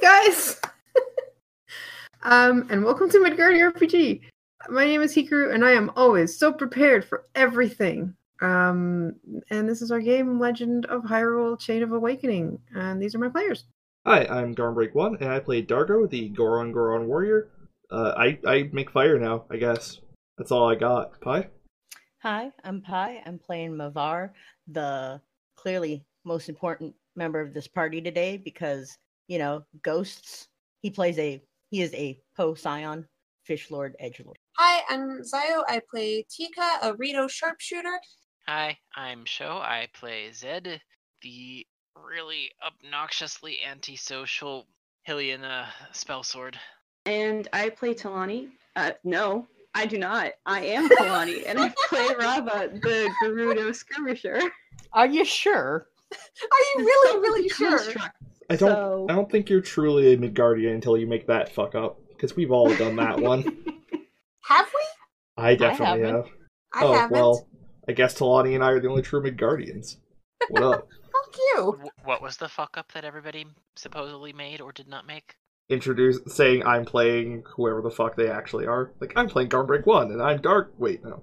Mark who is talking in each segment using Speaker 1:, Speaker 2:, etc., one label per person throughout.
Speaker 1: guys? um, and welcome to Midgarden RPG. My name is Hikaru, and I am always so prepared for everything. Um, and this is our game, Legend of Hyrule: Chain of Awakening, and these are my players.
Speaker 2: Hi, I'm Garnbreak One, and I play Dargo, the Goron Goron warrior. Uh, I I make fire now. I guess that's all I got. Pie.
Speaker 3: Hi, I'm Pi. I'm playing Mavar, the clearly most important member of this party today because, you know, ghosts. He plays a he is a Poe Scion, Fish Lord, Edge Lord.
Speaker 4: Hi, I'm Zayo. I play Tika, a Rito sharpshooter.
Speaker 5: Hi, I'm Sho. I play Zed, the really obnoxiously antisocial Hylian uh, spell sword.
Speaker 6: And I play Talani. Uh, no, I do not. I am Kalani, and I play Rava, the Gerudo skirmisher.
Speaker 3: Are you sure?
Speaker 4: Are you really, really sure?
Speaker 2: I don't.
Speaker 6: So-
Speaker 2: I don't think you're truly a Midgardian until you make that fuck up, because we've all done that one.
Speaker 4: Have we?
Speaker 2: I definitely
Speaker 3: haven't.
Speaker 2: have.
Speaker 4: I
Speaker 2: oh
Speaker 4: haven't.
Speaker 2: well, I guess Talani and I are the only true Midgardians. What up?
Speaker 4: Fuck
Speaker 3: Oh.
Speaker 4: you.
Speaker 5: Wh- What was the fuck up that everybody supposedly made or did not make?
Speaker 2: Introduce saying I'm playing whoever the fuck they actually are. Like I'm playing Garnbreak One, and I'm Dark. Wait, no.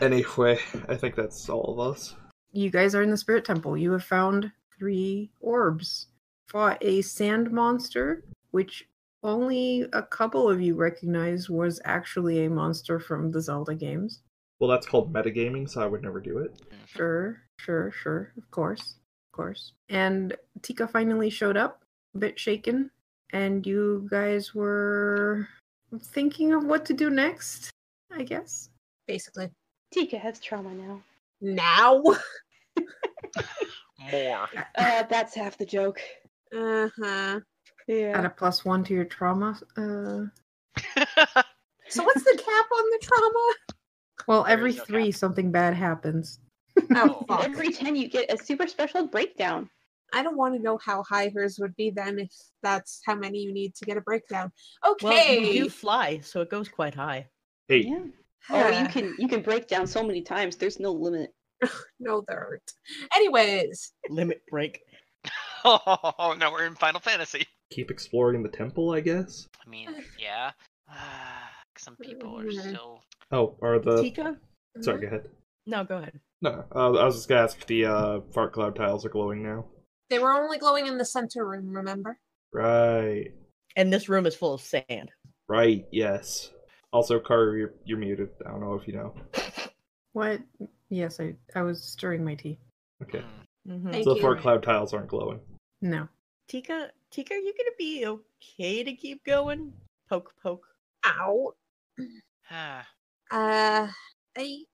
Speaker 2: Anyway, I think that's all of us.
Speaker 1: You guys are in the Spirit Temple. You have found three orbs. Fought a sand monster, which only a couple of you recognize was actually a monster from the Zelda games.
Speaker 2: Well, that's called metagaming, so I would never do it.
Speaker 5: Hmm.
Speaker 1: Sure, sure, sure. Of course, of course. And Tika finally showed up, a bit shaken, and you guys were thinking of what to do next, I guess.
Speaker 4: Basically.
Speaker 6: Tika has trauma now.
Speaker 4: Now?
Speaker 5: More.
Speaker 6: Uh, that's half the joke.
Speaker 4: Uh huh.
Speaker 1: Add
Speaker 6: Yeah.
Speaker 1: a plus one to your trauma. Uh,
Speaker 4: So what's the cap on the trauma?
Speaker 1: well,
Speaker 5: There
Speaker 1: every
Speaker 5: is no
Speaker 1: three
Speaker 5: cap.
Speaker 1: something bad happens.
Speaker 4: Oh, fuck.
Speaker 6: Every ten, you get a super special breakdown.
Speaker 4: I don't want to know how high hers would be then if that's how many you need to get a breakdown. Okay.
Speaker 3: Well, you do fly, so it goes quite high.
Speaker 2: Hey,
Speaker 6: Yeah. Oh, you can you can break down so many times. There's no limit.
Speaker 4: No, there aren't. Anyways,
Speaker 3: Limit break.
Speaker 5: oh, now we're in Final Fantasy.
Speaker 2: keep exploring the temple, I guess.
Speaker 5: I mean, yeah. Some people are still.
Speaker 2: Oh, are the
Speaker 3: Tika?
Speaker 2: sorry? Go ahead.
Speaker 3: No, go ahead.
Speaker 2: No, uh, I was just gonna ask if the uh, fart cloud tiles are glowing now.
Speaker 4: they were only glowing in the center room, remember?
Speaker 2: Right,
Speaker 3: And this room is full of sand.
Speaker 2: right, yes. Also, Karu, you're, you're muted. I don't know if you know.
Speaker 1: What? Yes, I, I was stirring my tea.
Speaker 2: Okay,
Speaker 5: Hmm.
Speaker 3: Mhm.
Speaker 4: Thank
Speaker 2: so the
Speaker 4: you.
Speaker 2: fart cloud tiles aren't glowing.
Speaker 1: No.
Speaker 3: Tika, Tika, are you gonna be okay to keep going? Poke, poke.
Speaker 4: Ow.
Speaker 5: Ah,
Speaker 4: Uh, I.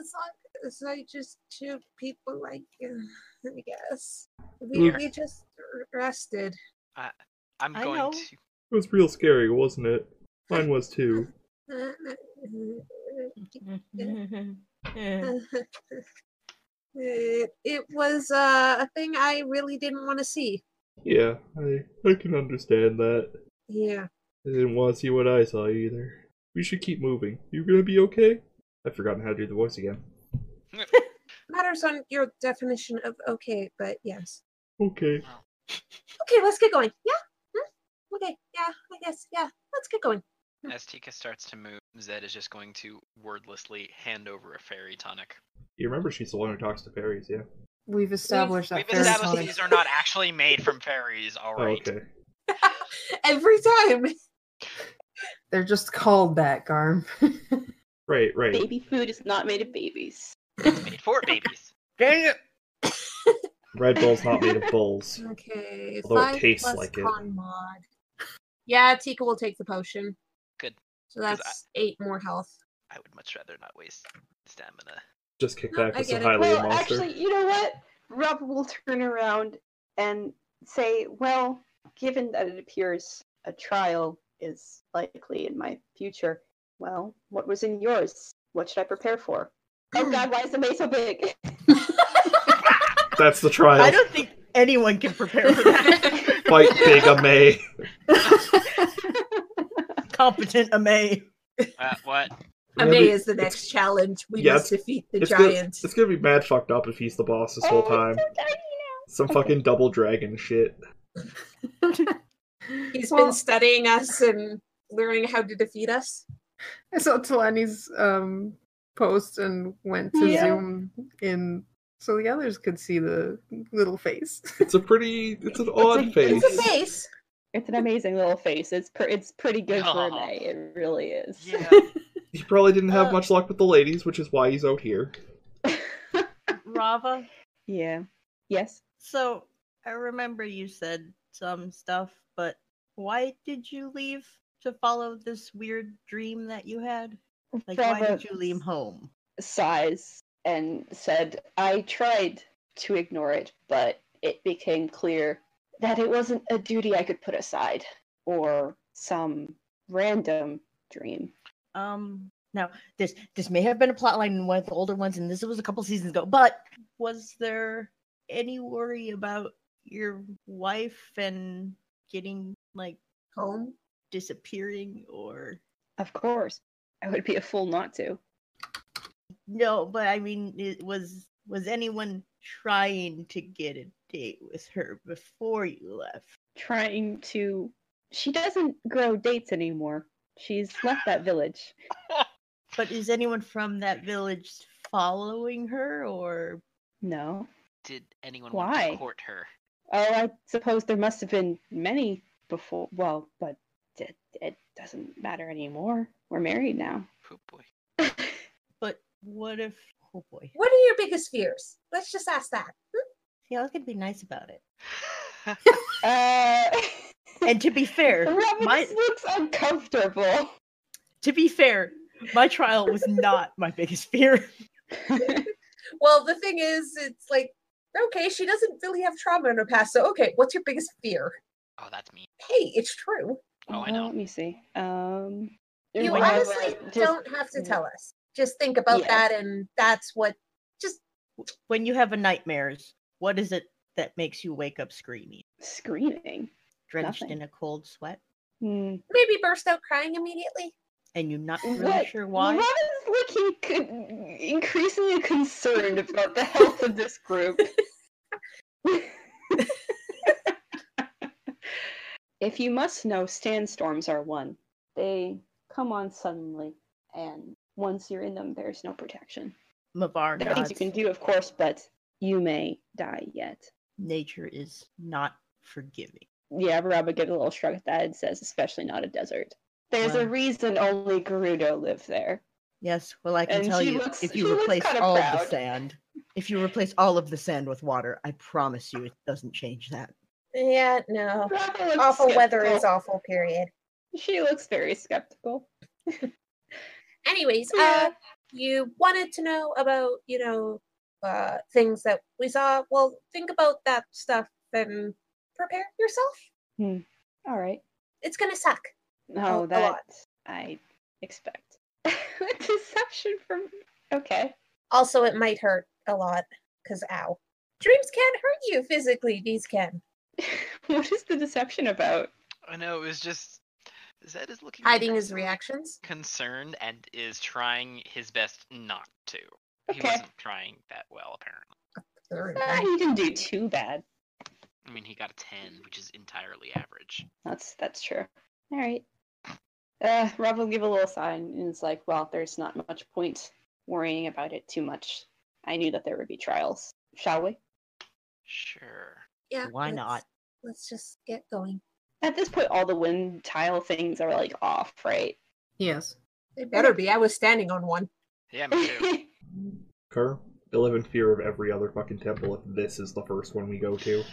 Speaker 4: As long as I just two people, like, uh, I guess. We,
Speaker 5: Yeah.
Speaker 4: we just r- rested.
Speaker 5: I'm
Speaker 3: I
Speaker 5: going
Speaker 3: know.
Speaker 5: to.
Speaker 2: It was real scary, wasn't it? Mine was too.
Speaker 4: Uh, It it was uh, a thing I really didn't want to see.
Speaker 2: Yeah, I I can understand that.
Speaker 4: Yeah.
Speaker 2: I didn't want to see what I saw either. We should keep moving. You gonna be okay? I've forgotten how to do the voice again.
Speaker 4: Matters on your definition of okay, but yes.
Speaker 2: Okay.
Speaker 4: Okay, let's get going. Yeah? Hmm? Okay, yeah, I guess, yeah. Let's get going.
Speaker 5: As Tika starts to move, Zed is just going to wordlessly hand over a fairy tonic.
Speaker 2: You remember she's the one who talks to fairies, yeah?
Speaker 1: We've established
Speaker 5: We've
Speaker 1: that. fairy
Speaker 5: established
Speaker 1: tonic-
Speaker 5: these are not actually made from fairies,
Speaker 2: Oh,
Speaker 5: alright.
Speaker 2: okay.
Speaker 4: Every time.
Speaker 1: They're just called that, Garm.
Speaker 2: Right, right.
Speaker 6: Baby food is not made of babies.
Speaker 5: It's made for babies.
Speaker 3: Dang it!
Speaker 2: Red Bull's not made of bulls.
Speaker 4: Okay.
Speaker 2: Although it
Speaker 4: five
Speaker 2: tastes
Speaker 4: plus
Speaker 2: like it.
Speaker 4: con mod. Yeah, Tika will take the potion.
Speaker 5: Good.
Speaker 4: So
Speaker 5: 'Cause I-
Speaker 4: that's eight more health.
Speaker 5: I would much rather not waste stamina.
Speaker 2: Just kick
Speaker 4: No,
Speaker 2: back
Speaker 4: I
Speaker 2: with some
Speaker 4: get it.
Speaker 2: highly
Speaker 6: Well,
Speaker 2: monster.
Speaker 6: actually, you know what? Rob will turn around and say, "Well, given that it appears a trial is likely in my future, well, what was in yours? What should I prepare for? Oh God, why is the maze so big?
Speaker 2: That's the trial.
Speaker 3: I don't think anyone can prepare for that.
Speaker 2: Fight big May.
Speaker 3: Competent Amay.
Speaker 5: Uh, what?
Speaker 4: Amay is the next challenge. We
Speaker 2: Yeah,
Speaker 4: must defeat the
Speaker 2: it's
Speaker 4: giant.
Speaker 2: Gonna, it's gonna be mad fucked up if he's the boss this whole
Speaker 6: oh,
Speaker 2: time.
Speaker 6: It's so tiny
Speaker 2: Some fucking double dragon shit.
Speaker 4: He's
Speaker 1: Well-
Speaker 4: been studying us and learning how to defeat us.
Speaker 1: I saw Talani's um, post and went to
Speaker 6: Yeah.
Speaker 1: Zoom in so the others could see the little face.
Speaker 2: It's a pretty. It's an odd
Speaker 6: a-
Speaker 2: face.
Speaker 4: It's a face.
Speaker 6: It's an amazing little face. It's pre- it's pretty good for
Speaker 5: Aw.
Speaker 6: a May. It really is.
Speaker 5: Yeah.
Speaker 2: He probably didn't have
Speaker 3: Uh,
Speaker 2: much luck with the ladies, which is why he's out here.
Speaker 3: Rava,
Speaker 6: yeah. Yes.
Speaker 3: so I remember you said some stuff, but why did you leave to follow this weird dream that you had? Like, why
Speaker 6: Rava
Speaker 3: did you leave home?
Speaker 6: sighs and said, I tried to ignore it, but it became clear that it wasn't a duty I could put aside or some random dream.
Speaker 3: Um, now this this may have been a plot line in one of the older ones, and this was a couple seasons ago. But was there any worry about your wife and getting like
Speaker 4: Home.
Speaker 3: disappearing or
Speaker 6: Of course, I would be a fool not to.
Speaker 3: no? But I mean, it was was anyone trying to get a date with her before you left?
Speaker 6: Trying to. She doesn't grow dates anymore. She's left that village.
Speaker 3: But is anyone from that village following her or
Speaker 6: No.
Speaker 5: Did anyone want
Speaker 6: Why?
Speaker 5: to court her?
Speaker 6: Oh, I suppose there must have been many before. Well, but it, it doesn't matter anymore. We're married now.
Speaker 5: Poop boy.
Speaker 3: but what if oh boy.
Speaker 4: What are your biggest fears? Let's just ask that.
Speaker 3: Yeah, I was gonna be nice about it.
Speaker 6: Uh,
Speaker 3: And to be fair,
Speaker 6: Robin
Speaker 3: my,
Speaker 6: just looks uncomfortable.
Speaker 3: to be fair, my trial was not my biggest fear.
Speaker 6: Oh,
Speaker 4: Well, the thing is, it's like, okay, she doesn't really have trauma in her past. So, okay, what's your biggest fear?
Speaker 5: oh, that's mean.
Speaker 4: Hey, it's true.
Speaker 5: Oh, I
Speaker 6: Uh,
Speaker 5: know.
Speaker 6: Let me see. Um,
Speaker 4: You
Speaker 6: Robin
Speaker 4: honestly
Speaker 6: just-
Speaker 4: don't have to
Speaker 6: yeah.
Speaker 4: tell us. Just think about
Speaker 6: Yeah.
Speaker 4: that, and that's what. Just
Speaker 3: When you have a nightmares, what is it that makes you wake up screaming,
Speaker 6: screaming.
Speaker 3: drenched
Speaker 6: Nothing.
Speaker 3: in a cold sweat,
Speaker 6: Hmm.
Speaker 4: maybe burst out crying immediately.
Speaker 3: and you're not really
Speaker 6: What?
Speaker 3: sure why?
Speaker 6: Robin's looking con- increasingly concerned about the health of this group. if you must know, sandstorms are one. They come on suddenly, and once you're in them, there's no protection.
Speaker 3: Mavar
Speaker 6: There are
Speaker 3: nods.
Speaker 6: things you can do, of course, but you may die yet.
Speaker 3: Nature is not forgiving.
Speaker 6: Yeah, Baraba gives a little shrug at that and says, especially not a desert. There's a
Speaker 3: Wow.
Speaker 6: reason only Gerudo lived there.
Speaker 3: Yes, well, I can
Speaker 6: And
Speaker 3: tell
Speaker 6: she
Speaker 3: you,
Speaker 6: looks-
Speaker 3: if
Speaker 6: she
Speaker 3: you
Speaker 6: looks
Speaker 3: replace
Speaker 6: kinda
Speaker 3: all of
Speaker 6: proud.
Speaker 3: the sand, if you replace all of the sand with water, I promise you, it doesn't change that.
Speaker 4: Yeah, no.
Speaker 6: Baraba looks
Speaker 4: Awful weather
Speaker 6: skeptical.
Speaker 4: is awful. Period.
Speaker 6: She looks very skeptical.
Speaker 4: Anyways, uh,
Speaker 6: Yeah.
Speaker 4: you wanted to know about you know uh things that we saw. Well, think about that stuff and prepare yourself.
Speaker 6: All right.
Speaker 4: It's gonna suck.
Speaker 6: No,
Speaker 4: Oh, a- a
Speaker 6: that
Speaker 4: lot.
Speaker 6: I expect. Deception from. Okay.
Speaker 4: Also, it might hurt a lot because ow. Dreams can't hurt you physically, these can.
Speaker 6: what is the deception about?
Speaker 5: I know. It was just Zed is looking
Speaker 4: Hiding his
Speaker 5: increasingly
Speaker 4: reactions.
Speaker 5: concerned and is trying his best not to. He
Speaker 6: Okay.
Speaker 5: wasn't trying that well apparently.
Speaker 6: Ah, you didn't do too bad.
Speaker 5: I mean, he got a ten, which is entirely average.
Speaker 6: That's that's true. All right. Uh, Rob will give a little sign and is like, "Well, there's not much point worrying about it too much. I knew that there would be trials. Shall we?"
Speaker 5: Sure.
Speaker 4: Yeah.
Speaker 3: Why
Speaker 4: let's-
Speaker 3: not?
Speaker 4: Let's just get going.
Speaker 6: At this point, all the wind tile things are like off, right?
Speaker 1: yes.
Speaker 4: They better be. I was standing on one.
Speaker 5: Oh, Yeah, me too.
Speaker 6: That's
Speaker 2: Kerr, they live in fear of every other fucking temple if this is the first one we go to.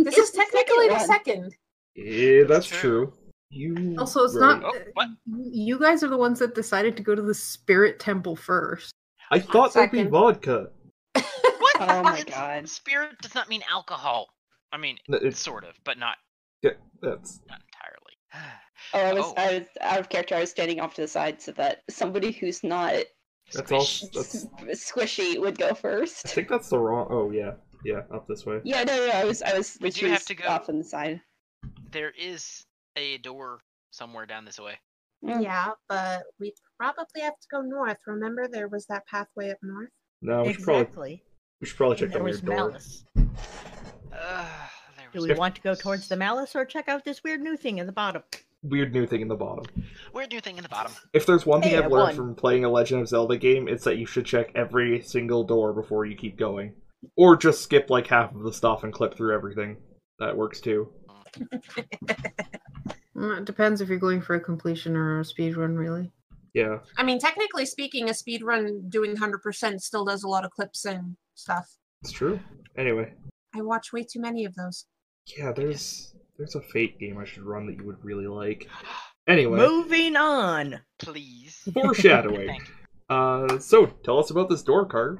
Speaker 4: This is technically the second.
Speaker 2: Yeah, that's
Speaker 5: That's
Speaker 2: true.
Speaker 5: true.
Speaker 2: You
Speaker 1: Also, it's
Speaker 2: right.
Speaker 1: not.
Speaker 5: Oh, what?
Speaker 1: You guys are the ones that decided to go to the spirit temple first.
Speaker 2: I thought there'd be
Speaker 4: Second.
Speaker 2: vodka.
Speaker 5: What?
Speaker 6: Oh my
Speaker 5: It's-
Speaker 6: God.
Speaker 5: Spirit does not mean alcohol. I mean,
Speaker 2: No, It's
Speaker 5: sort of, but not
Speaker 2: that's
Speaker 5: not entirely.
Speaker 6: Oh, I was
Speaker 5: Oh.
Speaker 6: I was out of character. I was standing off to the side so that somebody who's not
Speaker 2: that's all.
Speaker 5: Squish.
Speaker 2: That's
Speaker 6: squishy would go
Speaker 2: I
Speaker 6: first.
Speaker 2: think that's the wrong. Oh yeah, yeah, up this way.
Speaker 6: Yeah, no, no, no, I was I was
Speaker 5: We do
Speaker 6: she
Speaker 5: have
Speaker 6: was
Speaker 5: to go-
Speaker 6: off on the side.
Speaker 5: There is a door somewhere down this way.
Speaker 6: Mm.
Speaker 4: Yeah, but we probably have to go north. Remember, there was that pathway up north?
Speaker 2: No, we should probably
Speaker 3: exactly.
Speaker 2: we should probably
Speaker 3: And
Speaker 2: check that
Speaker 3: there
Speaker 2: weird
Speaker 3: was
Speaker 2: door.
Speaker 3: malice.
Speaker 5: Uh, there
Speaker 3: Do we want to go towards the malice or check out this weird new thing in the bottom?
Speaker 2: Weird new thing in the bottom.
Speaker 5: Weird new thing in the bottom.
Speaker 2: If there's one thing
Speaker 3: Hey, I
Speaker 2: I've learned
Speaker 3: won.
Speaker 2: from playing a Legend of Zelda game, it's that you should check every single door before you keep going. Or just skip like half of the stuff and clip through everything. That works too.
Speaker 1: Mm, It depends if you're going for a completion or a speed run, really.
Speaker 2: Yeah.
Speaker 4: I mean, technically speaking, a speed run doing 100% still does a lot of clips and stuff.
Speaker 2: It's true. Anyway.
Speaker 4: I watch way too many of those.
Speaker 2: Yeah, there's there's a fate game I should run that you would really like. Anyway.
Speaker 3: Moving on.
Speaker 5: Please.
Speaker 2: Foreshadowing.
Speaker 5: Thank you.
Speaker 2: uh so tell us about this door card.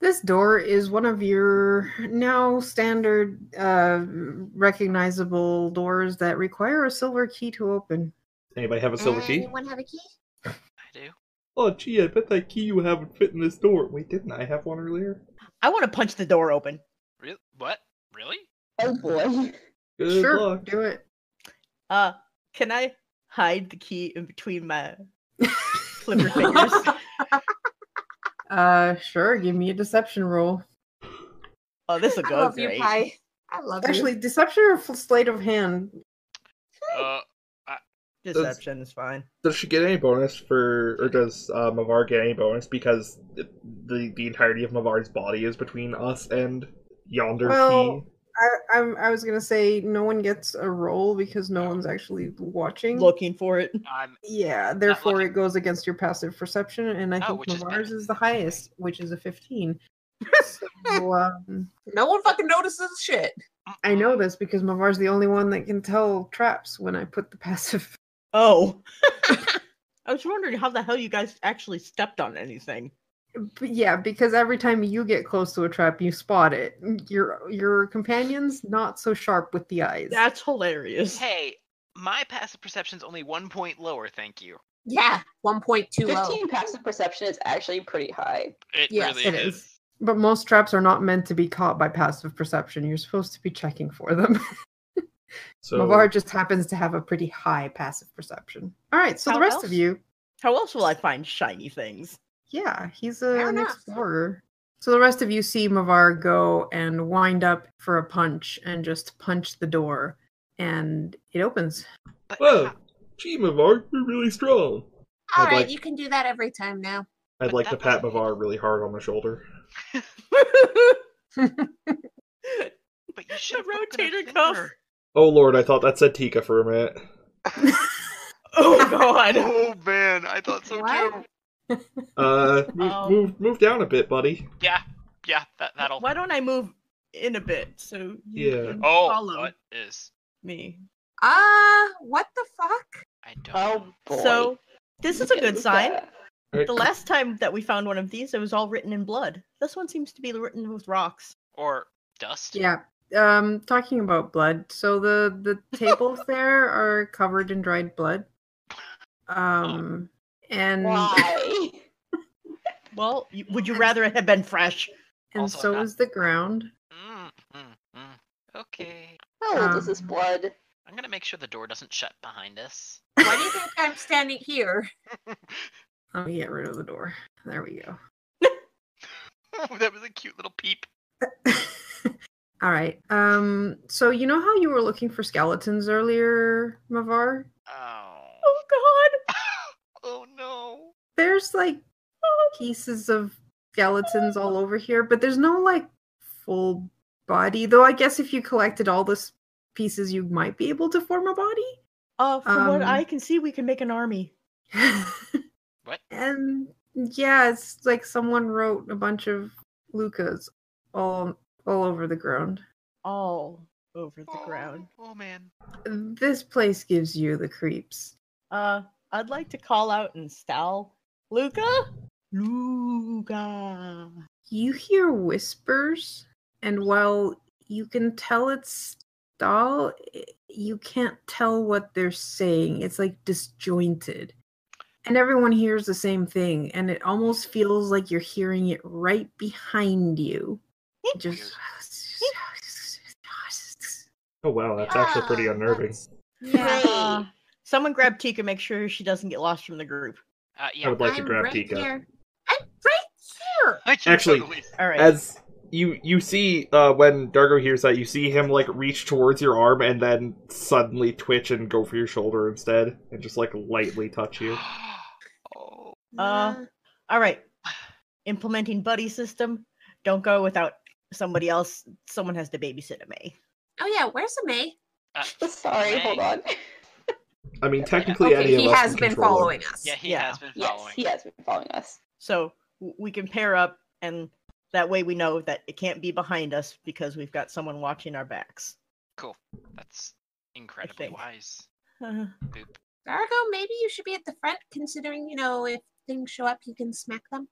Speaker 1: This door is one of your now standard uh, recognizable doors that require a silver key to open.
Speaker 2: Anybody have a
Speaker 3: Uh,
Speaker 2: silver key?
Speaker 4: Anyone have a key?
Speaker 5: I do.
Speaker 2: Oh gee, I bet that key you have would fit in this door. Wait, didn't I have one earlier?
Speaker 3: I want to punch the door open.
Speaker 5: Real What? Really?
Speaker 6: Oh boy.
Speaker 2: Good
Speaker 1: sure,
Speaker 2: luck.
Speaker 1: do it.
Speaker 3: Uh, can I hide the key in between my flipper fingers?
Speaker 1: Uh, sure. Give me a deception roll.
Speaker 3: Oh, this will
Speaker 4: I
Speaker 3: go
Speaker 4: love
Speaker 3: great.
Speaker 4: you, Pi. I love
Speaker 1: Actually, deception or f- sleight of hand.
Speaker 5: Uh,
Speaker 3: Deception is fine.
Speaker 2: Does she get any bonus for, or does uh, Mavar get any bonus because the the, the entirety of Mavar's body is between us and yonder
Speaker 1: Well-
Speaker 2: key?
Speaker 1: I, I'm, I was gonna say no one gets a roll because no one's actually watching.
Speaker 3: Looking for it.
Speaker 5: I'm
Speaker 1: Yeah, therefore
Speaker 5: looking.
Speaker 1: it goes against your passive perception, and I
Speaker 5: Oh,
Speaker 1: think
Speaker 5: which
Speaker 1: Mavar's
Speaker 5: is better.
Speaker 1: is the highest, which is a 15. so, um,
Speaker 4: you. No one fucking notices shit.
Speaker 1: I know this because Mavar's the only one that can tell traps when I put the passive.
Speaker 3: Oh. I was wondering how the hell you guys actually stepped on anything.
Speaker 1: But yeah, because every time you get close to a trap, you spot it. Your your companions not so sharp with the eyes.
Speaker 3: That's hilarious.
Speaker 5: Hey, my passive perception's only one point lower. Thank you.
Speaker 4: Yeah, 1.2 low.
Speaker 6: 15 passive perception is actually pretty high.
Speaker 5: It
Speaker 4: Yes,
Speaker 5: really
Speaker 1: it
Speaker 5: is.
Speaker 1: But most traps are not meant to be caught by passive perception. You're supposed to be checking for them.
Speaker 2: So
Speaker 1: Mavar just happens to have a pretty high passive perception. All right, so
Speaker 3: How
Speaker 1: the rest
Speaker 3: else?
Speaker 1: of you,
Speaker 3: How else will I find shiny things?
Speaker 1: yeah, he's a,
Speaker 4: Fair
Speaker 1: an
Speaker 4: enough.
Speaker 1: explorer. So the rest of you see Mavar go and wind up for a punch and just punch the door, and it opens.
Speaker 5: But
Speaker 2: whoa,
Speaker 5: how-
Speaker 2: gee, Mavar, you're really strong. I'd
Speaker 4: All right,
Speaker 2: like-
Speaker 4: you can do that every time now.
Speaker 2: I'd
Speaker 5: But
Speaker 2: like to
Speaker 5: that
Speaker 2: pat
Speaker 5: wasn't-
Speaker 2: Mavar really hard on the shoulder.
Speaker 3: Oh,
Speaker 5: but you should
Speaker 3: rotator cuff.
Speaker 2: Oh lord, I thought that said Tika for a minute.
Speaker 3: oh god.
Speaker 5: Oh man, I thought so
Speaker 4: What?
Speaker 5: too.
Speaker 2: Uh,
Speaker 1: Um,
Speaker 2: move,
Speaker 3: Oh.
Speaker 2: move, move down a bit, buddy.
Speaker 5: Yeah, yeah, that that'll.
Speaker 3: Why don't I move in a bit so you
Speaker 2: Yeah.
Speaker 3: can
Speaker 5: Oh,
Speaker 3: follow
Speaker 5: what is?
Speaker 3: me?
Speaker 4: Ah, what the fuck?
Speaker 5: I don't.
Speaker 6: Oh boy.
Speaker 3: So this is a good sign.
Speaker 2: All right,
Speaker 3: The last time that we found one of these, it was all written in blood. This one seems to be written with rocks.
Speaker 5: Or dust.
Speaker 1: Yeah. Um, talking about blood. So the the tables there are covered in dried blood. Um, and
Speaker 6: Why?
Speaker 3: Well, you, would you rather it had been fresh?
Speaker 1: and
Speaker 5: Also
Speaker 1: so
Speaker 5: not-
Speaker 1: is the ground.
Speaker 5: Mm, mm, mm. Okay.
Speaker 6: How old is Oh, this
Speaker 1: Um,
Speaker 6: blood?
Speaker 5: I'm gonna make sure the door doesn't shut behind us.
Speaker 4: Why do you think I'm standing here?
Speaker 1: Let me get rid of the door. There we go.
Speaker 5: that was a cute little peep.
Speaker 1: All right. Um, so you know how you were looking for skeletons earlier, Mavar?
Speaker 5: Oh.
Speaker 3: Oh god.
Speaker 5: oh no.
Speaker 1: There's like pieces of skeletons all over here, but there's no like full body. Though I guess if you collected all the s- pieces, you might be able to form a body.
Speaker 3: Uh, from what
Speaker 1: Um,
Speaker 3: I can see, we can make an army.
Speaker 5: What?
Speaker 1: and yeah, it's like someone wrote a bunch of Lucas all all over the ground.
Speaker 3: all over the ground.
Speaker 5: Oh man.
Speaker 1: This place gives you the creeps.
Speaker 3: Uh, I'd like to call out and style Luca. Luca.
Speaker 1: You hear whispers, and while you can tell it's Stahl, i- you can't tell what they're saying. It's like disjointed. And everyone hears the same thing, and it almost feels like you're hearing it right behind you. It Just.
Speaker 2: Oh wow, that's actually pretty
Speaker 4: Ah,
Speaker 2: unnerving.
Speaker 4: that's- Um,
Speaker 3: Uh, someone grab Tika. Make sure she doesn't get lost from the group.
Speaker 5: Uh,
Speaker 2: I
Speaker 5: yeah.
Speaker 2: would like to
Speaker 4: I'm
Speaker 2: grab
Speaker 4: right
Speaker 2: Tika.
Speaker 4: Here. I'm right here.
Speaker 5: I can
Speaker 2: Actually-
Speaker 5: totally-
Speaker 3: All right.
Speaker 2: As you you see uh, when Dargo hears that, you see him like reach towards your arm and then suddenly twitch and go for your shoulder instead, and just like lightly touch you.
Speaker 5: oh,
Speaker 3: Uh, all right. Implementing buddy system. Don't go without somebody else. Someone has to babysit a May.
Speaker 4: oh yeah, where's the May?
Speaker 5: uh,
Speaker 6: Sorry, hold
Speaker 5: May?
Speaker 6: on.
Speaker 2: I mean, technically,
Speaker 5: Okay,
Speaker 2: any of
Speaker 4: he
Speaker 2: us
Speaker 4: has
Speaker 2: can
Speaker 4: been
Speaker 2: control him.
Speaker 4: following us.
Speaker 5: Yeah, he
Speaker 3: Yeah.
Speaker 5: has been
Speaker 6: Yes,
Speaker 5: following.
Speaker 6: he has been following us.
Speaker 3: So w- we can pair up, and that way we know that it can't be behind us because we've got someone watching our backs.
Speaker 5: That's incredibly
Speaker 3: think.
Speaker 5: wise.
Speaker 3: Uh,
Speaker 5: Boop.
Speaker 4: Dargo, maybe you should be at the front, considering you know if things show up, you can smack them.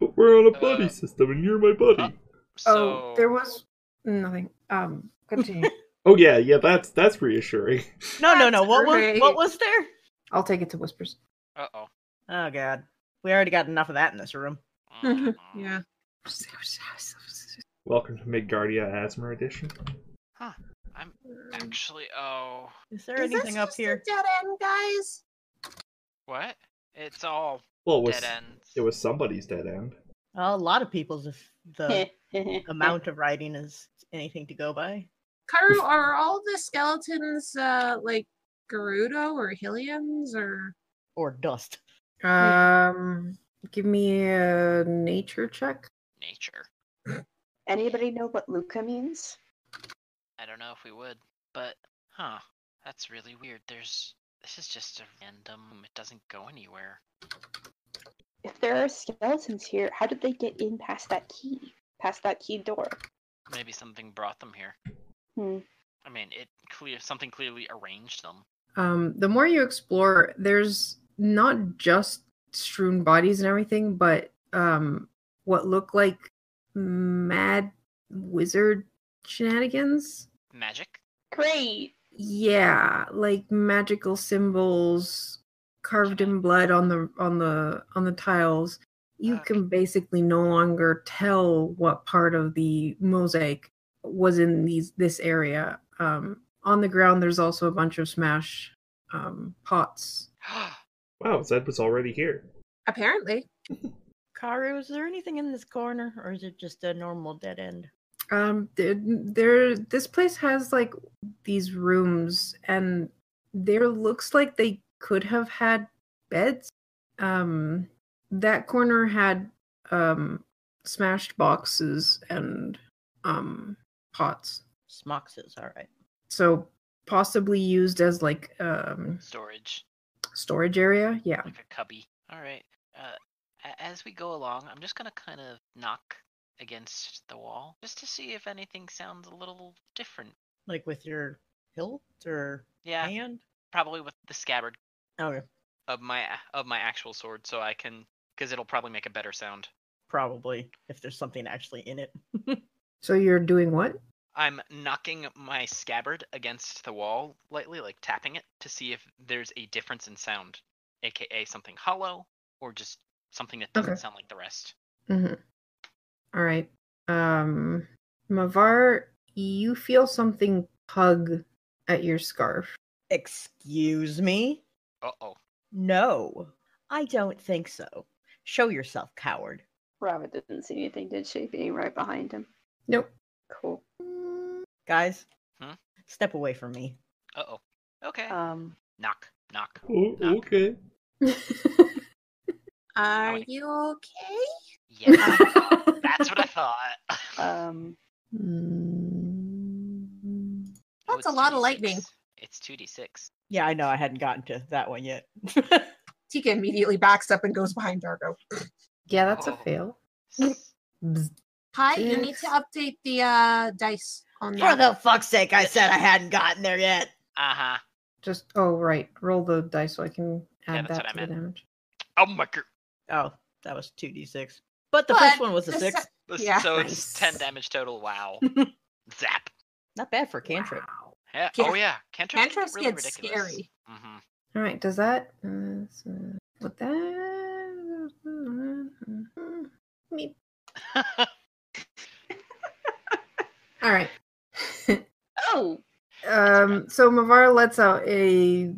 Speaker 2: But we're on a buddy
Speaker 5: Uh,
Speaker 2: system, and you're my buddy.
Speaker 5: uh,
Speaker 1: Oh, there
Speaker 5: So-
Speaker 1: was nothing. Um, continue.
Speaker 2: oh yeah, yeah, that's that's reassuring.
Speaker 3: no, no, no.
Speaker 1: That's
Speaker 3: What was, what
Speaker 1: great.
Speaker 3: was there?
Speaker 1: I'll take it to whispers.
Speaker 5: Uh oh.
Speaker 3: Oh God, we already got enough of that in this room.
Speaker 5: Mm-hmm.
Speaker 1: Yeah.
Speaker 2: Welcome to Midgardia Asthma Edition.
Speaker 5: I'm actually. Oh,
Speaker 3: Is there anything up here?
Speaker 4: dead end, guys?
Speaker 5: what? It's all
Speaker 2: Well, it was
Speaker 5: dead ends.
Speaker 2: it was somebody's dead end.
Speaker 3: a lot of people's if the
Speaker 6: Amount.
Speaker 3: amount of writing is anything to go by.
Speaker 4: Karu, are all the skeletons uh like Gerudo or Helians or?
Speaker 3: Or dust.
Speaker 1: Um, give me a nature check.
Speaker 5: nature.
Speaker 6: Anybody know what Luca means?
Speaker 5: I don't know if we would, but huh? That's really weird. There's. This is just a random. It doesn't go anywhere.
Speaker 6: If there are skeletons here, how did they get in past that key? Past that key door?
Speaker 5: Maybe something brought them here.
Speaker 6: Hmm.
Speaker 5: I mean, it clear something clearly arranged them.
Speaker 1: um, the more you explore, there's not just strewn bodies and everything, but um, what look like mad wizard shenanigans.
Speaker 5: Magic.
Speaker 6: Great.
Speaker 1: Yeah, like magical symbols carved in blood on the on the on the tiles. You
Speaker 5: Okay.
Speaker 1: can basically no longer tell what part of the mosaic was in these this area. Um, on the ground, there's also a bunch of smash um, pots
Speaker 2: Wow, Zed was already here.
Speaker 4: Apparently,
Speaker 3: Karu, is there anything in this corner, or is it just a normal dead end?
Speaker 1: Um, there, there, this place has like these rooms, and there looks like they could have had beds. Um, that corner had um smashed boxes and um pots,
Speaker 3: Smoxes, all right.
Speaker 1: so possibly used as like um
Speaker 5: Storage.
Speaker 1: storage area. Yeah.
Speaker 5: like a cubby. All right. Uh, a- as we go along, I'm just gonna kind of knock against the wall just to see if anything sounds a little different.
Speaker 3: Like with your hilt or
Speaker 5: Yeah,
Speaker 3: hand?
Speaker 5: probably with the scabbard
Speaker 3: Okay,
Speaker 5: of my of my actual sword, so I can because it'll probably make a better sound.
Speaker 3: probably, if there's something actually in it.
Speaker 1: So you're doing what?
Speaker 5: I'm knocking my scabbard against the wall lightly, like tapping it, to see if there's a difference in sound, aka something hollow or just something that doesn't
Speaker 1: Okay.
Speaker 5: sound like the rest.
Speaker 1: Mhm. All right. Um, Mavar, you feel something tug at your scarf.
Speaker 3: Excuse me?
Speaker 5: Uh oh.
Speaker 3: No, I don't think so. Show yourself, coward.
Speaker 6: Rava didn't see anything, did she? Being right behind him.
Speaker 1: Nope.
Speaker 6: Cool.
Speaker 3: Guys,
Speaker 5: Hmm?
Speaker 3: step away from me.
Speaker 5: Uh oh. Okay.
Speaker 6: Um,
Speaker 5: knock. Knock.
Speaker 2: Oh,
Speaker 5: Knock.
Speaker 2: okay.
Speaker 4: are
Speaker 5: wait.
Speaker 4: you okay?
Speaker 5: Yeah. That's what I thought.
Speaker 6: um,
Speaker 1: Mm.
Speaker 5: Oh,
Speaker 4: That's
Speaker 5: it's
Speaker 4: a lot of
Speaker 5: 2d6.
Speaker 4: lightning.
Speaker 5: It's 2d6.
Speaker 3: Yeah, I know, I hadn't gotten to that one yet.
Speaker 4: Tika immediately backs up and goes behind Dargo.
Speaker 1: yeah, that's a
Speaker 5: Oh.
Speaker 1: fail.
Speaker 5: S-
Speaker 1: Bzz.
Speaker 4: Hi, you need to update the uh dice on
Speaker 3: For
Speaker 4: that.
Speaker 3: the fuck's sake, I said I hadn't gotten there yet.
Speaker 5: uh-huh.
Speaker 1: Just oh right, roll the dice so I can
Speaker 5: Yeah,
Speaker 1: add
Speaker 5: that's
Speaker 1: that
Speaker 5: what
Speaker 1: to
Speaker 5: I
Speaker 1: the
Speaker 5: meant.
Speaker 1: damage.
Speaker 5: Oh my god.
Speaker 3: Oh, that was 2d6. But the
Speaker 4: But
Speaker 3: first one was a
Speaker 4: the
Speaker 3: 6.
Speaker 4: se-
Speaker 5: This-
Speaker 4: Yeah.
Speaker 5: So it's 10
Speaker 1: Nice.
Speaker 5: damage total. Wow. Zap.
Speaker 3: Not bad for a cantrip.
Speaker 1: Wow.
Speaker 5: Yeah.
Speaker 4: Yeah.
Speaker 5: Oh, yeah. Cantrips,
Speaker 4: Cantrips
Speaker 5: get really
Speaker 4: get
Speaker 5: ridiculous.
Speaker 4: scary.
Speaker 5: Mm-hmm.
Speaker 1: All right, does that uh, so with that? Me. All right.
Speaker 6: oh,
Speaker 1: Um, so Mavar lets out a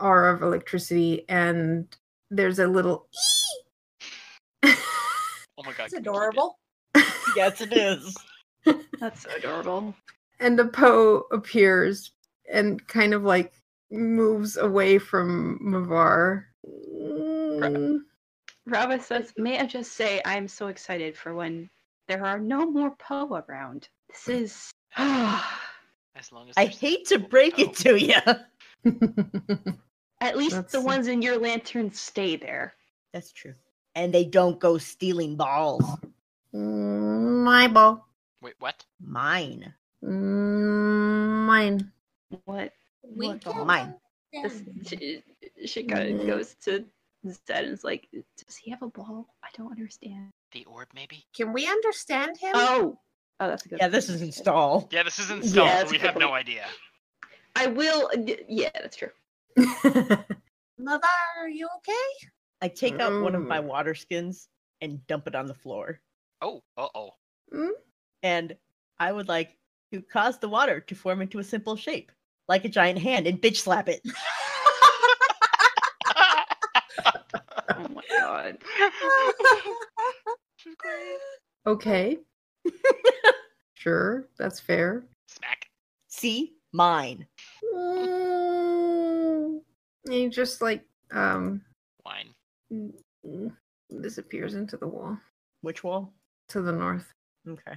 Speaker 1: aura of electricity, and there's a little.
Speaker 5: oh my god.
Speaker 4: It's
Speaker 5: Oh can we keep it?
Speaker 4: adorable.
Speaker 3: yes, it is.
Speaker 6: That's so adorable.
Speaker 1: and the Poe appears and kind of like moves away from Mavar. Mm,
Speaker 6: Rava says, May I just say I am so excited for when there are no more Poe around. This is at
Speaker 5: As long as
Speaker 3: I
Speaker 5: there's Oh.
Speaker 3: hate to
Speaker 5: people
Speaker 3: break
Speaker 5: know.
Speaker 3: it to you.
Speaker 6: least
Speaker 1: That's-
Speaker 6: the ones in your lantern stay there.
Speaker 3: That's true. And they don't go stealing balls.
Speaker 1: mm, my ball.
Speaker 5: Wait, what?
Speaker 3: Mine.
Speaker 1: Mm, mine.
Speaker 6: What?
Speaker 4: We
Speaker 3: Look,
Speaker 4: can't
Speaker 3: mine.
Speaker 4: go
Speaker 6: This,
Speaker 4: down.
Speaker 6: she she kinda
Speaker 1: Mhm.
Speaker 6: goes to Zed and is like, Does he have a ball? I don't understand.
Speaker 5: The orb, maybe?
Speaker 4: Can we understand him?
Speaker 6: Oh! Oh, that's a good
Speaker 3: Yeah, this is install.
Speaker 5: Yeah, this is
Speaker 6: Yeah,
Speaker 5: installed, so
Speaker 6: that's
Speaker 5: we have no
Speaker 6: probably-
Speaker 5: idea.
Speaker 6: I will. d- Yeah, that's true.
Speaker 4: Mavar, are you okay?
Speaker 3: I take out one of my
Speaker 1: Mm.
Speaker 3: water skins and dump it on the floor.
Speaker 5: Oh, uh oh.
Speaker 3: And I would like to cause the water to form into a simple shape, like a giant hand, and bitch slap it.
Speaker 6: Oh my god.
Speaker 1: okay. sure, that's fair.
Speaker 5: Smack.
Speaker 3: See? Mine.
Speaker 1: Mm, and he just like um
Speaker 5: Wine.
Speaker 1: disappears into the wall
Speaker 3: Which wall?
Speaker 1: to the north.
Speaker 3: Okay.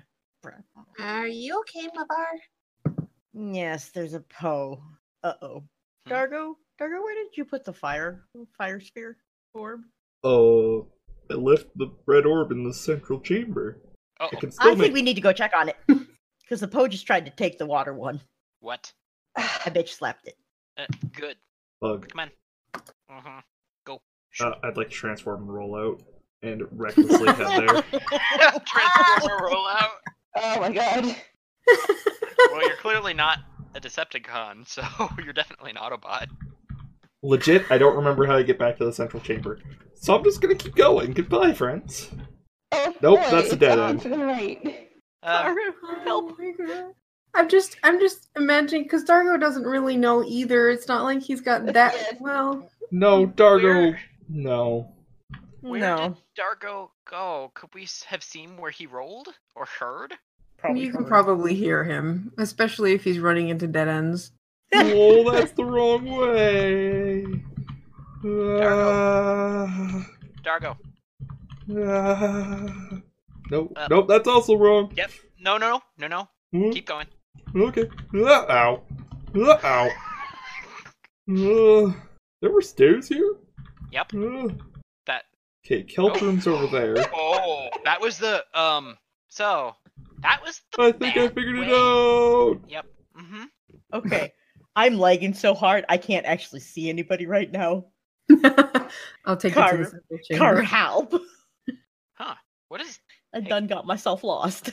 Speaker 4: Are you okay, Mavar?
Speaker 3: Yes, there's a Poe. Uh oh.
Speaker 5: Hmm.
Speaker 3: Dargo, Dargo, where did you put the fire fire sphere orb?
Speaker 2: Oh, I left the red orb in the central chamber.
Speaker 5: Oh,
Speaker 2: I can
Speaker 3: I
Speaker 2: still
Speaker 3: think
Speaker 2: make.
Speaker 3: we need to go check on it. Because the Poe just tried to take the water one.
Speaker 5: what?
Speaker 3: I bitch slapped it.
Speaker 5: Uh, good.
Speaker 2: Bug.
Speaker 5: Come on. Uh-huh. Go.
Speaker 2: Uh, I'd like to transform and roll out and recklessly head there.
Speaker 5: Transformer rollout.
Speaker 6: Oh my god.
Speaker 5: Well, you're clearly not a Decepticon, so you're definitely an Autobot.
Speaker 2: Legit, I don't remember how to get back to the central chamber. So I'm just gonna keep going. Goodbye, friends.
Speaker 6: Oh,
Speaker 2: Nope,
Speaker 6: boy,
Speaker 2: that's a
Speaker 6: it's
Speaker 2: dead
Speaker 6: on
Speaker 2: end.
Speaker 6: To the right.
Speaker 3: Uh,
Speaker 5: Um,
Speaker 1: Oh my God. I'm just I'm just imagining because Dargo doesn't really know either. It's not like he's got that
Speaker 6: Yes.
Speaker 1: well.
Speaker 2: No, Dargo.
Speaker 5: Where-
Speaker 2: No.
Speaker 5: where
Speaker 3: no.
Speaker 5: did Dargo go? Could we s- have seen where he rolled or heard?
Speaker 1: you can probably hear him, especially if he's running into dead ends.
Speaker 2: Oh, that's the wrong way.
Speaker 5: Dargo.
Speaker 2: Ah, ah. Nope,
Speaker 5: Up.
Speaker 2: nope, that's also wrong.
Speaker 5: Uh. Yep. No, no, no, no,
Speaker 2: Hmm,
Speaker 5: no. Keep going.
Speaker 2: Okay. Ah, Ow. Ah, Ow. Uh, there were stairs here? Uh,
Speaker 5: Yep. That.
Speaker 2: Okay, kelp
Speaker 5: Oh.
Speaker 2: room's over there.
Speaker 5: Oh, that was the um. So that was the.
Speaker 2: I think I
Speaker 5: bad
Speaker 2: figured
Speaker 5: way.
Speaker 2: it out.
Speaker 5: Yep. Mm-hmm.
Speaker 3: Okay. I'm lagging so hard I can't actually see anybody right now.
Speaker 1: I'll take it to
Speaker 3: Car-
Speaker 1: the central
Speaker 3: Car
Speaker 1: chamber.
Speaker 3: help.
Speaker 5: What is
Speaker 3: I done got myself lost.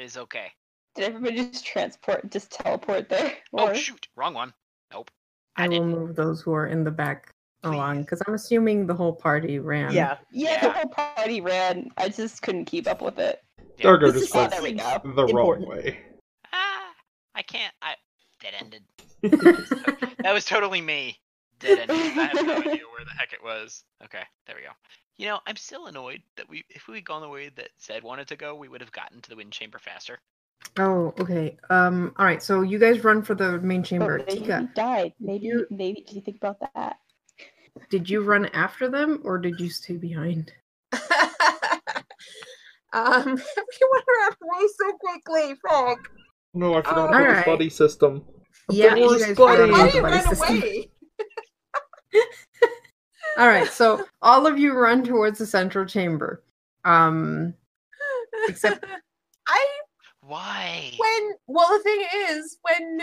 Speaker 5: is okay?
Speaker 6: Did everybody just transport, just teleport there?
Speaker 5: Oh
Speaker 6: Or-
Speaker 5: shoot, wrong one. Nope. I
Speaker 1: I will
Speaker 5: didn't.
Speaker 1: move those who are in the back along
Speaker 5: Please.
Speaker 1: because I'm assuming the whole party ran.
Speaker 3: Yeah.
Speaker 6: yeah,
Speaker 5: Yeah.
Speaker 6: the whole party ran. I just couldn't keep up with it.
Speaker 5: Yeah.
Speaker 2: Dargo
Speaker 3: This
Speaker 2: just
Speaker 3: is-
Speaker 6: Oh,
Speaker 2: went
Speaker 6: there we go.
Speaker 2: the wrong
Speaker 3: important.
Speaker 2: way.
Speaker 5: Ah, I can't. I dead ended. That was totally me. Dead ended. I have no idea where the heck it was. Okay, there we go. You know, I'm still annoyed that we, if we had gone the way that Zed wanted to go, we would have gotten to the wind chamber faster.
Speaker 1: Oh, okay. Um. All right. So you guys run for the main chamber.
Speaker 6: But maybe he
Speaker 1: Tika,
Speaker 6: died. Maybe,
Speaker 1: You-
Speaker 6: maybe. Did you think about that?
Speaker 1: did you run after them or did you stay behind?
Speaker 4: um, we went around way so quickly, Frog.
Speaker 2: No, I
Speaker 3: Um,
Speaker 2: forgot
Speaker 4: All
Speaker 2: about
Speaker 1: right.
Speaker 2: the buddy system.
Speaker 1: Yeah, you
Speaker 2: Well, it's
Speaker 1: guys run
Speaker 2: funny.
Speaker 1: on
Speaker 4: Why
Speaker 2: Why
Speaker 1: the
Speaker 4: you
Speaker 1: buddy
Speaker 4: run
Speaker 1: system.
Speaker 4: away?
Speaker 1: All right, so all of you run towards the central chamber. Um, Except-
Speaker 4: I
Speaker 5: Why?
Speaker 4: when well the thing is when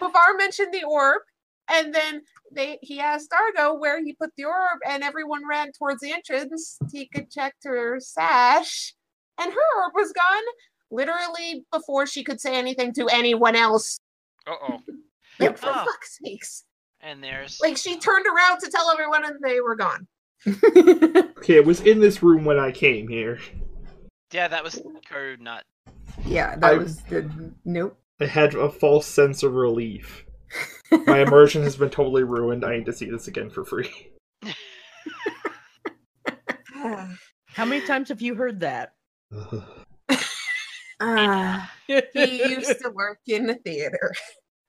Speaker 4: Bavar mentioned the orb and then they he asked Dargo where he put the orb and everyone ran towards the entrance. Tika checked her sash and her orb was gone literally before she could say anything to anyone else.
Speaker 5: Uh oh.
Speaker 1: Yep.
Speaker 4: Like for
Speaker 5: Oh.
Speaker 4: fuck's sakes.
Speaker 5: And there's
Speaker 4: Like she turned around to tell everyone and they were gone.
Speaker 2: Okay, it was in this room when I came here.
Speaker 5: yeah, that was Karu not.
Speaker 1: yeah,
Speaker 2: I-
Speaker 1: that was the nope.
Speaker 2: I had a false sense of relief. My immersion has been totally ruined. I need to see this again for free.
Speaker 3: How many times have you heard that?
Speaker 1: Ah.
Speaker 4: He used to work in the theater.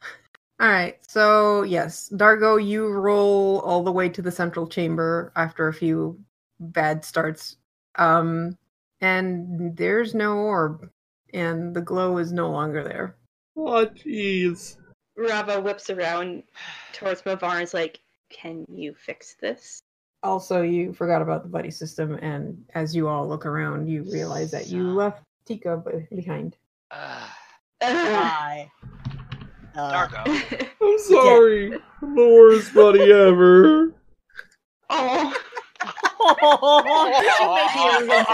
Speaker 1: All right. So, yes, Dargo, you roll all the way to the central chamber after a few bad starts. Um, and there's no orb, and the glow is no longer there.
Speaker 2: Oh, jeez.
Speaker 6: Rava whips around towards Mavar and is like, Can you fix this?
Speaker 1: Also, you forgot about the buddy system, and as you all look around, you realize that you left Tika be- behind.
Speaker 5: Uh,
Speaker 6: Mm-hmm.
Speaker 3: Hi. Uh,
Speaker 5: Dargo.
Speaker 2: I'm sorry. I'm the worst buddy ever.
Speaker 6: oh,
Speaker 3: Oh,
Speaker 5: Oh.
Speaker 3: you, made Ian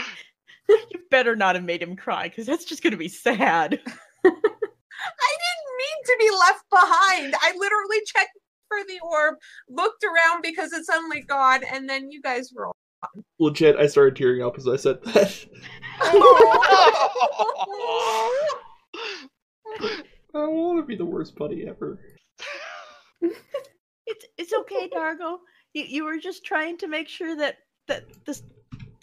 Speaker 3: cry. You better not have made him cry because that's just going to be sad.
Speaker 4: I didn't mean to be left behind. I literally checked for the orb, looked around because it's suddenly gone, and then you guys roll.
Speaker 2: Legit, I started tearing up as I said that. I want to be the worst buddy ever.
Speaker 3: It's it's okay, Dargo. You you were just trying to make sure that that this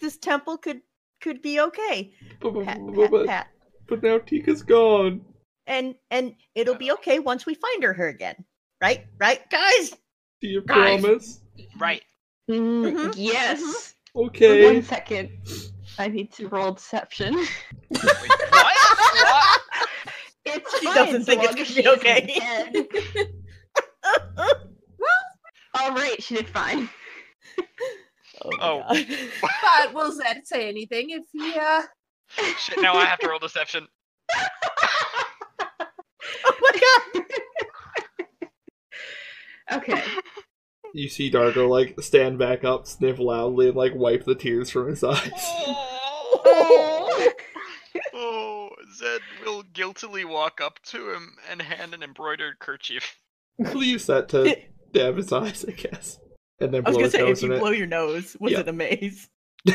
Speaker 3: this temple could could be okay.
Speaker 2: But, but,
Speaker 3: Pat,
Speaker 2: but,
Speaker 3: pat,
Speaker 2: but,
Speaker 3: pat.
Speaker 2: but now Tika's gone.
Speaker 3: And and it'll be okay once we find her her again. Right? Right, guys?
Speaker 2: Do you
Speaker 5: Guys.
Speaker 2: promise?
Speaker 5: right.
Speaker 3: Mhm,
Speaker 6: yes. One
Speaker 2: Okay.
Speaker 6: second. I need to roll deception.
Speaker 5: Wait, what? what?
Speaker 6: It's
Speaker 3: She
Speaker 6: fine,
Speaker 3: doesn't
Speaker 6: so
Speaker 3: think it's
Speaker 6: long
Speaker 3: gonna be
Speaker 6: as she isn't
Speaker 3: okay.
Speaker 6: dead. All right, she did fine.
Speaker 5: Oh.
Speaker 3: my God.
Speaker 4: But will Zed say anything if he uh
Speaker 5: Shit, now I have to roll deception.
Speaker 3: oh my god.
Speaker 6: Okay.
Speaker 2: You see Dargo, like, stand back up, sniff loudly, and, like, wipe the tears from his eyes.
Speaker 5: Oh, oh, Zed will guiltily walk up to him and hand an embroidered kerchief.
Speaker 2: We'll use that to dab his eyes, I guess. And then
Speaker 3: I was
Speaker 2: blow
Speaker 3: gonna
Speaker 2: his
Speaker 3: say,
Speaker 2: nose
Speaker 3: if you
Speaker 2: in it.
Speaker 3: blow your nose, was
Speaker 2: Yeah.
Speaker 3: it a maze?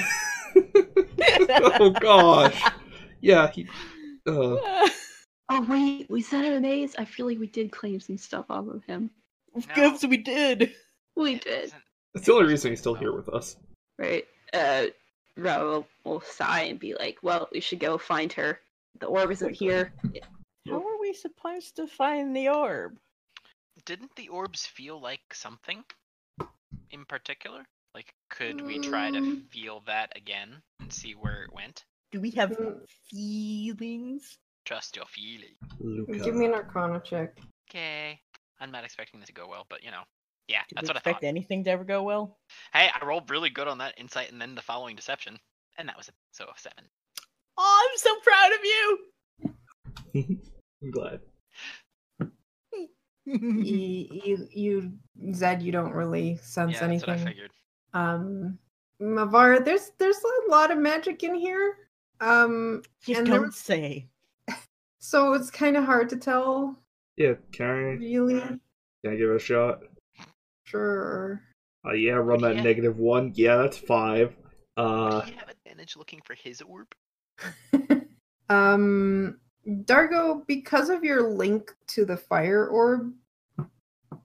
Speaker 2: oh, gosh. Yeah, he. Uh,
Speaker 6: Oh wait, was that a maze? I feel like we did claim some stuff off of him.
Speaker 3: Oops, we did.
Speaker 6: We
Speaker 5: It
Speaker 6: did,
Speaker 5: isn't-
Speaker 2: that's the only reason he's still here with us.
Speaker 6: right? Uh, Raul will sigh and be like, "Well, we should go find her. The orb isn't here."
Speaker 3: How are we supposed to find the orb?
Speaker 5: Didn't the orbs feel like something in particular? Like, could we try to
Speaker 6: Mm.
Speaker 5: feel that again and see where it went?
Speaker 3: Do we have
Speaker 1: Mm.
Speaker 3: feelings?
Speaker 5: Trust your feeling.
Speaker 2: Luca.
Speaker 1: Give me an arcana check.
Speaker 5: Okay. I'm not expecting this to go well, but you know. Yeah,
Speaker 3: Did
Speaker 5: that's
Speaker 3: we
Speaker 5: what I
Speaker 3: expect
Speaker 5: thought.
Speaker 3: anything to ever go well?
Speaker 5: Hey, I rolled really good on that insight and then the following deception. And that was a so a seven.
Speaker 3: Oh, I'm so proud of
Speaker 2: I'm glad.
Speaker 3: you.
Speaker 1: you, E, you, you, Zed, you don't really sense
Speaker 5: yeah, that's
Speaker 1: anything.
Speaker 5: what I figured.
Speaker 1: um Mavar, there's there's a lot of magic in here. Um
Speaker 3: you
Speaker 1: And
Speaker 3: don't
Speaker 1: there was-
Speaker 3: say.
Speaker 1: so it's kind of hard to tell
Speaker 2: Yeah, can
Speaker 1: really.
Speaker 2: I, can I give it a shot?
Speaker 1: Sure.
Speaker 2: Uh, yeah, run that
Speaker 5: Yeah.
Speaker 2: negative one. Yeah, that's five. Uh,
Speaker 5: Would he have advantage looking for his orb?
Speaker 1: um Dargo, because of your link to the fire orb,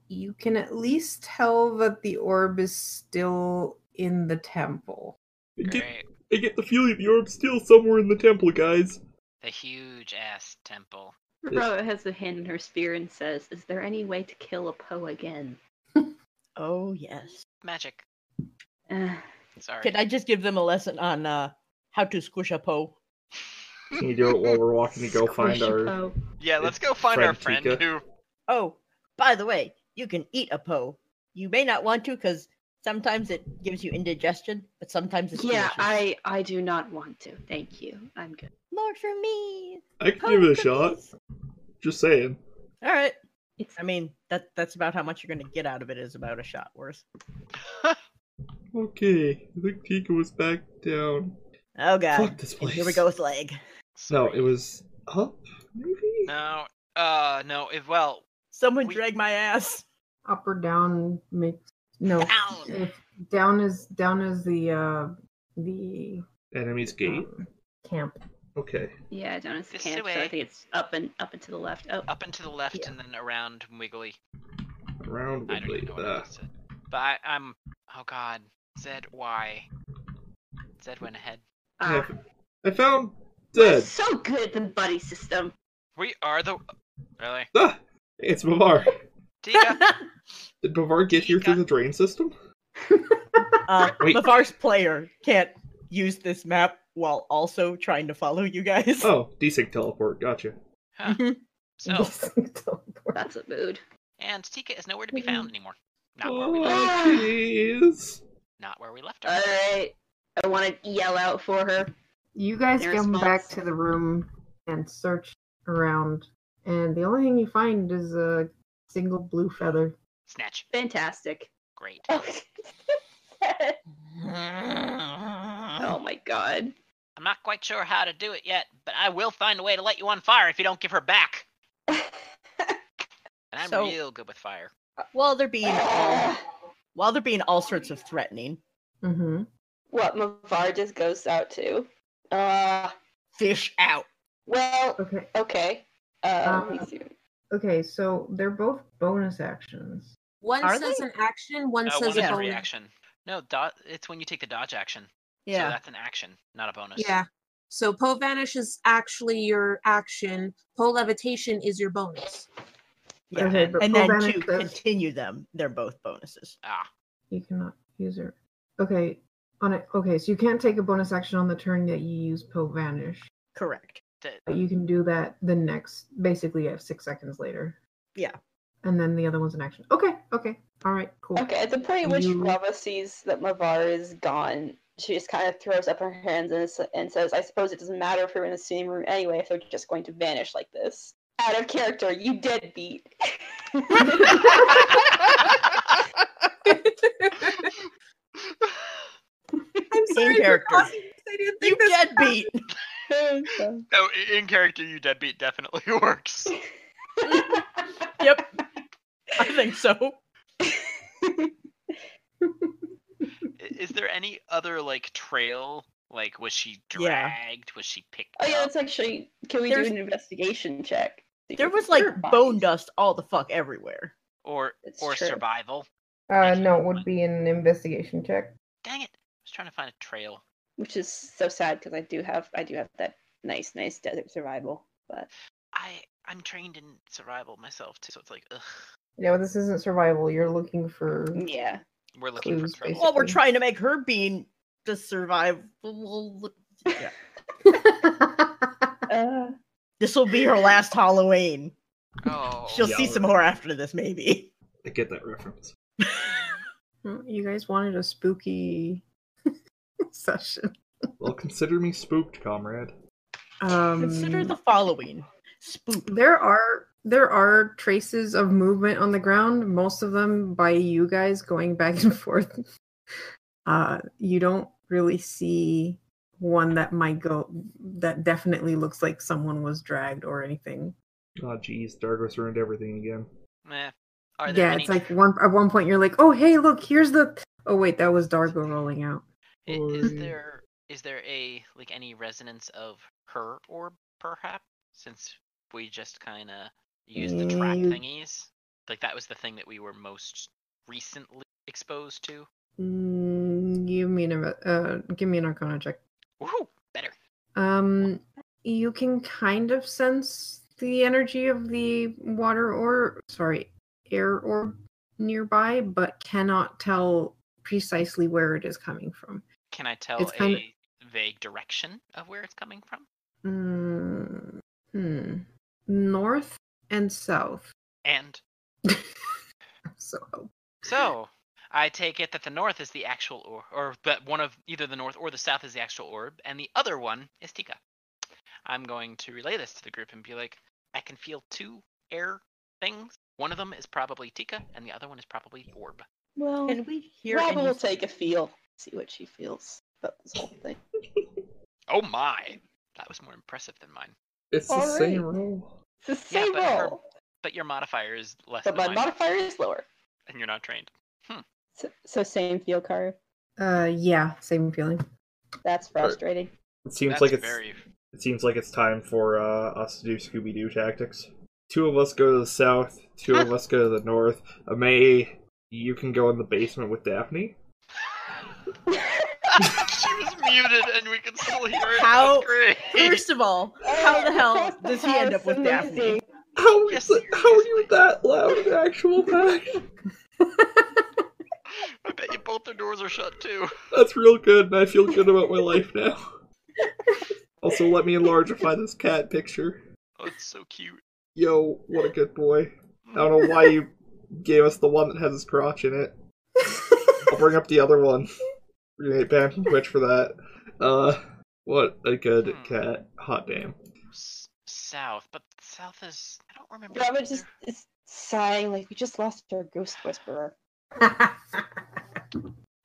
Speaker 1: you can at least tell that the orb is still in the temple.
Speaker 2: I get,
Speaker 5: Great.
Speaker 2: I get the feeling the orb's still somewhere in the temple, guys.
Speaker 5: The huge ass temple.
Speaker 6: Rava has a hand in her spear and says, "Is there any way to kill a Poe again?"
Speaker 3: Oh yes.
Speaker 5: Magic.
Speaker 6: Uh,
Speaker 5: Sorry.
Speaker 3: Can I just give them a lesson on uh, how to squish a poe?
Speaker 2: Can you do it while we're walking to go find
Speaker 6: squish a
Speaker 2: our?
Speaker 6: Poe.
Speaker 5: Yeah, let's go find our
Speaker 2: friend
Speaker 5: friend
Speaker 2: Tika?
Speaker 5: who.
Speaker 3: Oh, by the way, you can eat a poe. You may not want to because sometimes it gives you indigestion, but sometimes it's
Speaker 6: Yeah,
Speaker 3: delicious.
Speaker 6: I I do not want to. Thank you. I'm good.
Speaker 3: more for me.
Speaker 2: I can
Speaker 3: Poe
Speaker 2: give it a shot.
Speaker 3: cookies.
Speaker 2: Just saying.
Speaker 3: All right.
Speaker 6: It's
Speaker 3: I mean, that that's about how much you're going to get out of it is about a shot worth.
Speaker 2: Okay, I think Tika was back down.
Speaker 3: Oh
Speaker 2: Fuck
Speaker 3: god.
Speaker 2: this
Speaker 3: And
Speaker 2: place.
Speaker 3: Here we go with leg.
Speaker 2: No,
Speaker 5: Sorry.
Speaker 2: it was up. Maybe.
Speaker 5: No. Uh, no. If well,
Speaker 3: Someone
Speaker 5: We-
Speaker 3: drag my ass.
Speaker 1: Up or down makes no
Speaker 3: Down.
Speaker 1: if down is down is the uh the
Speaker 2: Enemy's gate.
Speaker 1: um, camp.
Speaker 2: Okay.
Speaker 6: yeah, down is the
Speaker 5: This
Speaker 6: camp, so
Speaker 5: way.
Speaker 6: I think it's up and up and to the left. Oh,
Speaker 5: up and to the left
Speaker 3: Yeah.
Speaker 5: and then around wiggly.
Speaker 2: Around
Speaker 5: I don't even
Speaker 2: Woodley.
Speaker 5: know what
Speaker 2: Uh,
Speaker 5: it is. But I, I'm. Oh God. Zed why? Zed went ahead.
Speaker 6: ah,
Speaker 2: I found dead.
Speaker 7: So good at the buddy system.
Speaker 5: We are the. Really?
Speaker 2: Ah, hey, it's Bavar.
Speaker 5: Tika?
Speaker 2: Did Bavar get here through the drain system?
Speaker 3: Uh,
Speaker 2: Wait.
Speaker 3: Mavar's player can't use this map while also trying to follow you guys.
Speaker 2: Oh, desync teleport. Gotcha.
Speaker 5: Huh.
Speaker 4: Oh.
Speaker 5: So,
Speaker 7: That's a mood.
Speaker 5: and Tika is nowhere to be found anymore. Not where we left.
Speaker 2: Oh, jeez.
Speaker 5: Not where we left her.
Speaker 7: All right. I want to yell out for her.
Speaker 1: You guys
Speaker 7: Their
Speaker 1: come back
Speaker 7: response.
Speaker 1: to the room and search around, and the only thing you find is a single blue feather.
Speaker 5: Snatch.
Speaker 7: Fantastic.
Speaker 5: Great.
Speaker 7: Oh,
Speaker 5: I'm
Speaker 7: oh my god.
Speaker 5: not quite sure how to do it yet, but I will find a way to let you on fire if you don't give her back. And I'm
Speaker 3: So-
Speaker 5: real good with fire.
Speaker 3: While they're being
Speaker 6: um,
Speaker 3: all, while they're being all sorts of threatening,
Speaker 1: Mm-hmm.
Speaker 6: What Mavar just goes out to. Uh,
Speaker 3: fish out.
Speaker 6: well,
Speaker 1: Okay.
Speaker 6: okay. Uh, let me see.
Speaker 1: Okay. So they're both bonus actions.
Speaker 4: One
Speaker 3: Are
Speaker 4: says
Speaker 3: they?
Speaker 4: an action, one
Speaker 5: Oh,
Speaker 4: says
Speaker 5: one
Speaker 4: a
Speaker 5: is a
Speaker 4: bonus.
Speaker 5: reaction. No, do- it's when you take the dodge action. So
Speaker 3: Yeah.
Speaker 5: that's an action, not a bonus.
Speaker 4: Yeah. So Poe Vanish is actually your action. Poe Levitation is your bonus.
Speaker 3: yeah.
Speaker 1: Okay, but
Speaker 3: And then
Speaker 1: Colbanic
Speaker 3: to
Speaker 1: says-
Speaker 3: continue them, they're both bonuses.
Speaker 5: Ah,
Speaker 1: You cannot use her. Okay. On it. Okay. So you can't take a bonus action on the turn that you use Poe Vanish,
Speaker 3: Correct.
Speaker 5: th-
Speaker 1: but you can do that the next, basically, you have six seconds later.
Speaker 3: Yeah.
Speaker 1: And then the other one's an action. Okay. Okay. All right. Cool.
Speaker 6: Okay, at the point at which
Speaker 1: You-
Speaker 6: Flava sees that Mavar is gone, she just kind of throws up her hands and, s- and says, I suppose it doesn't matter if we're in the same room anyway, if they're just going to vanish like this. Out of character, you deadbeat.
Speaker 4: I'm sorry for
Speaker 3: character.
Speaker 4: causing this. I didn't
Speaker 3: You
Speaker 4: think this.
Speaker 3: deadbeat.
Speaker 5: No, i- in character, you deadbeat definitely works.
Speaker 3: yep. I think so.
Speaker 5: I- Is there any other like trail? Like, was she
Speaker 3: Yeah.
Speaker 5: dragged? Was she picked
Speaker 6: Oh yeah,
Speaker 5: up?
Speaker 6: let's actually. Can we
Speaker 3: There's-
Speaker 6: do an investigation check? See
Speaker 3: There
Speaker 6: if
Speaker 3: was
Speaker 6: there
Speaker 3: like
Speaker 6: are bodies.
Speaker 3: bone dust all the fuck everywhere.
Speaker 5: Or
Speaker 6: It's
Speaker 5: or
Speaker 6: true.
Speaker 5: survival?
Speaker 1: Uh, no, it would be an investigation check.
Speaker 5: Dang it! I was trying to find a trail.
Speaker 6: which is so sad because I do have I do have that nice nice desert survival, but
Speaker 5: I I'm trained in survival myself too, so it's like, ugh.
Speaker 1: Yeah, but this isn't survival. You're looking for.
Speaker 6: yeah,
Speaker 5: We're looking
Speaker 1: Clues,
Speaker 5: for trouble.
Speaker 3: Well, we're
Speaker 1: Basically.
Speaker 3: trying to make her being the survivable. Yeah.
Speaker 6: uh,
Speaker 3: This will be her last Halloween.
Speaker 5: Oh,
Speaker 3: She'll see
Speaker 2: yeah.
Speaker 3: some more after this, maybe.
Speaker 2: I get that reference.
Speaker 1: Mm, you guys wanted a spooky session.
Speaker 2: Well, consider me spooked, comrade.
Speaker 1: Um,
Speaker 3: Consider the following spook.
Speaker 1: there are there are traces of movement on the ground. Most of them by you guys going back and forth. Uh, you don't really see one that might go that definitely looks like someone was dragged or anything.
Speaker 2: Oh, jeez, Dargos ruined everything again.
Speaker 5: Meh. Are there
Speaker 1: Yeah,
Speaker 5: any,
Speaker 1: it's like one at one point you're like, oh hey, look, here's the. Oh wait, that was Dargo rolling out.
Speaker 5: i- is
Speaker 2: Or-
Speaker 5: there is there a like any resonance of her orb perhaps since we just kind of used the track
Speaker 1: Mm.
Speaker 5: thingies? Like that was the thing that we were most recently exposed to.
Speaker 1: Mm, give me an inve- uh, give me an Arcana check.
Speaker 5: Woohoo! Better.
Speaker 1: Um, you can kind of sense the energy of the water or sorry, air orb nearby, but cannot tell precisely where it is coming from.
Speaker 5: Can I tell
Speaker 1: It's
Speaker 5: a
Speaker 1: kinda-
Speaker 5: vague direction of where it's coming from?
Speaker 1: Mm, hmm. North and south.
Speaker 5: And
Speaker 1: So
Speaker 5: so I take it that the north is the actual orb, or that one of either the north or the south is the actual orb, and the other one is Tika. I'm going to relay this to the group and be like, I can feel two air things. One of them is probably Tika, and the other one is probably the orb.
Speaker 6: well,
Speaker 3: Can we hear
Speaker 6: Robin
Speaker 3: any?
Speaker 6: will take a feel, see what she feels about this whole thing.
Speaker 5: Oh my! That was more impressive than mine.
Speaker 2: It's the
Speaker 6: Alright.
Speaker 1: uh,
Speaker 2: same rule.
Speaker 6: It's the
Speaker 5: Yeah,
Speaker 6: same
Speaker 5: but her-
Speaker 6: roll,
Speaker 5: But your modifier is less
Speaker 6: but
Speaker 5: than
Speaker 6: my
Speaker 5: mine,
Speaker 6: modifier is lower.
Speaker 5: and you're not trained.
Speaker 6: So, so same feel, Karu.
Speaker 1: uh yeah, same feeling.
Speaker 6: That's frustrating.
Speaker 2: It seems
Speaker 5: That's
Speaker 2: like it's
Speaker 5: very
Speaker 2: it seems like it's time for uh, us to do Scooby Doo tactics. Two of us go to the south. Two of us go to the north. May you can go in the basement with Daphne.
Speaker 5: she was muted and we could still hear it.
Speaker 3: How-
Speaker 5: That's great.
Speaker 3: First of all, how the hell does he end up with Daphne?
Speaker 2: How is
Speaker 5: Yes,
Speaker 2: it, how are you that loud in actual fact?
Speaker 5: I bet you both their doors are shut too.
Speaker 2: That's real good, and I feel good about my life now. Also, let me enlargeify this cat picture.
Speaker 5: Oh, it's so cute.
Speaker 2: Yo, what a good boy. I don't know why you gave us the one that has his crotch in it. I'll bring up the other one. We're gonna get banned from Twitch for that. Uh, what a good
Speaker 5: Hmm.
Speaker 2: cat. Hot damn.
Speaker 5: S- south, but south is I don't remember.
Speaker 6: Robert
Speaker 5: if
Speaker 6: just
Speaker 5: they're-
Speaker 6: is sighing like we just lost our ghost whisperer.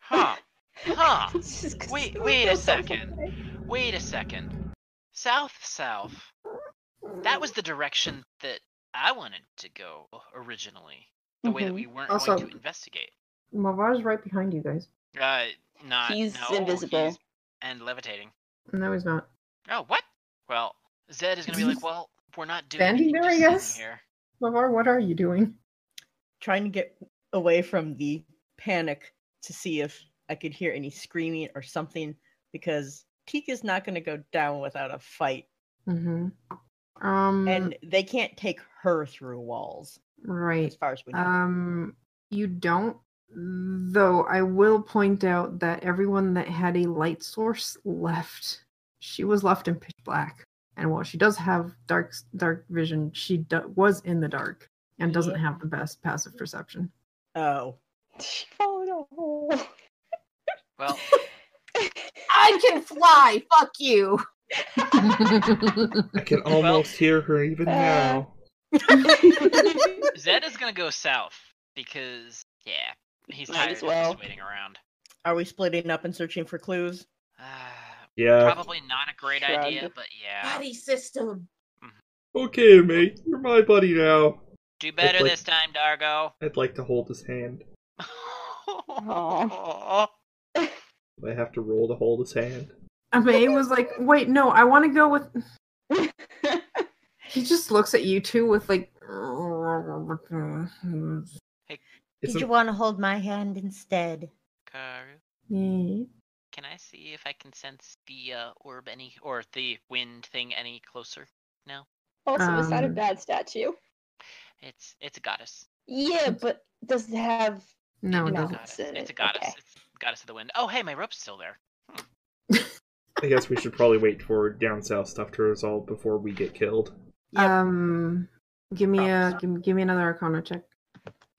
Speaker 5: Huh? Huh?
Speaker 6: It's just 'cause
Speaker 5: Ah. Wait-
Speaker 6: we
Speaker 5: wait a
Speaker 6: feel so far
Speaker 5: second.
Speaker 6: away.
Speaker 5: Wait a second. South, south. That was the direction that I wanted to go originally. The way that
Speaker 6: Mhm.
Speaker 5: we weren't
Speaker 1: Also-
Speaker 5: going to investigate.
Speaker 1: Mavar's right behind you guys.
Speaker 5: Uh, not.
Speaker 6: He's
Speaker 5: no,
Speaker 6: invisible.
Speaker 5: he's- and levitating.
Speaker 1: No, he's not.
Speaker 5: Oh, what? Well, Zed is gonna be like, well, we're not doing
Speaker 1: Standing
Speaker 5: anything,
Speaker 1: there,
Speaker 5: just
Speaker 1: I
Speaker 5: sitting
Speaker 1: guess.
Speaker 5: Here.
Speaker 1: Mavar, what are you doing?
Speaker 3: Trying to get away from the panic to see if I could hear any screaming or something because Tika's not going to go down without a fight,
Speaker 1: Mm-hmm. Um,
Speaker 3: and they can't take her through walls
Speaker 1: right.
Speaker 3: as far as we know.
Speaker 1: Um, you don't. Though I will point out that everyone that had a light source left. She was left in pitch black, and while she does have dark dark vision, she do- was in the dark and doesn't
Speaker 3: Yeah.
Speaker 1: have the best passive perception.
Speaker 3: oh,
Speaker 6: She followed a hole.
Speaker 5: Well,
Speaker 4: I can fly. Fuck you.
Speaker 2: I can
Speaker 5: Well-
Speaker 2: almost hear her even
Speaker 6: Uh,
Speaker 2: now.
Speaker 5: Zed is gonna go south because yeah, he's
Speaker 6: Might
Speaker 5: tired
Speaker 6: as
Speaker 5: of
Speaker 6: well.
Speaker 5: just waiting around.
Speaker 3: are we splitting up and searching for clues?
Speaker 5: Uh,
Speaker 2: Yeah.
Speaker 5: probably not a great
Speaker 6: Shrug.
Speaker 5: idea, but yeah,
Speaker 4: Body system.
Speaker 2: Okay, mate. You're my buddy now.
Speaker 5: do better
Speaker 2: like-
Speaker 5: this time, Dargo.
Speaker 2: I'd like to hold his hand. Do I have to roll to hold his hand.
Speaker 1: May was like, "Wait, no, I want to go with." He just looks at you two with like.
Speaker 2: It's an-
Speaker 3: want to hold my hand instead?
Speaker 5: Karu,
Speaker 1: Yeah.
Speaker 5: can I see if I can sense the uh, orb any or the wind thing any closer?
Speaker 6: also, is that a
Speaker 1: Um,
Speaker 6: bad statue?
Speaker 5: It's it's a goddess.
Speaker 6: Yeah, but does it have
Speaker 1: No, it
Speaker 5: It's a
Speaker 6: No.
Speaker 1: doesn't.
Speaker 5: goddess.
Speaker 6: it's in
Speaker 5: It's a
Speaker 6: it,
Speaker 5: goddess.
Speaker 6: okay.
Speaker 5: It's goddess of the wind. Oh hey, my rope's still there.
Speaker 2: I guess we should probably wait for down south stuff to resolve before we get killed.
Speaker 3: Yep.
Speaker 1: Um, give me a
Speaker 5: Promise.
Speaker 1: give, me- give me another Arcana check.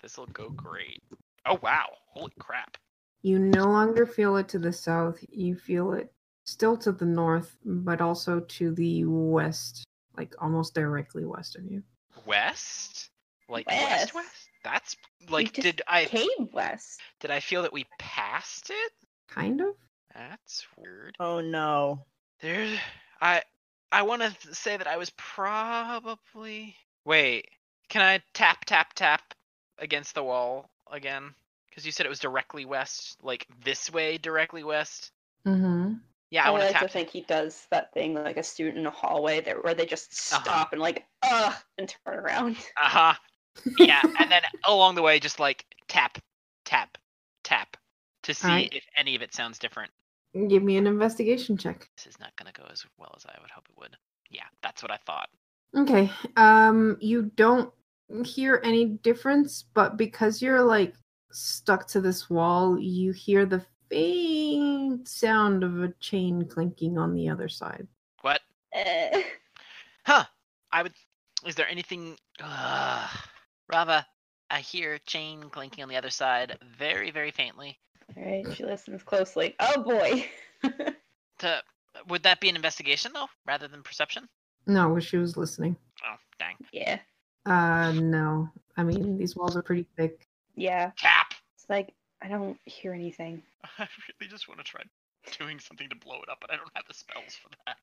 Speaker 5: This'll go great. Oh wow! Holy crap!
Speaker 1: You no longer feel it to the south. You feel it still to the north, but also to the west, like almost directly west of you.
Speaker 5: West? Like west
Speaker 7: West.
Speaker 5: west? That's like
Speaker 7: just
Speaker 5: did I
Speaker 7: Came west.
Speaker 5: did I feel that we passed it?
Speaker 1: Kind of.
Speaker 5: That's weird.
Speaker 3: Oh no.
Speaker 5: There's I I want to say that I was probably Wait, can I tap tap tap against the wall again? Cuz you said it was directly west, like this way directly west.
Speaker 1: Mm-hmm.
Speaker 5: Yeah, I want to
Speaker 6: like
Speaker 5: tap.
Speaker 6: to think he does that thing like a student in a hallway that where they just stop and like ugh and turn around.
Speaker 5: Uh-huh. Yeah, and then along the way just like tap tap tap to see
Speaker 1: Alright.
Speaker 5: if any of it sounds different.
Speaker 1: Give me an investigation check.
Speaker 5: this is not going to go as well as I would hope it would. Yeah, that's what I thought.
Speaker 1: Okay. Um, you don't hear any difference, but because you're like stuck to this wall, you hear the faint sound of a chain clinking on the other side.
Speaker 5: What?
Speaker 7: Uh,
Speaker 6: Eh.
Speaker 5: Huh? I would. Is there anything? Ugh. Rava, I hear chain clinking on the other side, very, very faintly.
Speaker 6: All right,
Speaker 7: she listens closely. Oh boy.
Speaker 5: To would that be an investigation though, rather than perception?
Speaker 1: No, she was listening.
Speaker 5: Oh, dang.
Speaker 7: Yeah.
Speaker 1: Uh, no. I mean, these walls are pretty thick.
Speaker 6: Yeah,
Speaker 5: Cap.
Speaker 6: it's like I don't hear anything.
Speaker 5: I really just want to try doing something to blow it up, but I don't have the spells for that.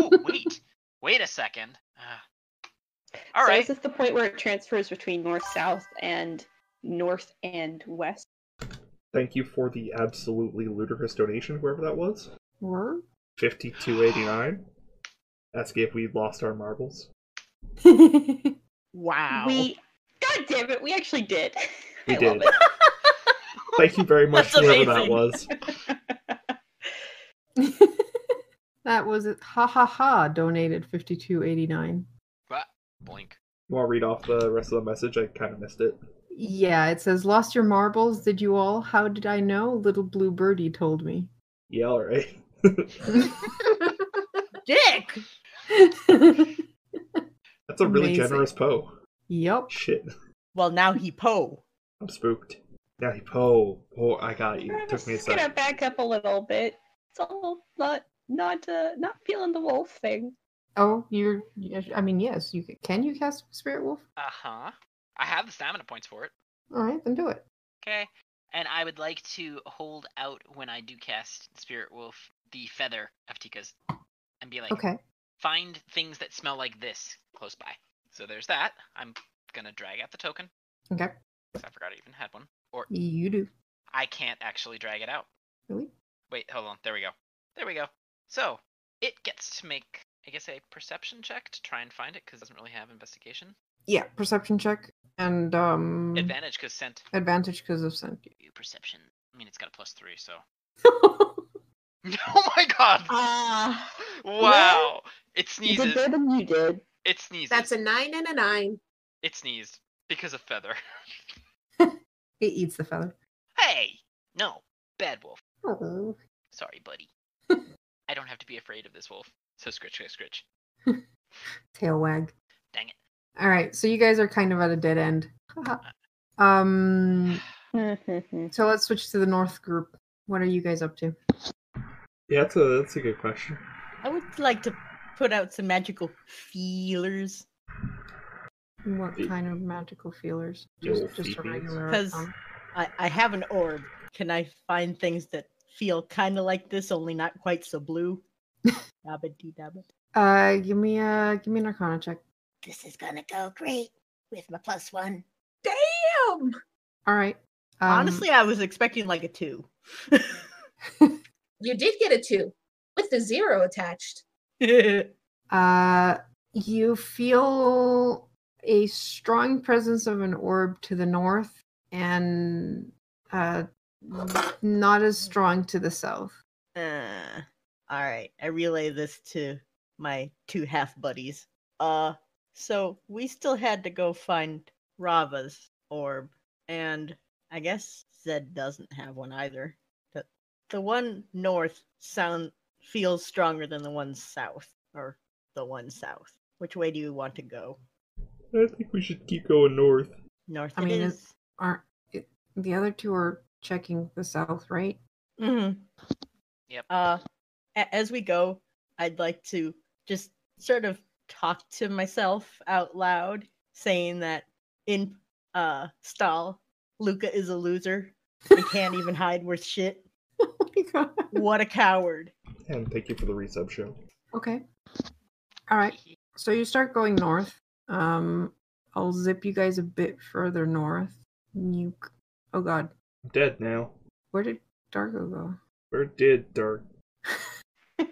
Speaker 5: Ooh, wait, wait a second. Uh, all
Speaker 6: so
Speaker 5: right.
Speaker 6: is this the point where it transfers between north, south, and north and west?
Speaker 2: Thank you for the absolutely ludicrous donation, whoever that was.
Speaker 1: Were?
Speaker 2: 5289. Asking if we lost our marbles.
Speaker 3: Wow.
Speaker 7: We. God damn it. We actually did.
Speaker 2: We
Speaker 7: I love
Speaker 2: did.
Speaker 7: it.
Speaker 2: Thank you very much,
Speaker 3: That's
Speaker 2: whoever that
Speaker 3: amazing.
Speaker 2: was.
Speaker 1: That was it. Ha ha ha. Donated fifty two eighty nine.
Speaker 5: What? Blink.
Speaker 2: You want to read off the rest of the message? I kind of missed it.
Speaker 1: Yeah, it says lost your marbles. Did you all? How did I know? Little blue birdie told me.
Speaker 2: Yeah, all right.
Speaker 3: Dick!
Speaker 2: That's a really
Speaker 1: Amazing.
Speaker 2: generous Poe.
Speaker 1: yep.
Speaker 2: Shit,
Speaker 3: Well, now he Poe.
Speaker 2: I'm spooked. Now he Poe. Oh, I got you.
Speaker 7: I'm
Speaker 2: Took me a
Speaker 7: just gonna
Speaker 2: second.
Speaker 7: back up a little bit. It's all not not uh, not feeling the wolf thing.
Speaker 1: Oh, you're. I mean, yes. You can, can you cast Spirit Wolf?
Speaker 5: Uh huh. I have the stamina points for it.
Speaker 1: All right, then do it.
Speaker 5: Okay. And I would like to hold out when I do cast Spirit Wolf the feather of Tika's and be like,
Speaker 1: Okay.
Speaker 5: find things that smell like this close by. So there's that. I'm gonna drag out the token
Speaker 1: Okay.
Speaker 5: 'cause I forgot I even had one. Or
Speaker 1: You do.
Speaker 5: I can't actually drag it out.
Speaker 1: Really?
Speaker 5: Wait, hold on. There we go. There we go. So it gets to make, I guess, a perception check to try and find it because it doesn't really have investigation
Speaker 1: Yeah. Perception check and um
Speaker 6: Mm.
Speaker 5: advantage because scent.
Speaker 1: advantage because of scent.
Speaker 5: Ooh, Perception. I mean, it's got a plus three, so. oh my god!
Speaker 7: Ah,
Speaker 5: Wow! It
Speaker 6: You did
Speaker 5: sneezes.
Speaker 6: better than you did.
Speaker 5: It sneezes.
Speaker 4: That's a nine and a nine.
Speaker 5: It sneezed because of feather.
Speaker 1: it eats the feather.
Speaker 5: Hey! No, bad wolf.
Speaker 1: Oh.
Speaker 5: Sorry, buddy. I don't have to be afraid of this wolf. So scritch, scritch, scritch.
Speaker 1: Tail wag.
Speaker 5: Dang it.
Speaker 1: All right, so you guys are kind of at a dead end. um, so let's switch to the north group. What are you guys up to?
Speaker 2: Yeah, that's a that's a good question.
Speaker 3: I would like to put out some magical feelers.
Speaker 1: What
Speaker 2: The-
Speaker 1: kind of magical feelers?
Speaker 2: the
Speaker 1: Just,
Speaker 2: old
Speaker 1: just a
Speaker 2: feebies.
Speaker 1: regular.
Speaker 3: 'Cause-
Speaker 1: um,
Speaker 3: I, I have an orb. Can I find things that feel kind of like this, only not quite so blue? Dabbity dabbit.
Speaker 1: Uh, give me a give me an Arcana check.
Speaker 3: This is gonna go great with my plus one.
Speaker 4: Damn!
Speaker 1: All right. um,
Speaker 3: Honestly, I was expecting like a two.
Speaker 4: You did get a two with the zero attached.
Speaker 1: Uh, you feel a strong presence of an orb to the north and uh, not as strong to the south.
Speaker 3: Uh, all right, I relay this to my two half buddies. Uh, so we still had to go find Rava's orb, and I guess Zed doesn't have one either. The the one north sound feels stronger than the one south, or the one south. Which way do you want to go?
Speaker 2: I think we should keep going north.
Speaker 3: North.
Speaker 1: I
Speaker 3: it
Speaker 1: mean,
Speaker 3: is.
Speaker 1: Aren't it, the other two are checking the south, right?
Speaker 3: hmm
Speaker 5: Yep.
Speaker 3: Uh, a- as we go, I'd like to just sort of talk to myself out loud, saying that in uh stall, Luca is a loser. He can't even hide worth shit.
Speaker 1: Oh my God.
Speaker 3: What a coward!
Speaker 2: And thank you for the resub show.
Speaker 1: Okay. All right. So you start going north. Um, I'll zip you guys a bit further north. You. c- Oh God,
Speaker 2: I'm dead now.
Speaker 1: where did Dargo go?
Speaker 2: Where did Dark?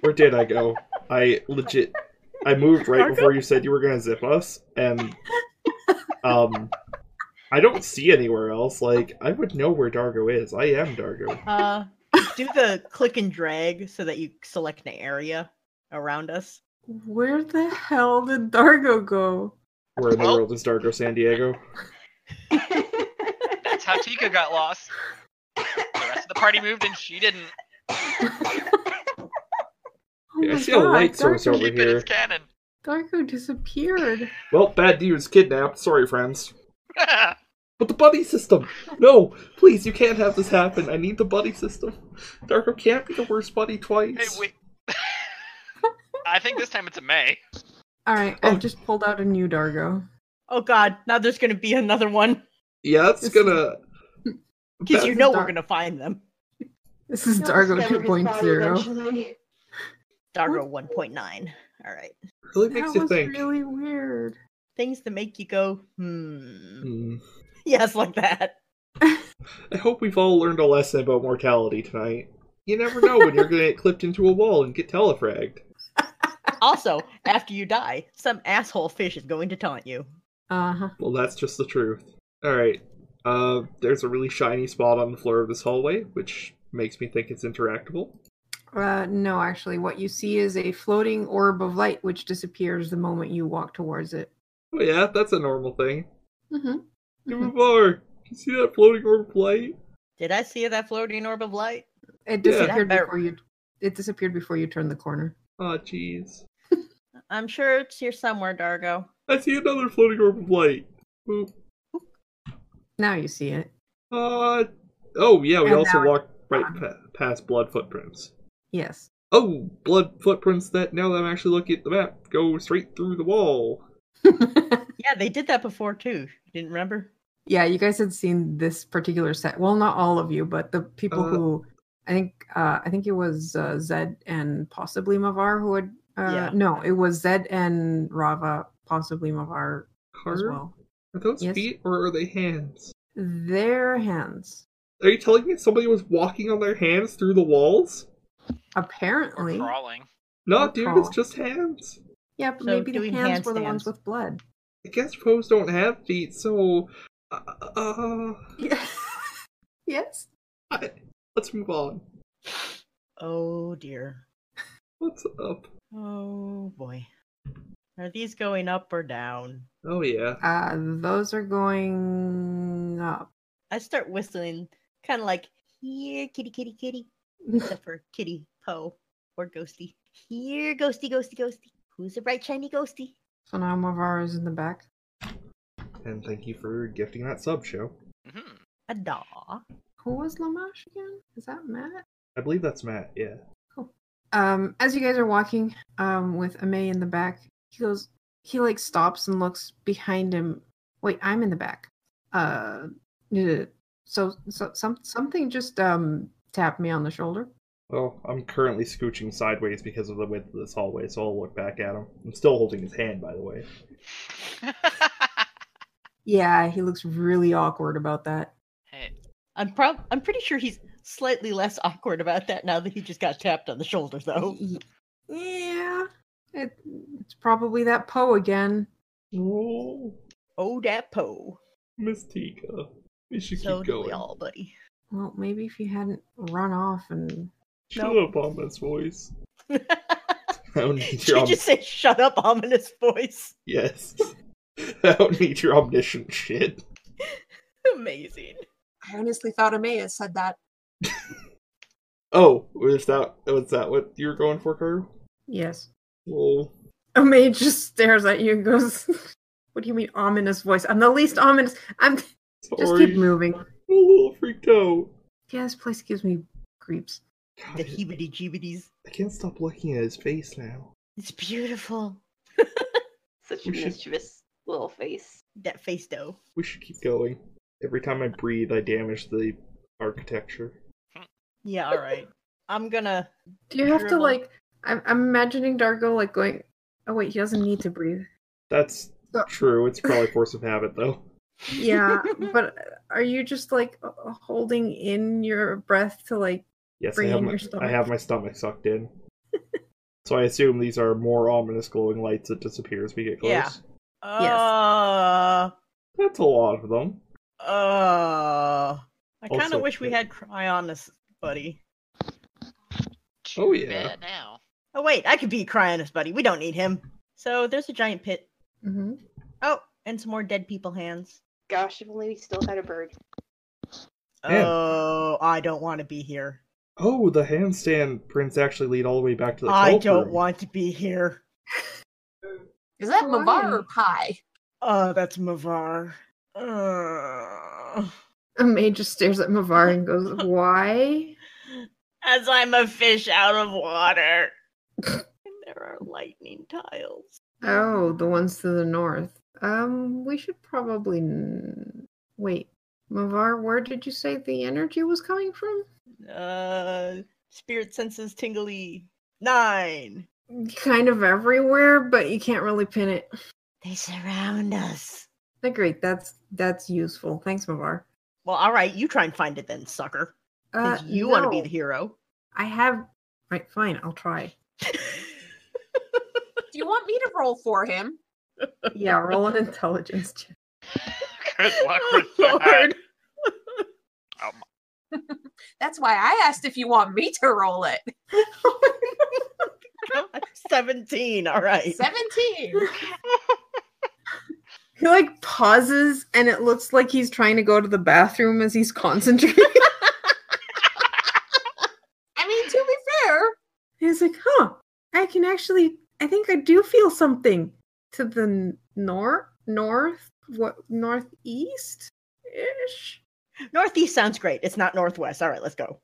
Speaker 2: Where did I go? I legit, I moved right before you said you were gonna zip us, and um, I don't see anywhere else. Like I would know where Dargo is. I am Dargo.
Speaker 3: Uh, do the click and drag so that you select an area around us.
Speaker 1: Where the hell did Dargo go?
Speaker 2: Where in the
Speaker 5: Well-
Speaker 2: world is Dargo San Diego?
Speaker 5: That's how Tika got lost. The rest of the party moved and she didn't.
Speaker 1: Oh
Speaker 2: Yeah, I
Speaker 1: my
Speaker 2: see a light source
Speaker 1: Dargo,
Speaker 2: over
Speaker 5: Keep it as
Speaker 2: here.
Speaker 5: canon.
Speaker 1: Dargo disappeared.
Speaker 2: Well, bad dude's kidnapped. Sorry, friends. But the buddy system! No! Please, you can't have this happen. I need the buddy system. Darko can't be the worst buddy
Speaker 5: hey,
Speaker 2: twice.
Speaker 5: wait. I think this time it's a May.
Speaker 1: All right, I
Speaker 2: Oh.
Speaker 1: just pulled out a new Dargo.
Speaker 3: Oh God! Now there's gonna be another one
Speaker 2: yeah, that's
Speaker 1: This-
Speaker 2: gonna.
Speaker 3: because
Speaker 2: That-
Speaker 3: you know we're
Speaker 1: dark.
Speaker 3: gonna find them.
Speaker 1: This is
Speaker 6: You'll
Speaker 1: Dargo
Speaker 6: discover his body
Speaker 1: 2.0.
Speaker 6: eventually.
Speaker 3: Dargo 1.9. All right.
Speaker 2: really makes
Speaker 1: That
Speaker 2: you
Speaker 1: was
Speaker 2: think.
Speaker 1: really weird.
Speaker 3: Things that make you go hmm.
Speaker 2: Hmm.
Speaker 3: Yes, like that.
Speaker 2: I hope we've all learned a lesson about mortality tonight. You never know when you're gonna get clipped into a wall and get telefragged.
Speaker 3: Also, after you die, some asshole fish is going to taunt you.
Speaker 1: Uh huh.
Speaker 2: Well, that's just the truth. Alright. Uh, there's a really shiny spot on the floor of this hallway, which makes me think it's interactable.
Speaker 1: Uh, no, actually, what you see is a floating orb of light which disappears the moment you walk towards it.
Speaker 2: Oh yeah, that's a normal thing.
Speaker 1: Mm-hmm.
Speaker 2: Give bar. You see that floating orb of light?
Speaker 3: Did I see that floating orb of light?
Speaker 1: It
Speaker 2: Yeah.
Speaker 1: disappeared
Speaker 3: That-
Speaker 1: before you. It disappeared before you turned the corner.
Speaker 2: Oh jeez.
Speaker 3: I'm sure it's here somewhere, Dargo.
Speaker 2: I see another floating orb of light. Boop.
Speaker 1: Now you see it.
Speaker 2: Uh, oh yeah, we
Speaker 1: And
Speaker 2: also
Speaker 1: now it's
Speaker 2: walked right pa- past blood footprints.
Speaker 1: Yes.
Speaker 2: Oh, blood footprints that now that I'm actually looking at the map go straight through the wall.
Speaker 3: Yeah, they did that before too. You didn't remember?
Speaker 1: yeah, you guys had seen this particular set. Well, not all of you, but the people
Speaker 2: Uh,
Speaker 1: who I think uh, I think it was uh, Zed and possibly Mavar who had. Uh,
Speaker 3: Yeah.
Speaker 1: No, it was Zed and Rava, possibly Mavar as
Speaker 2: Carter?
Speaker 1: well.
Speaker 2: Are those
Speaker 1: Yes.
Speaker 2: feet or are they hands?
Speaker 1: Their hands,
Speaker 2: Are you telling me somebody was walking on their hands through the walls?
Speaker 5: Or
Speaker 1: apparently.
Speaker 5: crawling.
Speaker 2: No,
Speaker 1: Good
Speaker 2: dude,
Speaker 1: call.
Speaker 2: it's just hands.
Speaker 1: Yeah, but
Speaker 3: So
Speaker 1: maybe the
Speaker 3: doing
Speaker 1: hands were the
Speaker 3: handstands.
Speaker 1: ones with blood.
Speaker 2: I guess foes don't have feet, so. Uh, uh,
Speaker 1: yes.
Speaker 2: I, let's move on.
Speaker 3: Oh dear.
Speaker 2: What's up?
Speaker 3: Oh boy. Are these going up or down?
Speaker 2: Oh, yeah.
Speaker 1: Uh, those are going up.
Speaker 3: I start whistling, kind of like, here, kitty, kitty, kitty. Except for kitty, Poe, or ghosty. Here, ghosty, ghosty, ghosty. Who's the bright, shiny ghosty?
Speaker 1: So now Mavar is in the back.
Speaker 2: And thank you for gifting that sub show.
Speaker 5: hmm
Speaker 3: A daw.
Speaker 1: Who was Lamash again? Is that Matt?
Speaker 2: I believe that's Matt, yeah.
Speaker 1: Um, as you guys are walking, um, with Amey in the back, he goes. He like stops and looks behind him. Wait, I'm in the back. Uh, yeah. so so some something just um tapped me on the shoulder.
Speaker 2: Well, I'm currently scooching sideways because of the width of this hallway, so I'll look back at him. I'm still holding his hand, by the way.
Speaker 5: Mm-hmm.
Speaker 1: Yeah, he looks really awkward about that.
Speaker 5: hey,
Speaker 3: I'm prob- I'm pretty sure he's slightly less awkward about that now that he just got tapped on the shoulder, though.
Speaker 1: Y- Yeah, it, it's probably that Poe again.
Speaker 2: Oh,
Speaker 3: Oh, that Poe.
Speaker 2: Miss Tika. We should
Speaker 3: So
Speaker 2: keep
Speaker 3: do we
Speaker 2: going.
Speaker 3: all, buddy.
Speaker 1: Well, maybe if you hadn't run off and
Speaker 2: Shut
Speaker 3: Nope.
Speaker 2: up, ominous voice.
Speaker 3: Did
Speaker 2: I don't need your
Speaker 3: you
Speaker 2: om-
Speaker 3: just say "shut up," ominous voice?
Speaker 2: yes. I don't need your omniscient shit.
Speaker 3: Amazing.
Speaker 4: I honestly thought Amaya said that.
Speaker 2: Oh, was that was that what you were going for, Carl?
Speaker 1: yes,
Speaker 2: Well,
Speaker 1: Omid just stares at you and goes, "What do you mean ominous voice? I'm the least ominous. I'm
Speaker 2: sorry.
Speaker 1: just keep moving.
Speaker 2: I'm a little freaked out.
Speaker 1: Yeah, this place gives me creeps.
Speaker 2: God,
Speaker 3: The heebity jeebities.
Speaker 2: I can't stop looking at his face now.
Speaker 3: It's beautiful.
Speaker 6: Such a
Speaker 2: We should-
Speaker 6: mischievous little face.
Speaker 3: That face, though.
Speaker 2: We should keep going. Every time I breathe, I damage the architecture.
Speaker 3: Yeah, all right. I'm gonna.
Speaker 1: Do you have to
Speaker 3: Dribble.
Speaker 1: like? I'm, I'm imagining Dargo like going. Oh wait, he doesn't need to breathe.
Speaker 2: That's
Speaker 1: So-
Speaker 2: true. It's probably force of habit, though.
Speaker 1: Yeah, but are you just like uh, holding in your breath to like?
Speaker 2: Yes,
Speaker 1: Bring
Speaker 2: I have
Speaker 1: in
Speaker 2: my
Speaker 1: your
Speaker 2: I
Speaker 1: stomach.
Speaker 2: have my stomach sucked in. so I assume these are more ominous glowing lights that disappear as we get close.
Speaker 3: Yeah. Uh,
Speaker 2: That's a lot of them.
Speaker 3: uh. I kind
Speaker 2: Also-
Speaker 3: of wish we had Cryonis, buddy.
Speaker 2: Oh,
Speaker 5: too
Speaker 2: yeah.
Speaker 5: bad now.
Speaker 3: Oh wait, I could be Cryonis, buddy. We don't need him. So there's a giant pit
Speaker 1: hmm
Speaker 3: Oh, and some more dead people hands.
Speaker 6: Gosh, if only we still had a bird.
Speaker 2: Yeah.
Speaker 3: Oh, I don't want to be here.
Speaker 2: Oh, the handstand prints actually lead all the way back to the
Speaker 3: I
Speaker 2: cloak
Speaker 3: don't
Speaker 2: room.
Speaker 3: want to be here.
Speaker 4: Is that
Speaker 1: Why?
Speaker 4: Mavar or Pie?
Speaker 3: Oh, that's Mavar. Uh,
Speaker 1: May just stares at Mavar and goes, "Why?"
Speaker 3: as I'm a fish out of water. and there are lightning tiles.
Speaker 1: Oh, the ones to the north. Um, we should probably n- wait. Mavar, where did you say the energy was coming from?
Speaker 3: Uh, spirit senses tingly. Nine.
Speaker 1: Kind of everywhere, but you can't really pin it.
Speaker 3: They surround us.
Speaker 1: Oh, Great, that's that's useful. Thanks, Mavar. Uh,
Speaker 3: Well, all right, you try and find it then, sucker. 'cause you want to be
Speaker 1: no,
Speaker 3: the hero.
Speaker 1: I have. Right, fine. I'll try.
Speaker 4: Do you want me to roll for him?
Speaker 1: Yeah, roll an intelligence check.
Speaker 5: Good luck
Speaker 3: Oh,
Speaker 5: with that.
Speaker 3: Lord.
Speaker 5: Um,
Speaker 4: That's why I asked if you want me to roll it.
Speaker 3: 17. All right.
Speaker 4: 17.
Speaker 1: He like pauses and it looks like he's trying to go to the bathroom as he's concentrating.
Speaker 4: I mean, to be fair,
Speaker 1: he's like, huh, I can actually, I think I do feel something to the n- nor north, what, northeast ish?
Speaker 3: Northeast sounds great. It's not Northwest. All right, let's go.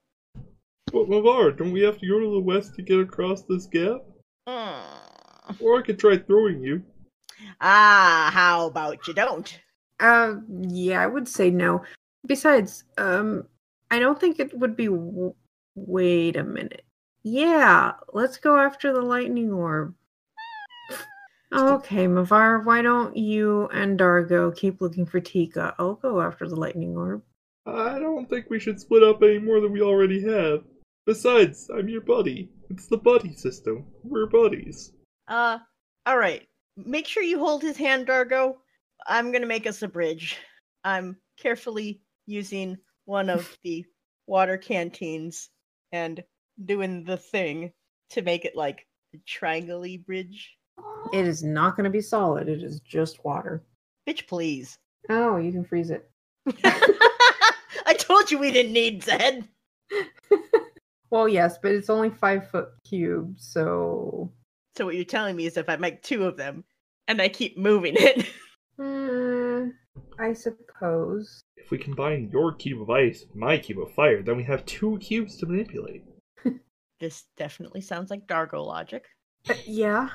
Speaker 2: But Mavar, don't we have to go to the west to get across this gap?
Speaker 3: Mm.
Speaker 2: Or I could try throwing you.
Speaker 3: Ah, how about you don't?
Speaker 1: Uh, yeah, I would say no. Besides, um, I don't think it would be. W- Wait a minute. Yeah, let's go after the lightning orb. Okay, Mavar, why don't you and Dargo keep looking for Tika? I'll go after the lightning orb.
Speaker 2: I don't think we should split up any more than we already have. Besides, I'm your buddy. It's the buddy system. We're buddies.
Speaker 3: Uh, all right. Make sure you hold his hand, Dargo. I'm gonna make us a bridge. I'm carefully using one of the water canteens and doing the thing to make it like a triangly bridge.
Speaker 1: It is not going to be solid, it is just water.
Speaker 3: Bitch, please.
Speaker 1: Oh, you can freeze it.
Speaker 3: I told you we didn't need Zed.
Speaker 1: Well, yes, but it's only five foot cube, so.
Speaker 3: So what you're telling me is if I make two of them and I keep moving it.
Speaker 1: Hmm, I suppose.
Speaker 2: If we combine your cube of ice with my cube of fire, then we have two cubes to manipulate.
Speaker 3: This definitely sounds like Dargo logic.
Speaker 1: Uh, yeah.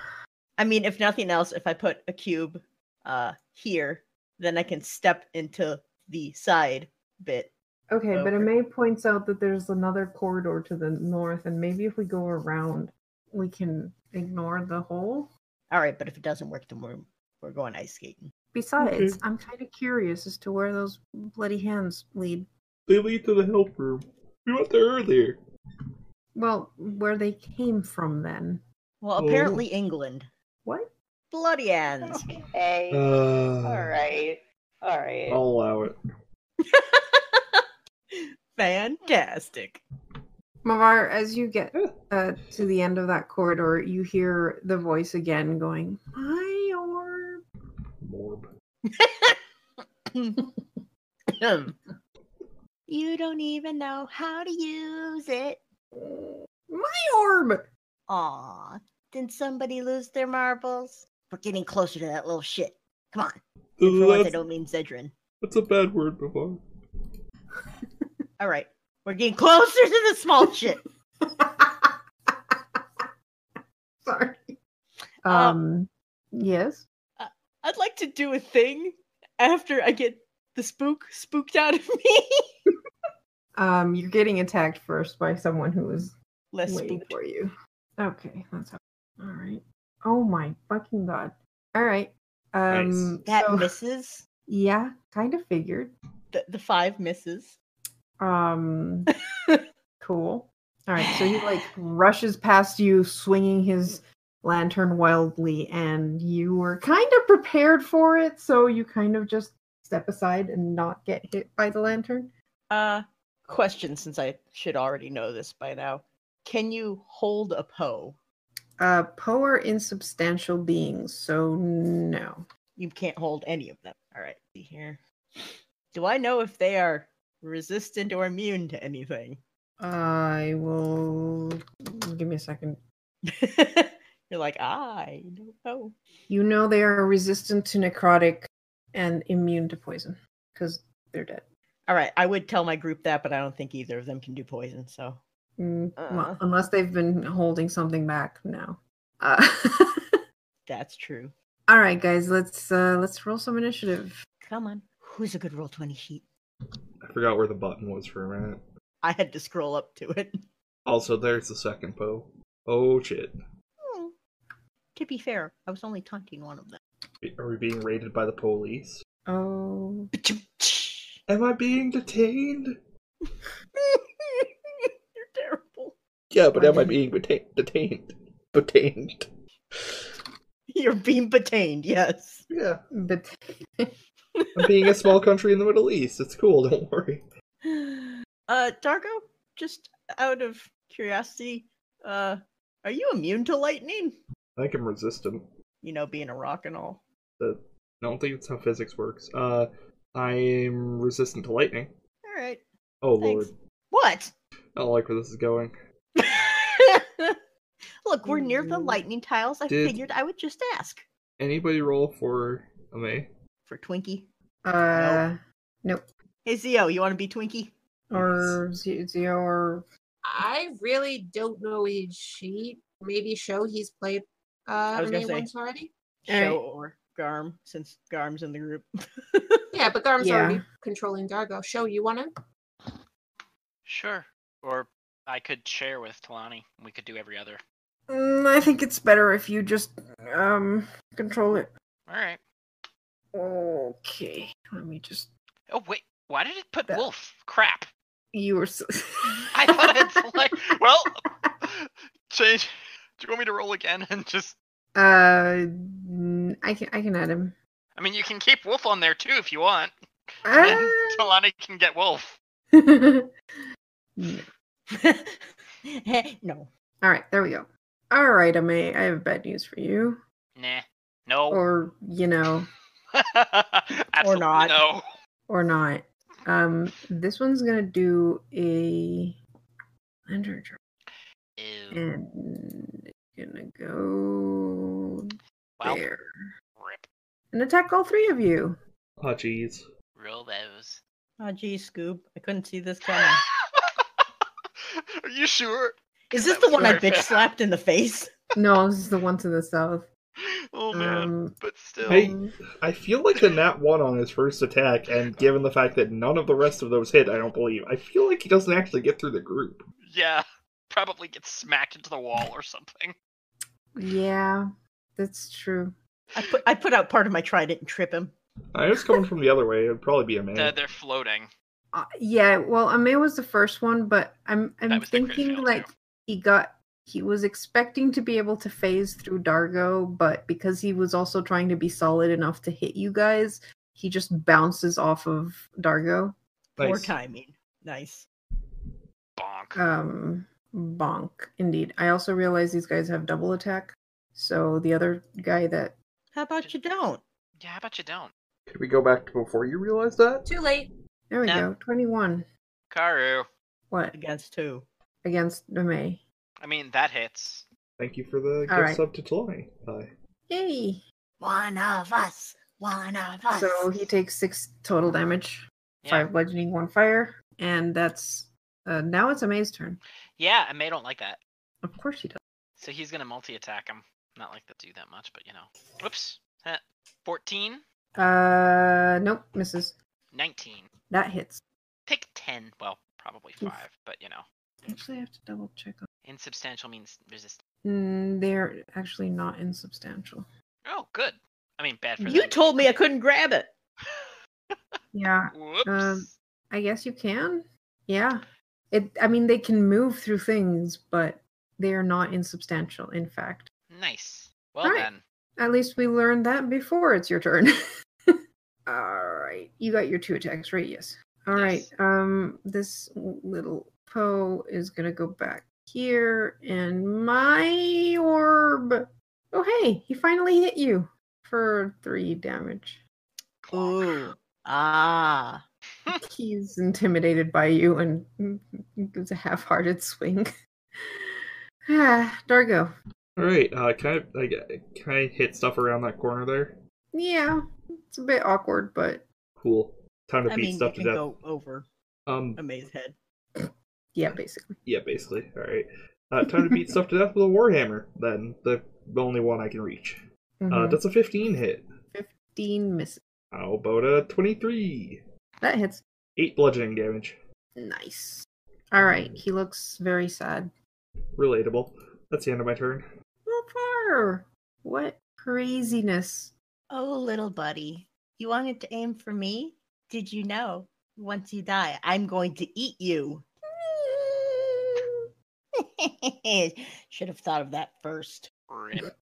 Speaker 3: I mean, if nothing else, if I put a cube uh here, then I can step into the side bit.
Speaker 1: Okay, but
Speaker 3: Okay.
Speaker 1: May points out that there's another corridor to the north, and maybe if we go around, we can ignore the hole.
Speaker 3: All right, but if it doesn't work, then we're we're going ice skating.
Speaker 1: Besides,
Speaker 2: Okay.
Speaker 1: I'm kind of curious as to where those bloody hands lead.
Speaker 2: They lead to the help room. We went there earlier.
Speaker 1: Well, where they came from then.
Speaker 3: Well,
Speaker 2: Oh.
Speaker 3: apparently England,
Speaker 1: What?
Speaker 3: bloody
Speaker 6: Oh.
Speaker 3: hands.
Speaker 6: Hey.
Speaker 2: Uh,
Speaker 6: all right. All right.
Speaker 2: I'll allow it.
Speaker 3: Fantastic.
Speaker 1: Mavar, as you get uh, to the end of that corridor, you hear the voice again going, My orb.
Speaker 2: Morb.
Speaker 3: you don't even know how to use it.
Speaker 1: My orb!
Speaker 3: Aw, didn't somebody lose their marbles? We're getting closer to that little shit. Come on. And for once, I
Speaker 2: That's,
Speaker 3: don't mean Zedrin.
Speaker 2: that's a bad word, Bavar.
Speaker 3: All right, we're getting closer to the small shit.
Speaker 1: Sorry.
Speaker 3: Uh,
Speaker 1: Um, yes.
Speaker 3: I'd like to do a thing after I get the spook spooked out of me.
Speaker 1: Um, you're getting attacked first by someone who is
Speaker 3: Less
Speaker 1: waiting
Speaker 3: spooked.
Speaker 1: for you. Okay, that's all all right. Oh my fucking god! All right. Um,
Speaker 3: That
Speaker 1: so-
Speaker 3: misses.
Speaker 1: yeah, kind of figured.
Speaker 3: The, the five misses.
Speaker 1: Um, cool. All right, so he like rushes past you, swinging his lantern wildly, and you were kind of prepared for it, so you kind of just step aside and not get hit by the lantern.
Speaker 3: Uh, question since I should already know this by now. Can you hold a Poe?
Speaker 1: Uh, Poe are insubstantial beings, so no.
Speaker 3: You can't hold any of them. All right, see here. Do I know if they are resistant or immune to anything?
Speaker 1: I will give me a second.
Speaker 3: You're like, I don't know.
Speaker 1: You know they are resistant to necrotic and immune to poison because they're dead.
Speaker 3: All right, I would tell my group that, but I don't think either of them can do poison. So,
Speaker 1: Mm, well,
Speaker 3: Uh.
Speaker 1: unless they've been holding something back. No. Uh,
Speaker 3: That's true.
Speaker 1: all right, guys, let's uh, let's roll some initiative.
Speaker 3: Come on. Who's a good roll 20 sheet?
Speaker 2: I forgot where the button was for a minute.
Speaker 3: I had to scroll up to it.
Speaker 2: Also, there's the second Poe. Oh shit.
Speaker 3: Hmm. To be fair, I was only taunting one of them.
Speaker 2: Are we being raided by the police?
Speaker 1: Oh,
Speaker 2: Am I being detained?
Speaker 3: You're terrible.
Speaker 2: Yeah, but
Speaker 1: I
Speaker 2: am I
Speaker 1: didn't-
Speaker 2: being beta- detained? Detained.
Speaker 3: You're being betained, yes.
Speaker 2: Yeah.
Speaker 1: but
Speaker 2: I'm being a small country in the Middle East. It's cool, don't worry.
Speaker 3: Uh, Dargo, just out of curiosity, uh, are you immune to lightning?
Speaker 2: I think I'm resistant.
Speaker 3: You know, being a rock and all.
Speaker 2: That I don't think that's how physics works. Uh, I'm resistant to lightning.
Speaker 3: All right.
Speaker 2: Oh
Speaker 3: Thanks.
Speaker 2: lord,
Speaker 3: What?
Speaker 2: I don't like where this is going.
Speaker 3: Look, we're near the lightning tiles. I
Speaker 2: Did-
Speaker 3: figured I would just ask
Speaker 2: Anybody roll for a me?
Speaker 3: for Twinkie.
Speaker 1: Uh, nope.
Speaker 3: Hey, Zio, you want to be Twinkie?
Speaker 1: Or Z- Zio or
Speaker 4: I really don't know if she maybe show he's played uh
Speaker 3: I was gonna
Speaker 4: anime
Speaker 3: say.
Speaker 4: once already.
Speaker 1: All
Speaker 3: Show
Speaker 1: right.
Speaker 3: or Garm, since Garm's in the group.
Speaker 4: Yeah, but Garm's
Speaker 1: Yeah.
Speaker 4: already controlling Dargo. Show you wanna?
Speaker 5: Sure. Or I could share with Talani. and We could do every other.
Speaker 1: Mm, I think it's better if you just um control it.
Speaker 5: All right.
Speaker 1: Okay. Let me just
Speaker 5: Oh wait, why did it put
Speaker 1: That-
Speaker 5: wolf? Crap.
Speaker 1: you were s
Speaker 5: I thought I'd select. Well, change. Do you want me to roll again and just?
Speaker 1: Uh n- I can I can add him.
Speaker 5: I mean, you can keep wolf on there too if you want. And
Speaker 1: Ah!
Speaker 5: Talani can get wolf.
Speaker 3: no.
Speaker 1: All right, there we go. All right, Ame, I have bad news for you.
Speaker 5: Nah. No.
Speaker 1: Or, you know,
Speaker 5: Absolutely
Speaker 3: not.
Speaker 5: No.
Speaker 1: or not. Um, this one's gonna do a under
Speaker 5: Ew.
Speaker 1: and it's gonna go
Speaker 5: Well,
Speaker 1: there
Speaker 5: rip.
Speaker 1: and attack all three of you.
Speaker 2: Oh jeez.
Speaker 5: Roll those.
Speaker 3: Oh, geez, Scoob. I couldn't see this coming.
Speaker 5: Are you sure?
Speaker 3: Is
Speaker 5: That
Speaker 3: this the
Speaker 5: was
Speaker 3: one I
Speaker 5: very
Speaker 3: bitch
Speaker 5: fast.
Speaker 3: slapped in the face?
Speaker 1: No, this is the one to the south.
Speaker 5: Oh man.
Speaker 1: Um,
Speaker 5: but still.
Speaker 2: Hey. I feel like the nat one on his first attack, and given the fact that none of the rest of those hit, I don't believe. I feel like he doesn't actually get through the group.
Speaker 5: Yeah. Probably gets smacked into the wall or something.
Speaker 1: yeah, that's true.
Speaker 3: I put I put out part of my trident and trip him.
Speaker 2: I was coming from the other way. It'd probably be a man.
Speaker 5: Uh, they're floating.
Speaker 1: Uh, yeah, well, Ame was the first one, but I'm I'm
Speaker 5: That was the crit
Speaker 1: thinking
Speaker 5: fail,
Speaker 1: like
Speaker 5: too.
Speaker 1: he got he was expecting to be able to phase through Dargo, but because he was also trying to be solid enough to hit you guys, he just bounces off of Dargo.
Speaker 3: Poor
Speaker 2: Nice.
Speaker 3: timing. Nice.
Speaker 5: Bonk.
Speaker 1: Um, bonk. Indeed. I also realize these guys have double attack. So the other guy that
Speaker 3: How about you don't?
Speaker 5: yeah, how about you don't?
Speaker 2: Could we go back to before you realized that?
Speaker 4: Too late.
Speaker 1: there we
Speaker 5: No.
Speaker 1: go, twenty one.
Speaker 5: Karu.
Speaker 1: What
Speaker 3: Against two.
Speaker 1: against May?
Speaker 5: I mean, that hits.
Speaker 2: Thank you for the gift
Speaker 1: Alright.
Speaker 2: sub to Tlani. Hi.
Speaker 1: Yay!
Speaker 3: One of us. One of
Speaker 1: So he takes six total damage.
Speaker 5: Yeah.
Speaker 1: five bludgeoning, one fire, and that's uh, now it's Amay's turn.
Speaker 5: Yeah, and May don't like that.
Speaker 1: Of course he does.
Speaker 5: So he's going to multi attack him. Not like to do that much, but you know. Whoops. Uh, Heh. 14,
Speaker 1: Uh, nope, misses.
Speaker 5: 19.
Speaker 1: That hits.
Speaker 5: Pick 10. Well, probably
Speaker 1: Oof.
Speaker 5: 5, but you know.
Speaker 1: Actually, I have to double check. On...
Speaker 5: Insubstantial means resist.
Speaker 1: Mm, they're actually not insubstantial.
Speaker 5: Oh, good. I mean, bad for
Speaker 3: You
Speaker 5: them.
Speaker 3: told me I couldn't grab it.
Speaker 1: Yeah,
Speaker 5: Whoops.
Speaker 1: Um, I guess you can. Yeah, it. I mean, they can move through things, but they are not insubstantial. In fact,
Speaker 5: nice. Well
Speaker 1: alright.
Speaker 5: then.
Speaker 1: at least we learned that before. It's your turn. All right, you got your two attacks, right? Yes. All right.
Speaker 5: Yes.
Speaker 1: Um, this little Poe is gonna go back here, and my orb. Oh, hey, he finally hit you for three damage.
Speaker 5: Clonk.
Speaker 3: Ooh. Ah.
Speaker 1: He's intimidated by you and gives a half-hearted swing. ah, Dargo.
Speaker 2: All right. Uh, can I, I get- can I hit stuff around that corner there?
Speaker 1: Yeah, it's a bit awkward, but
Speaker 2: Cool. Time to
Speaker 3: I
Speaker 2: beat
Speaker 3: mean, you
Speaker 2: stuff to
Speaker 3: can
Speaker 2: death.
Speaker 3: go over
Speaker 2: Um.
Speaker 3: Amaze's head.
Speaker 1: yeah, basically.
Speaker 2: Yeah, basically. All right. Uh, time to beat stuff to death with a warhammer. Then the only one I can reach. Uh,
Speaker 1: Mhm.
Speaker 2: that's a 15 hit.
Speaker 1: Fifteen misses.
Speaker 2: How about a 23?
Speaker 1: That hits.
Speaker 2: Eight bludgeoning damage.
Speaker 1: Nice. All right, he looks very sad.
Speaker 2: Relatable. That's the end of my turn.
Speaker 1: Well, far. What craziness.
Speaker 3: Oh, little buddy, you wanted to aim for me? Did you know? Once you die, I'm going to eat you. Should have thought of that first.
Speaker 5: Rip.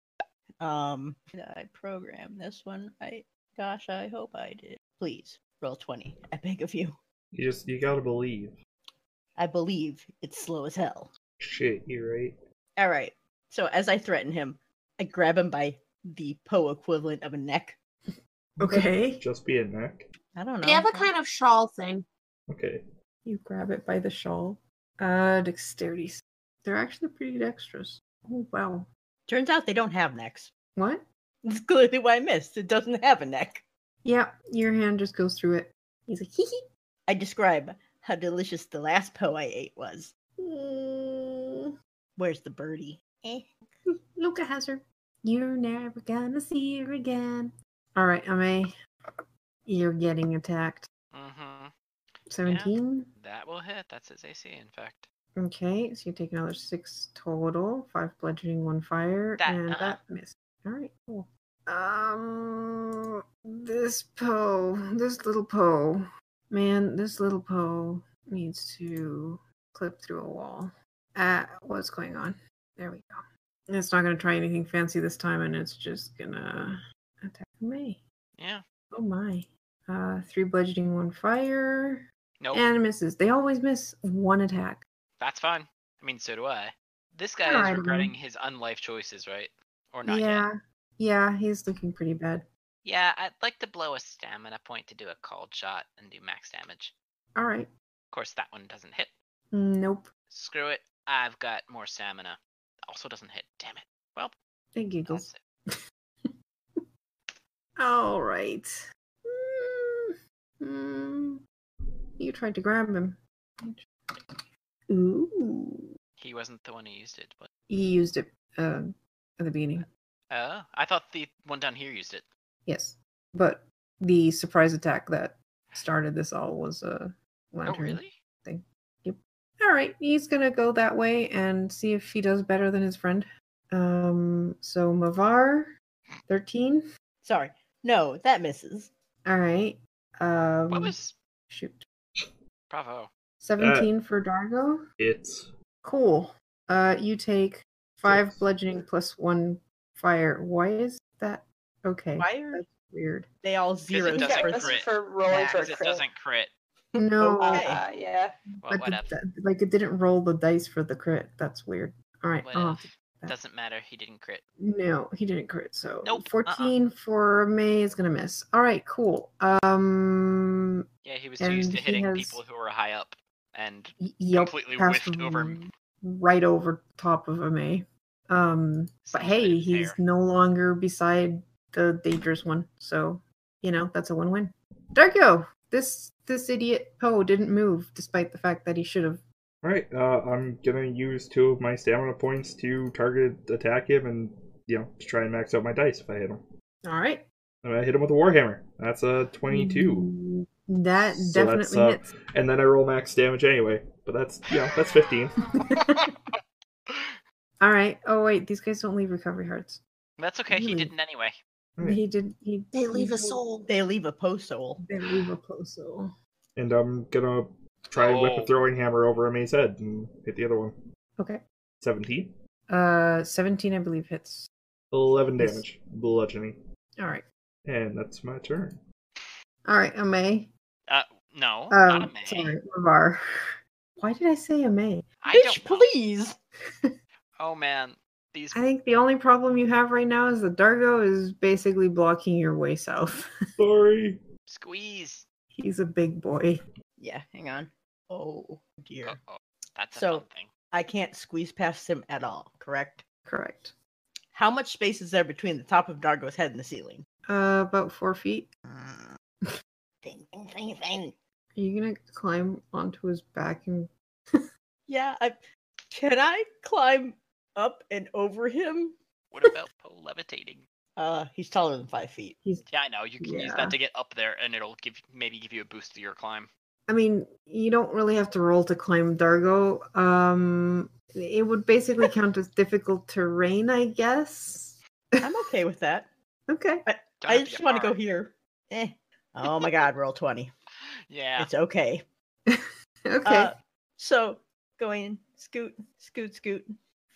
Speaker 3: Um, did I programmed this one right. Gosh, I hope I did. Please roll 20. I beg of you.
Speaker 2: You just you gotta believe.
Speaker 3: I believe it's slow as hell.
Speaker 2: Shit, you're right.
Speaker 3: All right. So as I threaten him, I grab him by the Poe equivalent of a neck.
Speaker 1: Okay.
Speaker 2: Just be a neck.
Speaker 3: I don't know.
Speaker 4: They have a kind of shawl thing.
Speaker 2: Okay.
Speaker 1: You grab it by the shawl. Uh, dexterity. s- They're actually pretty dexterous. Oh, wow.
Speaker 3: Turns out they don't have necks.
Speaker 1: What?
Speaker 3: That's clearly why I missed. It doesn't have a neck.
Speaker 1: Yeah, your hand just goes through it. He's like, hee hee.
Speaker 3: I describe how delicious the last Poe I ate was.
Speaker 1: Mm,
Speaker 3: Where's the birdie? Eh.
Speaker 1: Luca has her. You're never gonna see her again. All right, Ame. You're getting attacked.
Speaker 5: Mm-hmm.
Speaker 1: 17.
Speaker 5: That will hit. That's his AC, in fact.
Speaker 1: Okay, so you take another six total. Five bludgeoning, one fire,
Speaker 5: That,
Speaker 1: and
Speaker 5: uh-uh.
Speaker 1: that missed. All right, cool. Um, this Poe, this little Poe, man, this little Poe needs to clip through a wall. Uh, what's going on? There we go. It's not gonna try anything fancy this time, and it's just gonna attack me.
Speaker 5: Yeah.
Speaker 1: Oh my! Uh, three bludgeoning, one fire,
Speaker 5: Nope.
Speaker 1: and misses. They always miss one attack.
Speaker 5: That's fine. I mean, so do I. This guy
Speaker 1: Alright,
Speaker 5: is
Speaker 1: then.
Speaker 5: regretting his unlife choices, right? Or not
Speaker 1: yeah.
Speaker 5: yet.
Speaker 1: Yeah, he's looking pretty bad.
Speaker 5: Yeah, I'd like to blow a stamina point to do a cold shot and do max damage.
Speaker 1: All right.
Speaker 5: Of course, that one doesn't hit.
Speaker 1: Nope.
Speaker 5: Screw it. I've got more stamina. Also doesn't hit. Damn it.
Speaker 1: It giggles.
Speaker 5: That's it.
Speaker 1: All right. Mm, mm. You tried to grab him. Ooh.
Speaker 5: He wasn't the one who used it. But...
Speaker 1: You used it uh, at the beginning.
Speaker 5: Oh, I thought the one down here used it.
Speaker 1: Yes. But the surprise attack that started this all was a
Speaker 5: Oh,
Speaker 1: lantern.
Speaker 5: really?
Speaker 1: All right, he's gonna go that way and see if he does better than his friend. Um, so Mavar, thirteen.
Speaker 3: Sorry. No, that misses.
Speaker 1: All right. Um,
Speaker 5: What was.
Speaker 1: shoot?
Speaker 5: Bravo.
Speaker 1: Seventeen for Dargo.
Speaker 2: It's
Speaker 1: Cool. Uh, you take five
Speaker 2: Six.
Speaker 1: bludgeoning plus one fire. Why is that? Okay,
Speaker 3: Why are
Speaker 1: That's weird.
Speaker 3: they all zeros
Speaker 5: doesn't
Speaker 3: for
Speaker 5: crit.
Speaker 6: That's for rolling for a
Speaker 5: Because it
Speaker 6: crit.
Speaker 5: doesn't crit.
Speaker 1: No,
Speaker 3: Okay.
Speaker 6: Uh, yeah.
Speaker 5: Well,
Speaker 1: but
Speaker 5: what
Speaker 1: the,
Speaker 5: up?
Speaker 1: the- like it didn't roll the dice for the crit. That's weird. All right.
Speaker 5: What
Speaker 1: I'll
Speaker 5: up?
Speaker 1: have to that.
Speaker 5: Doesn't matter. He didn't crit.
Speaker 1: No, he didn't crit. So
Speaker 5: Nope, uh-uh.
Speaker 1: 14 for May is gonna miss. All right, cool. Um,
Speaker 5: Yeah, he was used
Speaker 1: And
Speaker 5: to
Speaker 1: he
Speaker 5: hitting
Speaker 1: has-
Speaker 5: people who were high up and
Speaker 1: y- yep,
Speaker 5: completely
Speaker 1: passed
Speaker 5: whiffed over.
Speaker 1: right over top of a May. Um, but
Speaker 5: Sounds like
Speaker 1: hey,
Speaker 5: a
Speaker 1: he's
Speaker 5: fair.
Speaker 1: no longer beside the dangerous one, so you know that's a win-win. Darko, this this idiot Poe didn't move despite the fact that he should have.
Speaker 2: Alright, uh, I'm gonna use two of my stamina points to target attack him and, you know, to try and max out my dice if I hit him.
Speaker 1: All right,
Speaker 2: And I hit him with a Warhammer. That's a 22.
Speaker 1: Mm, That
Speaker 2: So that's,
Speaker 1: definitely
Speaker 2: uh,
Speaker 1: hits.
Speaker 2: And then I roll max damage anyway. But that's, you know, that's 15.
Speaker 1: All right. Oh wait, these guys don't leave recovery hearts.
Speaker 5: That's okay. He
Speaker 1: Really?
Speaker 5: didn't anyway.
Speaker 2: Right.
Speaker 1: He did. He
Speaker 4: They leave
Speaker 1: he
Speaker 4: a soul.
Speaker 3: They leave a Poe soul.
Speaker 1: They leave a poso.
Speaker 2: And I'm gonna try and whip
Speaker 5: Oh.
Speaker 2: a throwing hammer over May's head and hit the other one.
Speaker 1: Okay.
Speaker 2: 17.
Speaker 1: Uh, seventeen, I believe hits.
Speaker 2: 11
Speaker 1: Yes.
Speaker 2: damage. Bludgeoning.
Speaker 1: All right.
Speaker 2: And that's my turn.
Speaker 1: All right. Ame.
Speaker 5: Uh, no, not a
Speaker 1: Um,
Speaker 5: May.
Speaker 1: sorry, Mavar. Why did I say Ame?
Speaker 5: I
Speaker 3: Bitch,
Speaker 5: don't know.
Speaker 3: please.
Speaker 5: Oh man, these.
Speaker 1: I think the only problem you have right now is that Dargo is basically blocking your way south.
Speaker 2: Sorry.
Speaker 5: Squeeze.
Speaker 1: He's a big boy.
Speaker 3: Yeah, hang on. Oh dear.
Speaker 5: Uh-oh. That's a
Speaker 3: So-
Speaker 5: fun thing.
Speaker 3: I can't squeeze past him at all, correct?
Speaker 1: Correct.
Speaker 3: How much space is there between the top of Dargo's head and the ceiling?
Speaker 1: Uh, about four feet.
Speaker 3: Thing, thing, thing, thing.
Speaker 1: Are you gonna climb onto his back and?
Speaker 3: Yeah, I can I climb up and over him?
Speaker 5: What about Poe levitating?
Speaker 3: Uh he's taller than five feet.
Speaker 5: Yeah, I know. You can use
Speaker 1: Yeah.
Speaker 5: that to get up there, and it'll give maybe give you a boost to your climb.
Speaker 1: I mean, you don't really have to roll to climb Dargo. Um, it would basically count as difficult terrain, I guess.
Speaker 3: I'm okay with that.
Speaker 1: Okay.
Speaker 5: Don't
Speaker 3: I
Speaker 5: have
Speaker 3: just
Speaker 5: get
Speaker 3: want to go
Speaker 5: far.
Speaker 3: here. Eh. Oh my god, roll twenty.
Speaker 5: Yeah.
Speaker 3: It's okay.
Speaker 1: Okay.
Speaker 3: Uh, so going scoot, scoot, scoot,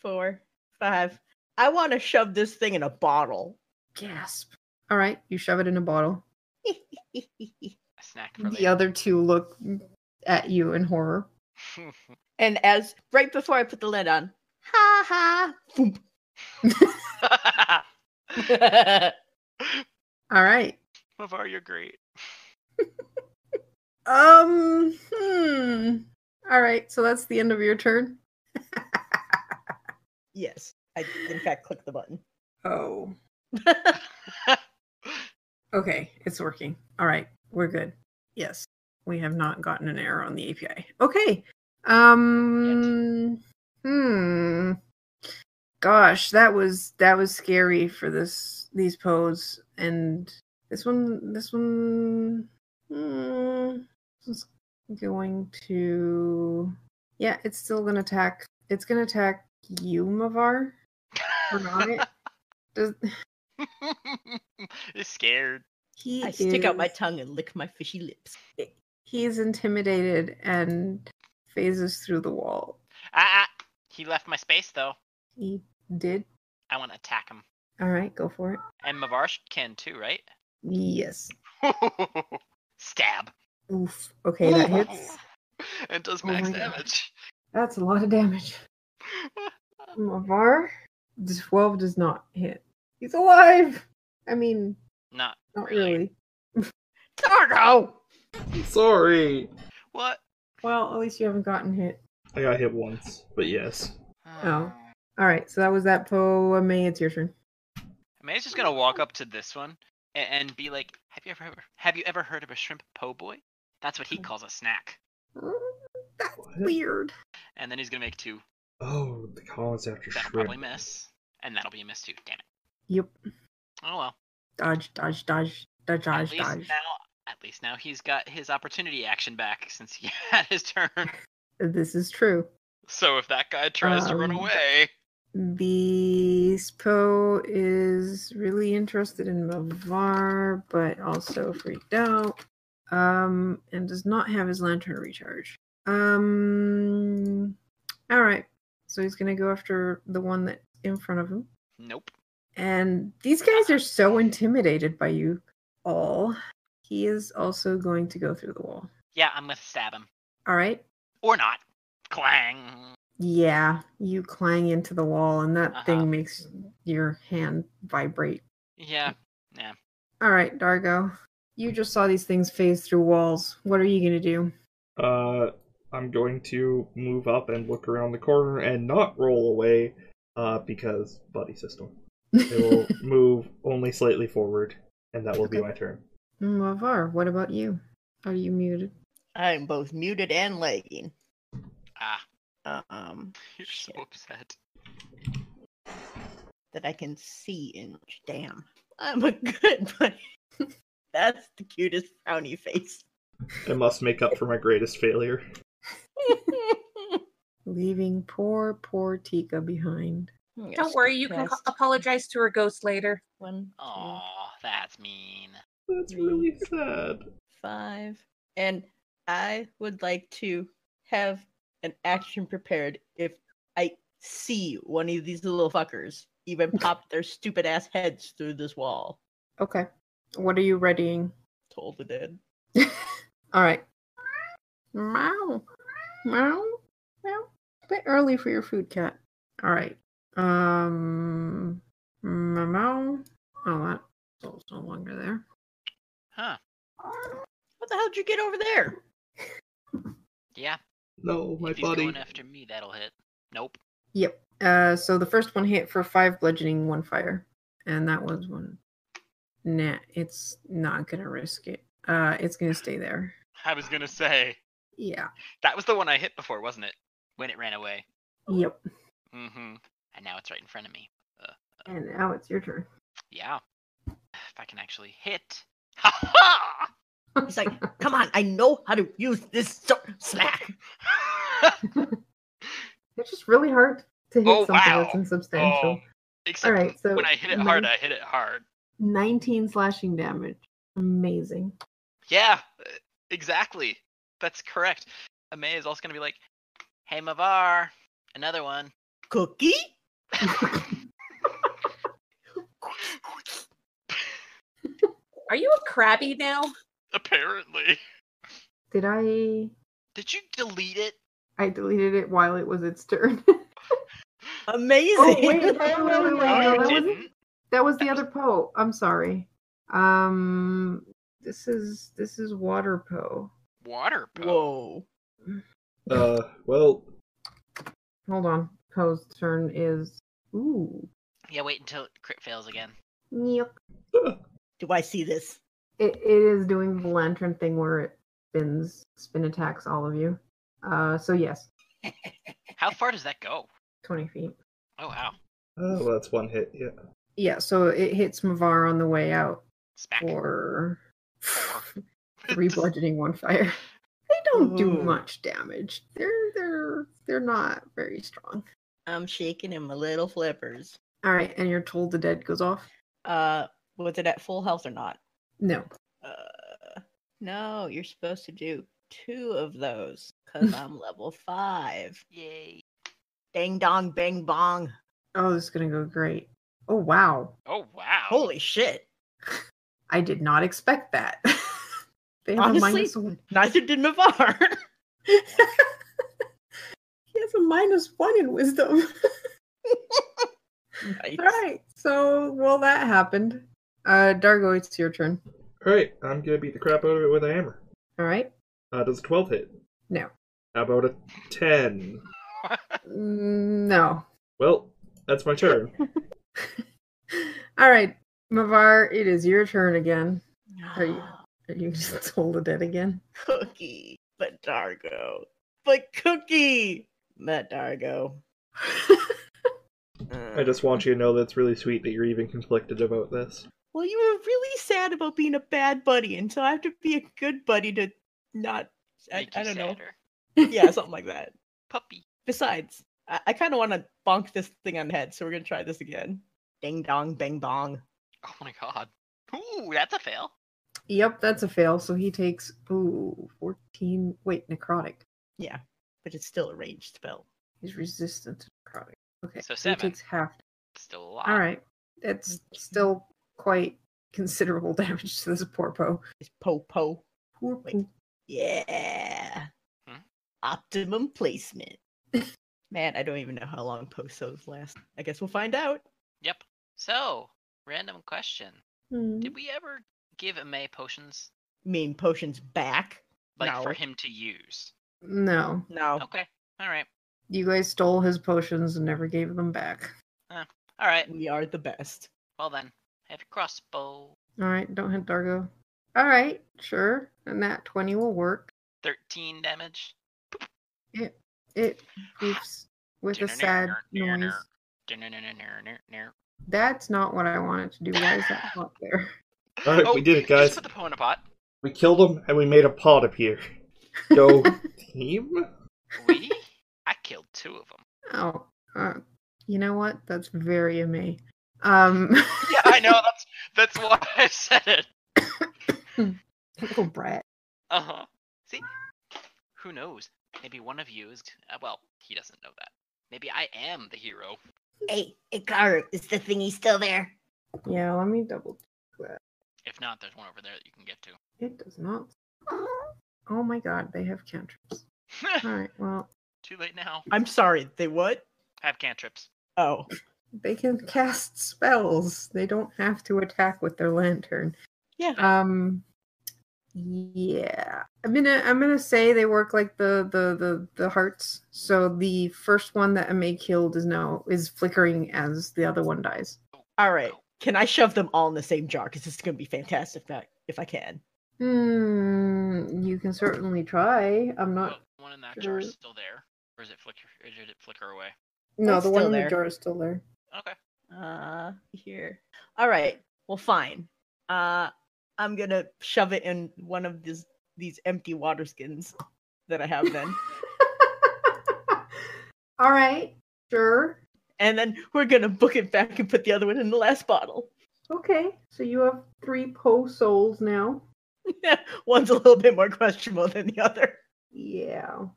Speaker 3: four, five. I want to shove this thing in a bottle.
Speaker 1: Gasp. All right, you shove it in a bottle.
Speaker 5: A snack for
Speaker 1: The
Speaker 5: later.
Speaker 1: other two look at you in horror.
Speaker 3: And as right before I put the lid on, ha ha.
Speaker 1: All right.
Speaker 5: Mavar, you're great.
Speaker 1: Um. Hmm. All right. So that's the end of your turn.
Speaker 3: yes, I in fact click the button.
Speaker 1: Oh. Okay. It's working. All right. We're good. Yes. We have not gotten an error on the API. Okay. Um. Hmm. Gosh, that was that was scary for this these pose and this one this one hmm, this is going to yeah it's still gonna attack it's gonna attack you Mavar or not it does
Speaker 5: He's scared.
Speaker 1: he
Speaker 3: I stick out my
Speaker 1: is-
Speaker 3: tongue and lick my fishy lips.
Speaker 1: he's intimidated and phases through the wall
Speaker 5: Ah, ah, he left my space though.
Speaker 1: he did
Speaker 5: I want to attack him.
Speaker 1: all right go for it
Speaker 5: And Mavar sh- can too, right?
Speaker 1: yes
Speaker 5: Stab.
Speaker 1: oof okay that hits
Speaker 5: It does
Speaker 1: Oh
Speaker 5: max
Speaker 1: my God.
Speaker 5: damage.
Speaker 1: that's a lot of damage Mavar, the 12 does not hit. He's alive! I mean,
Speaker 5: Not
Speaker 1: not
Speaker 5: Really?
Speaker 1: really.
Speaker 3: Targo!
Speaker 2: Sorry.
Speaker 5: what?
Speaker 1: Well, at least you haven't gotten hit.
Speaker 2: I got hit once, but yes.
Speaker 1: Oh.
Speaker 5: Hmm.
Speaker 1: Alright, so that was that Poe. May, it's your turn.
Speaker 5: I mean, it's just gonna walk up to this one and, and be like, "Have you ever have you ever heard of a shrimp po' boy? That's what he
Speaker 1: Hmm.
Speaker 5: calls a snack."
Speaker 1: Mm, That's
Speaker 2: What?
Speaker 1: weird.
Speaker 5: And then he's gonna make two.
Speaker 2: Oh, the Collins after
Speaker 5: That'll
Speaker 2: shrimp.
Speaker 5: probably miss, and that'll be a miss too. Damn it.
Speaker 1: Yep.
Speaker 5: Oh well.
Speaker 1: Dodge, dodge, dodge, dodge,
Speaker 5: At
Speaker 1: dodge,
Speaker 5: least
Speaker 1: dodge.
Speaker 5: now, at least now he's got his opportunity action back since he had his turn.
Speaker 1: This is true.
Speaker 5: So if that guy tries to run
Speaker 1: Um,
Speaker 5: away,
Speaker 1: The Poe is really interested in Mavar, but also freaked out. Um, and does not have his lantern recharge. Um, all right. So he's gonna go after the one that's in front of him.
Speaker 5: nope.
Speaker 1: And these guys are so intimidated by you all. He is also going to go through the wall.
Speaker 5: Yeah, I'm gonna stab him
Speaker 1: All right.
Speaker 5: or not. Clang.
Speaker 1: Yeah, you clang into the wall, and that
Speaker 5: Uh-huh.
Speaker 1: thing makes your hand vibrate.
Speaker 5: Yeah.
Speaker 1: All right, Dargo. You just saw these things phase through walls. What are you going to do?
Speaker 2: Uh, I'm going to move up and look around the corner and not roll away, uh, because buddy system. I will move only slightly forward, and that will be
Speaker 1: Okay.
Speaker 2: my turn.
Speaker 1: Mavar, what about you? Are you muted?
Speaker 3: I'm both muted and lagging.
Speaker 5: Ah,
Speaker 3: Um,
Speaker 5: you're so
Speaker 3: Shit.
Speaker 5: upset.
Speaker 3: that I can see in. Damn, I'm a good buddy. That's the cutest frowny face.
Speaker 2: I must make up for my greatest failure.
Speaker 1: Leaving poor, poor Tika behind.
Speaker 4: Don't worry, you can
Speaker 3: Cast
Speaker 4: apologize to her ghost later.
Speaker 3: One, two,
Speaker 5: Aw, that's mean.
Speaker 2: That's
Speaker 5: Mm.
Speaker 2: really sad.
Speaker 3: five, and I would like to have an action prepared if I see one of these little fuckers even pop their stupid ass heads through this wall.
Speaker 1: Okay. What are you readying?
Speaker 3: Totally did.
Speaker 1: All right. Meow. Meow. Meow. Bit early for your food cat. All right. Um. Meow. meow. Oh, that soul's no longer there.
Speaker 5: Huh?
Speaker 3: What the hell did you get over there?
Speaker 5: Yeah.
Speaker 2: No, my
Speaker 5: if he's
Speaker 2: buddy.
Speaker 5: going after me, that'll hit. Nope.
Speaker 1: Yep. Uh, so the first one hit for five bludgeoning, one fire, and that was one. Nah, it's not gonna risk it. Uh, it's gonna stay there.
Speaker 5: I was gonna say
Speaker 1: Yeah.
Speaker 5: that was the one I hit before, wasn't it? When it ran away.
Speaker 1: Yep.
Speaker 5: Mm-hmm. And now it's right in front of me.
Speaker 1: And now it's your turn.
Speaker 5: Yeah. If I can actually hit. Ha ha!
Speaker 3: He's like, come on, I know how to use this so- snack.
Speaker 1: It's just really hard to hit
Speaker 5: Oh,
Speaker 1: something
Speaker 5: wow. Oh.
Speaker 1: that's insubstantial.
Speaker 5: Except
Speaker 1: Alright, so
Speaker 5: when I hit it
Speaker 1: my-
Speaker 5: hard, I hit it hard.
Speaker 1: Nineteen slashing damage. Amazing.
Speaker 5: Yeah, uh, exactly. That's correct. Amay is also going to be like, hey, Mavar, another one.
Speaker 3: Cookie?
Speaker 4: Are you a crabby now?
Speaker 5: Apparently.
Speaker 1: Did I?
Speaker 5: Did you delete it?
Speaker 1: I deleted it while it was its turn.
Speaker 3: Amazing.
Speaker 1: oh, wait, wait, wait, wait, wait, wait,
Speaker 5: No,
Speaker 1: no,
Speaker 5: you
Speaker 1: that wasn't
Speaker 5: didn't.
Speaker 1: That was the
Speaker 5: That was-
Speaker 1: other Poe. I'm sorry. Um, this is this is Water Poe.
Speaker 5: Water Poe.
Speaker 3: Whoa.
Speaker 2: Uh, well,
Speaker 1: Hold on, Poe's turn is ooh.
Speaker 5: Yeah, wait until it crit fails again.
Speaker 1: Yep.
Speaker 3: Do I see this?
Speaker 1: It it is doing the lantern thing where it spins spin attacks all of you. Uh, so yes,
Speaker 5: How far does that go?
Speaker 1: twenty feet.
Speaker 5: Oh wow.
Speaker 2: oh, well, that's one hit. Yeah.
Speaker 1: Yeah, so it hits Mavar on the way out
Speaker 5: Smack.
Speaker 1: for
Speaker 5: Four.
Speaker 1: three bludgeoning, one fire. They don't do
Speaker 3: Ooh.
Speaker 1: much damage. They're they're they're not very strong.
Speaker 3: I'm shaking in my little flippers.
Speaker 1: All right, and you're told the dead goes off.
Speaker 3: Uh, was it at full health or not?
Speaker 1: No,
Speaker 3: Uh, no, you're supposed to do two of those because I'm level five.
Speaker 5: Yay.
Speaker 3: Dang dong, bang bong.
Speaker 1: Oh, this is gonna go great. Oh wow.
Speaker 5: Oh wow.
Speaker 3: Holy shit.
Speaker 1: I did not expect that. they have
Speaker 3: Honestly-
Speaker 1: a minus one.
Speaker 3: Neither did Navar.
Speaker 1: He has a minus one in wisdom.
Speaker 3: nice.
Speaker 1: All right. So well that happened. Uh Dargo, it's your turn.
Speaker 2: All right, I'm gonna beat the crap out of it with a hammer.
Speaker 1: All right.
Speaker 2: Uh, does a twelve hit?
Speaker 1: No.
Speaker 2: How about a ten?
Speaker 1: Mm, No.
Speaker 2: Well, that's my turn.
Speaker 1: All right. Mavar, it is your turn again. Are you- Are you just told the dead again?
Speaker 3: Cookie, but Dargo. But Cookie, but Dargo.
Speaker 2: I just want you to know that it's really sweet that you're even conflicted about this.
Speaker 3: Well, you were really sad about being a bad buddy, and so I have to be a good buddy to not. I,
Speaker 5: Make
Speaker 3: I
Speaker 5: you
Speaker 3: don't know.
Speaker 5: sadder.
Speaker 3: Yeah, something like that.
Speaker 5: Puppy.
Speaker 3: Besides, I, I kind of want to bonk this thing on the head, so we're gonna try this again. Ding dong, bang bong.
Speaker 5: Oh my god. Ooh, that's a fail.
Speaker 1: Yep, that's a fail. So he takes ooh, 14 wait, necrotic.
Speaker 3: Yeah, but it's still a ranged spell.
Speaker 1: He's resistant to necrotic. Okay.
Speaker 5: So
Speaker 1: so he
Speaker 5: seven.
Speaker 1: takes half
Speaker 5: Still a lot.
Speaker 1: All right. That's still quite considerable damage to this poor Poe.
Speaker 3: It's po po.
Speaker 1: Poor
Speaker 3: Wait.
Speaker 1: Poe.
Speaker 3: Yeah.
Speaker 5: Hmm?
Speaker 3: Optimum placement. Man, I don't even know how long post those last. I guess we'll find out.
Speaker 5: Yep. So, random question. Did we ever give May potions
Speaker 3: Mean potions back.
Speaker 5: like
Speaker 3: No.
Speaker 5: for him to use?
Speaker 1: No.
Speaker 3: No.
Speaker 5: Okay. All right.
Speaker 1: You guys stole his potions and never gave them back.
Speaker 5: All right.
Speaker 3: We are the best.
Speaker 5: Well then, have your crossbow.
Speaker 1: All right. Don't hit Dargo. All right. Sure. And that 20 will work.
Speaker 5: Thirteen damage.
Speaker 1: It oops with a sad noise. That's not what I wanted to do. Why is that not there?
Speaker 2: All right,
Speaker 5: Oh,
Speaker 2: we did it,
Speaker 5: Just
Speaker 2: guys.
Speaker 5: put the poo in a pot.
Speaker 2: We killed him and we made a pot appear. Go team.
Speaker 5: We? I killed two of them.
Speaker 1: Oh. Uh, you know what? That's very me. Um,
Speaker 5: Yeah, I know. That's that's why I said it.
Speaker 1: little brat.
Speaker 5: Uh huh. See, who knows? Maybe one of you is. Uh, well, he doesn't know that. Maybe I am the hero.
Speaker 3: Hey, Ikaru, is the thingy still there?
Speaker 1: Yeah. Let me double
Speaker 5: If not, there's one over there that you can get to.
Speaker 1: It does not. Oh my god, they have cantrips. Alright, well,
Speaker 5: Too late now.
Speaker 3: I'm sorry, they what?
Speaker 5: I have cantrips.
Speaker 3: Oh.
Speaker 1: they can cast spells. They don't have to attack with their lantern.
Speaker 3: Yeah.
Speaker 1: Um yeah. I'm gonna I'm gonna say they work like the the the, the hearts. So the first one that Ame killed is now is flickering as the other one dies.
Speaker 3: All right. Can I shove them all in the same jar? Because this is gonna be fantastic if I, if I can.
Speaker 1: Hmm you can certainly try. I'm
Speaker 5: Well,
Speaker 1: not
Speaker 5: one in that jar
Speaker 1: sure.
Speaker 5: is still there, or is it flicker? Or did it flicker away?
Speaker 1: No,
Speaker 3: It's
Speaker 1: the one
Speaker 3: still
Speaker 1: in the
Speaker 3: there.
Speaker 1: jar is still there.
Speaker 5: Okay.
Speaker 3: Uh, here. All right. Well, fine. Uh, I'm gonna shove it in one of these these empty water skins that I have then,
Speaker 1: Alright, sure.
Speaker 3: and then we're gonna book it back and put the other one in the last bottle.
Speaker 1: Okay, so you have three Poe souls now.
Speaker 3: One's a little bit more questionable than the other.
Speaker 1: Yeah.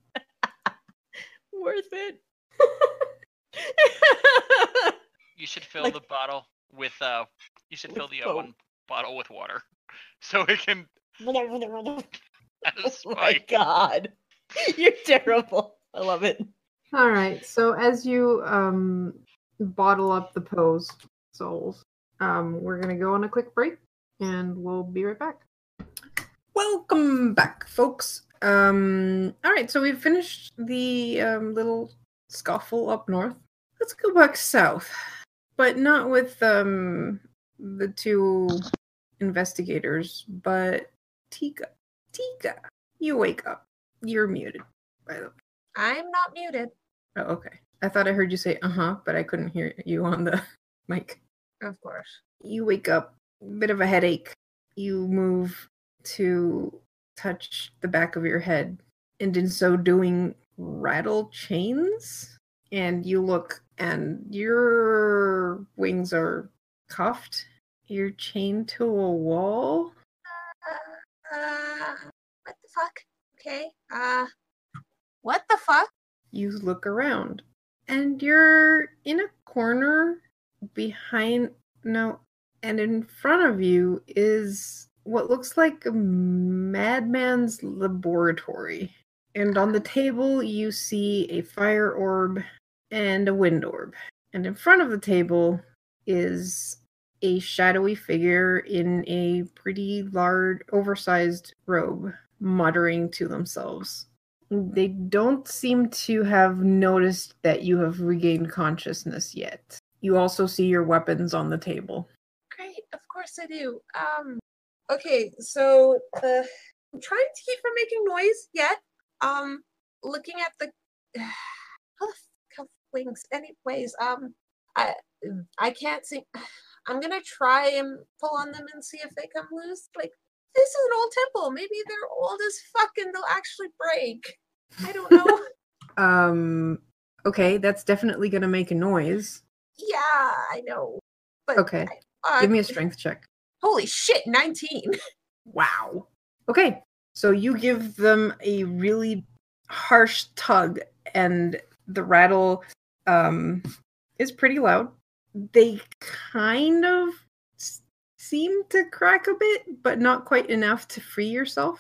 Speaker 3: Worth it.
Speaker 5: You should fill
Speaker 3: Like-
Speaker 5: the bottle with uh. You should fill
Speaker 3: With
Speaker 5: the
Speaker 3: both.
Speaker 5: uh, one bottle with water, so it can.
Speaker 3: oh
Speaker 5: have a
Speaker 3: my
Speaker 5: spike.
Speaker 3: god, you're terrible. I love it.
Speaker 1: All right. So as you um, bottle up the pose souls, um, we're gonna go on a quick break, and we'll be right back. Welcome back, folks. Um, all right. So we've finished the um, little scuffle up north. Let's go back south, but not with um, the two investigators, but Tika. Tika, you wake up. You're muted, by the way.
Speaker 4: I'm not muted.
Speaker 1: Oh, okay. I thought I heard you say uh huh, but I couldn't hear you on the mic.
Speaker 4: Of course.
Speaker 1: You wake up, bit of a headache. You move to touch the back of your head, and in so doing, rattle chains. And you look, and your wings are cuffed. You're chained to a wall.
Speaker 4: Uh, uh, what the fuck? Okay. Uh, what the fuck?
Speaker 1: you look around and you're in a corner behind no and in front of you is what looks like a madman's laboratory and on the table you see a fire orb and a wind orb and in front of the table is a shadowy figure in a pretty large oversized robe muttering to themselves they don't seem to have noticed that you have regained consciousness yet. You also see your weapons on the table.
Speaker 4: Great. Of course I do. Um. Okay. So the I'm trying to keep from making noise yet. Um. Looking at the how the fuck have wings. Anyways. Um. I I can't see. I'm gonna try and pull on them and see if they come loose. Like this is an old temple. Maybe they're old as fuck and they'll actually break. I don't know.
Speaker 1: Um okay, that's definitely going to make a noise.
Speaker 4: yeah, I know. But
Speaker 1: Okay.
Speaker 4: I-
Speaker 1: Give me a
Speaker 4: uh,
Speaker 1: strength check.
Speaker 4: Holy shit, 19.
Speaker 1: Wow. Okay. So you give them a really harsh tug and the rattle um is pretty loud. They kind of s- seem to crack a bit, but not quite enough to free yourself.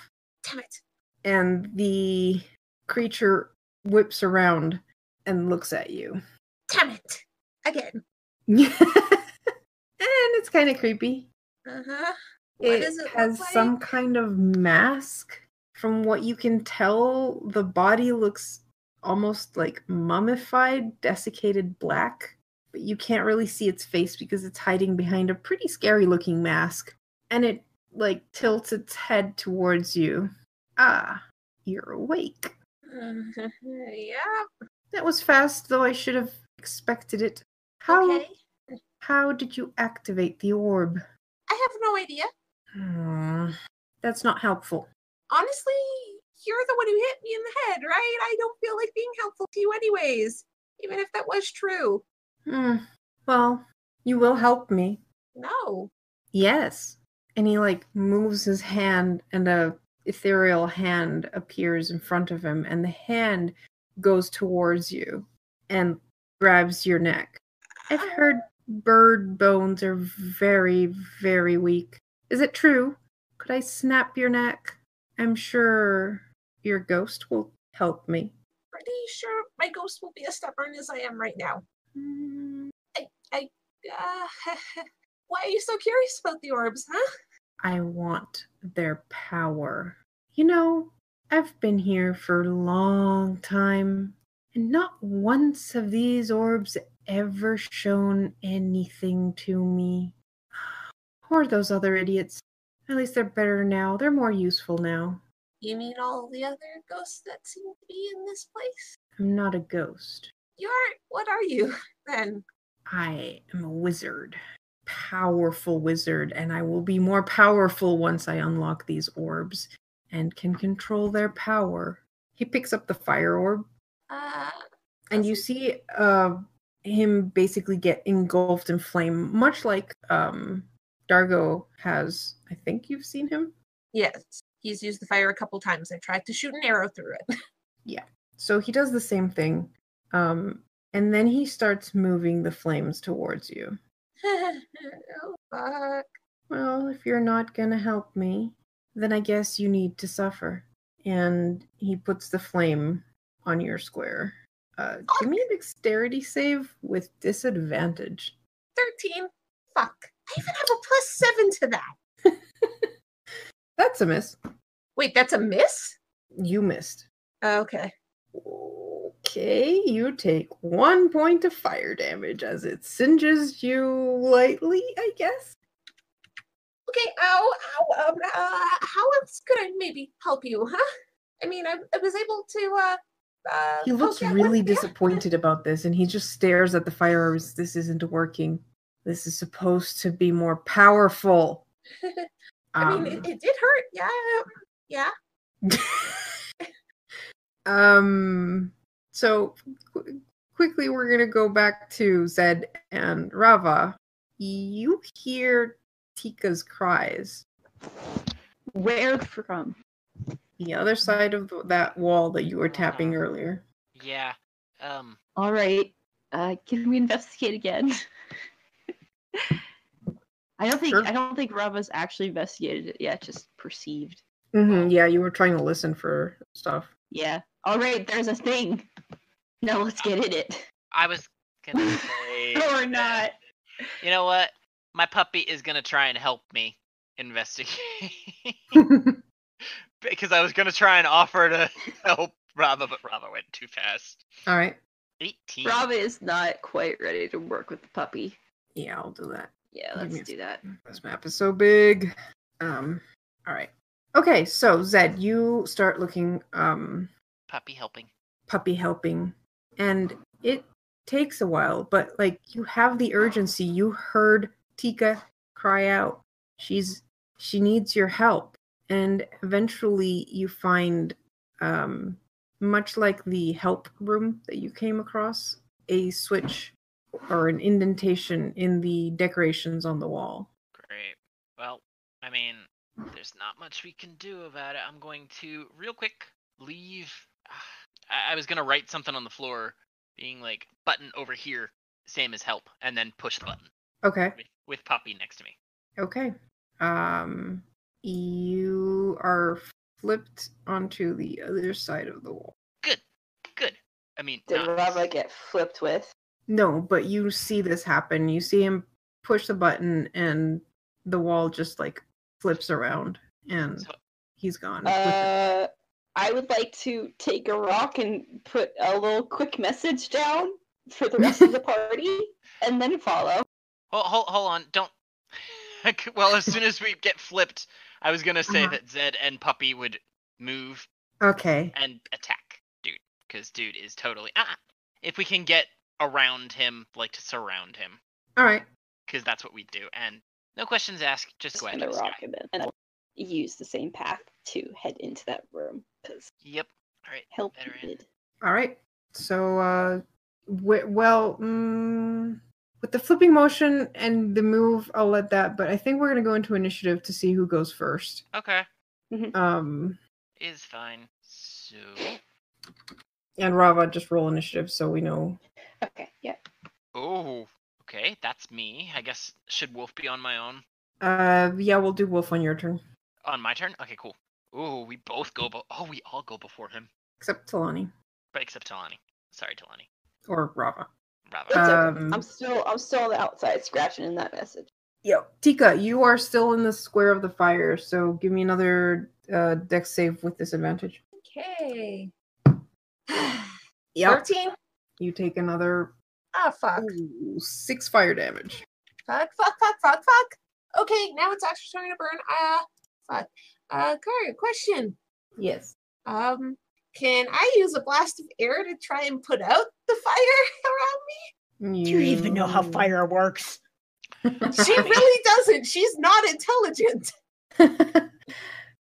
Speaker 4: Damn it.
Speaker 1: and the creature whips around and looks at you.
Speaker 4: Damn it. Again.
Speaker 1: and it's kind of creepy.
Speaker 4: Uh-huh. What
Speaker 1: it
Speaker 4: does it look
Speaker 1: has
Speaker 4: like?
Speaker 1: some kind of mask. From what you can tell, the body looks almost like mummified, desiccated black, but you can't really see its face because it's hiding behind a pretty scary looking mask. And it like tilts its head towards you. Ah, you're awake.
Speaker 4: Uh, yeah.
Speaker 1: That was fast, though I should have expected it. How
Speaker 4: Okay.
Speaker 1: how did you activate the orb?
Speaker 4: I have no idea.
Speaker 1: Hmm, That's not helpful.
Speaker 4: Honestly, you're the one who hit me in the head, right? I don't feel like being helpful to you anyways. Even if that was true.
Speaker 1: Hmm. Well, you will help me.
Speaker 4: No.
Speaker 1: Yes. And he like moves his hand, and a ethereal hand appears in front of him, and the hand goes towards you and grabs your neck. I've heard bird bones are very, very weak. Is it true? Could I snap your neck? I'm sure your ghost will help me.
Speaker 4: Pretty sure my ghost will be as stubborn as I am right now.
Speaker 1: Mm,
Speaker 4: Uh, why are you so curious about the orbs, huh?
Speaker 1: I want their power. You know, I've been here for a long time, and not once have these orbs ever shown anything to me. Or those other idiots. At least they're better now. They're more useful now.
Speaker 4: You mean all the other ghosts that seem to be in this place?
Speaker 1: I'm not a ghost.
Speaker 4: You're what are you then?
Speaker 1: I am a wizard. Powerful wizard, and I will be more powerful once I unlock these orbs and can control their power. He picks up the fire orb,
Speaker 4: Uh
Speaker 1: and you
Speaker 4: Awesome.
Speaker 1: see uh, him basically get engulfed in flame, much like um, Dargo has. I think you've seen him.
Speaker 4: yes. He's used the fire a couple times. I tried to shoot an arrow through it.
Speaker 1: So he does the same thing, um, and then he starts moving the flames towards you.
Speaker 4: oh fuck.
Speaker 1: Well, if you're not going to help me, then I guess you need to suffer. And he puts the flame on your square. Uh, give me a dexterity save with disadvantage.
Speaker 4: 13. Fuck. I even have a plus seven to that.
Speaker 1: That's a miss.
Speaker 4: Wait, that's a miss?
Speaker 1: You missed.
Speaker 4: Okay.
Speaker 1: Okay, you take one point of fire damage as it singes you lightly, I guess.
Speaker 4: Okay, ow, ow, um, uh, how else could I maybe help you, huh? I mean, I, I was able to, uh, uh,
Speaker 1: He looks
Speaker 4: poke at
Speaker 1: really
Speaker 4: one- yeah.
Speaker 1: disappointed about this and he just stares at the fire as this isn't working. This is supposed to be more powerful.
Speaker 4: I mean,
Speaker 1: Um,
Speaker 4: it, it did hurt. Yeah, yeah.
Speaker 1: um so qu- quickly we're going to go back to zed and rava you hear tika's cries
Speaker 6: Where from?
Speaker 1: the other side of th- that wall that you were
Speaker 4: Uh-huh.
Speaker 1: tapping earlier
Speaker 5: Yeah. Um.
Speaker 6: All right. Uh, can we investigate again? I don't think
Speaker 1: Sure.
Speaker 6: I don't think Rava's actually investigated it yet. Just perceived.
Speaker 1: Mhm, yeah you were trying to listen for stuff
Speaker 6: Yeah. All right. There's a thing. Now let's get in it.
Speaker 5: I was gonna say.
Speaker 6: or
Speaker 5: that-
Speaker 6: not.
Speaker 5: You know what? My puppy is gonna try and help me investigate because I was gonna try and offer to help Rava, but Rava went too fast.
Speaker 1: all right
Speaker 5: Eighteen.
Speaker 6: Rava is not quite ready to work with the puppy.
Speaker 1: yeah i'll do that
Speaker 6: Yeah,
Speaker 1: Give me
Speaker 6: let's
Speaker 1: a
Speaker 6: do that.
Speaker 1: This map is so big. Um, all right. Okay, so Zed, you start looking um
Speaker 5: Puppy helping.
Speaker 1: puppy helping, and it takes a while, but like you have the urgency. You heard Tika cry out. She's she needs your help, and eventually you find um much like the help room that you came across a switch or an indentation in the decorations on the wall.
Speaker 5: Great. Well, I mean, there's not much we can do about it. I'm going to real quick leave. I, I was gonna write something on the floor, being like button over here, same as help, and then push the button
Speaker 1: Okay.
Speaker 5: with, with puppy next to me.
Speaker 1: Okay. Um, you are flipped onto the other side of the wall.
Speaker 5: Good. I mean,
Speaker 6: Did
Speaker 5: not-
Speaker 6: Rava get flipped with?
Speaker 1: No, but you see this happen. You see him push the button, and the wall just like flips around, and
Speaker 5: So-
Speaker 1: he's gone. with the-
Speaker 6: Uh, I would like to take a rock and put a little quick message down for the rest of the party, and then follow.
Speaker 5: Hold, hold, hold on. Don't. well, as soon as we get flipped, I was gonna say
Speaker 1: Uh-huh.
Speaker 5: that Zed and Puppy would move
Speaker 1: okay.
Speaker 5: and attack, dude, because dude is totally ah. If we can get around him, like to surround him,
Speaker 1: All right.
Speaker 5: because that's what we do. And no questions asked, just go
Speaker 6: Just
Speaker 5: after
Speaker 6: gonna
Speaker 5: this
Speaker 6: rock
Speaker 5: guy.
Speaker 6: him in, and I'll use the same path to head into that room because
Speaker 5: Yep. All right.
Speaker 6: help
Speaker 5: Better in.
Speaker 6: needed.
Speaker 1: All right. So, uh, w- well, mm, with the flipping motion and the move, I'll let that. But I think we're gonna go into initiative to see who goes first.
Speaker 5: Okay.
Speaker 1: Um,
Speaker 5: Is fine. So
Speaker 1: and Rava just roll initiative so we know
Speaker 6: Okay, yeah.
Speaker 5: oh, okay, that's me. I guess should Wolf be on my own
Speaker 1: Uh, yeah, we'll do Wolf on your turn,
Speaker 5: on my turn? Okay, cool. Oh, we both go. Be- oh, we all go before him,
Speaker 1: except Talani
Speaker 5: but except Talani. Sorry, Talani.
Speaker 1: or Rava.
Speaker 5: Rather.
Speaker 6: That's
Speaker 1: Um,
Speaker 6: okay. I'm still I'm still on the outside scratching in that message.
Speaker 1: Yo, Tika, you are still in the square of the fire, so give me another uh, deck save with disadvantage.
Speaker 4: Okay.
Speaker 1: Yep,
Speaker 4: 13?
Speaker 1: you take another
Speaker 4: Ah, fuck.
Speaker 1: ooh, six fire damage.
Speaker 4: Fuck, fuck, fuck, fuck, fuck. Okay, now it's actually starting to burn. Uh, fuck. Uh, Kari, question.
Speaker 1: Yes.
Speaker 4: Um, can I use a blast of air to try and put out the fire
Speaker 3: Do you even know how fire works?
Speaker 4: around me? She really doesn't. She's not intelligent.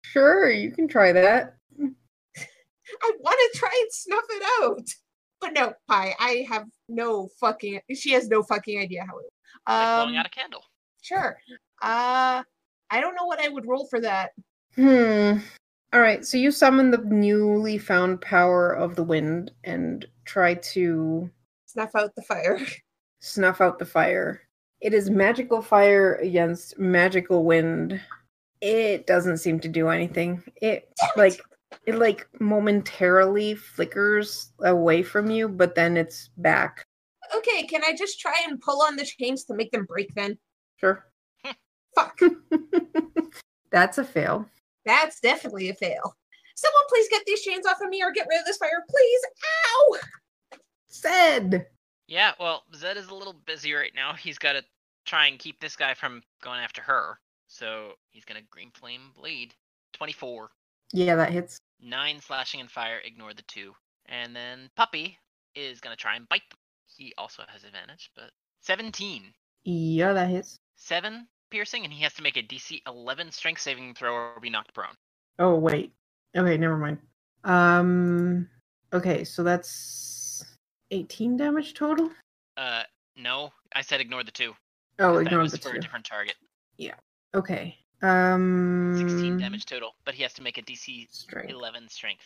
Speaker 1: sure, you can try that.
Speaker 4: I want to try and snuff it out. But no, Pi, I have no fucking. She has no fucking idea how it.
Speaker 5: like
Speaker 4: Um,
Speaker 5: blowing out a candle.
Speaker 4: sure. Uh, I don't know what I would roll for that.
Speaker 1: Hmm. All right. So you summon the newly found power of the wind and try to
Speaker 4: Snuff out the fire.
Speaker 1: snuff out the fire. It is magical fire against magical wind. It doesn't seem to do anything. It
Speaker 4: Damn it.
Speaker 1: like It like momentarily flickers away from you, but then it's back.
Speaker 4: Okay, can I just try and pull on the chains to make them break then?
Speaker 1: Sure.
Speaker 4: Fuck.
Speaker 1: That's a fail.
Speaker 4: That's definitely a fail. Someone please get these chains off of me or get rid of this fire, please. Ow!
Speaker 1: Said.
Speaker 5: Yeah, well, Zed is a little busy right now. He's got to try and keep this guy from going after her. So he's going to Green Flame Blade. 24.
Speaker 1: Yeah, that hits.
Speaker 5: 9 slashing and fire. Ignore the 2. And then Puppy is going to try and bite them. He also has advantage, but 17.
Speaker 1: Yeah, that hits.
Speaker 5: 7 piercing, and he has to make a DC 11 strength saving throw or be knocked prone.
Speaker 1: Oh wait. Okay, never mind. Um okay, so that's 18 damage total.
Speaker 5: Uh, no, I said ignore the
Speaker 1: Oh,
Speaker 5: 2. 'cause that
Speaker 1: ignore
Speaker 5: was
Speaker 1: the
Speaker 5: for
Speaker 1: two.
Speaker 5: a different target.
Speaker 1: Okay. Um
Speaker 5: 16 damage total, but he has to make a DC
Speaker 1: Strength.
Speaker 5: 11 strength.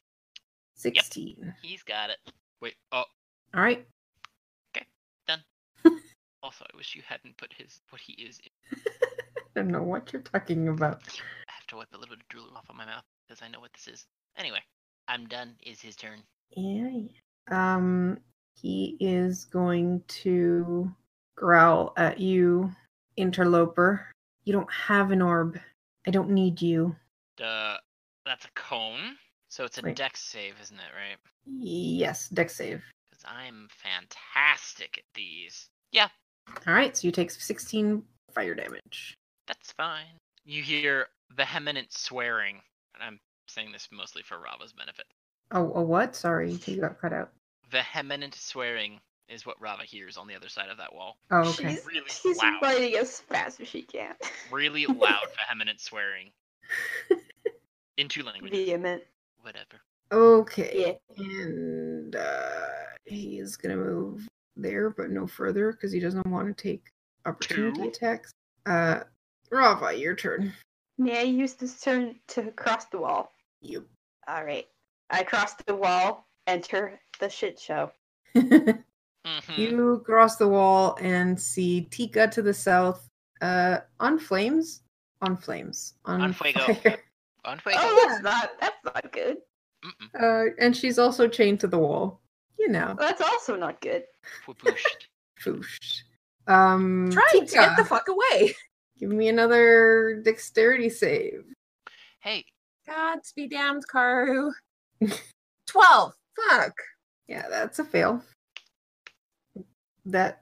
Speaker 1: 16.
Speaker 5: He's got it. Wait, oh,
Speaker 1: All right.
Speaker 5: also, I wish you hadn't put his what he is. In.
Speaker 1: I don't know what you're talking about.
Speaker 5: I have to wipe a little bit of drool off of my mouth because I know what this is. Anyway, I'm done. Is his turn.
Speaker 1: Yeah. yeah. Um he is going to growl at you, interloper. You don't have an orb. I don't need you.
Speaker 5: Uh, that's a cone, so it's a
Speaker 1: Wait.
Speaker 5: dex save, isn't it? Right?
Speaker 1: Yes, deck save.
Speaker 5: Because I'm fantastic at these. Yeah,
Speaker 1: All right, so you take 16 fire damage.
Speaker 5: that's fine. You hear vehement swearing, and I'm saying this mostly for Rava's benefit.
Speaker 1: Oh, a what? Sorry, you got cut out.
Speaker 5: Vehement swearing is what Rava hears on the other side of that wall.
Speaker 1: Oh, okay.
Speaker 6: She's,
Speaker 5: Really
Speaker 6: she's
Speaker 5: loud.
Speaker 6: biting as fast as she can.
Speaker 5: Really loud, vehement swearing. In two languages.
Speaker 6: Vehement.
Speaker 5: Whatever.
Speaker 1: Okay. And uh, he is going to move there, but no further because he doesn't want to take opportunity
Speaker 5: Two.
Speaker 1: attacks. Uh, Rava, your turn.
Speaker 6: May I use this turn to cross the wall?
Speaker 1: You.
Speaker 6: All right. I cross the wall, enter the shit show.
Speaker 5: Mhm.
Speaker 1: you cross the wall and see Tika to the south uh, on flames. On flames. On,
Speaker 5: On fuego.
Speaker 1: fire.
Speaker 5: On Fuego.
Speaker 6: Oh, that's not that's not good.
Speaker 5: Mm-mm.
Speaker 1: Uh, and she's also chained to the wall. You know.
Speaker 6: That's also not good.
Speaker 5: Whoopoosh.
Speaker 1: Foosh. Um,
Speaker 4: Trying to get the
Speaker 1: Tika,
Speaker 4: fuck away.
Speaker 1: give me another dexterity save.
Speaker 5: hey,
Speaker 4: God be damned, Karu. 12. Fuck.
Speaker 1: Yeah, that's a fail. That's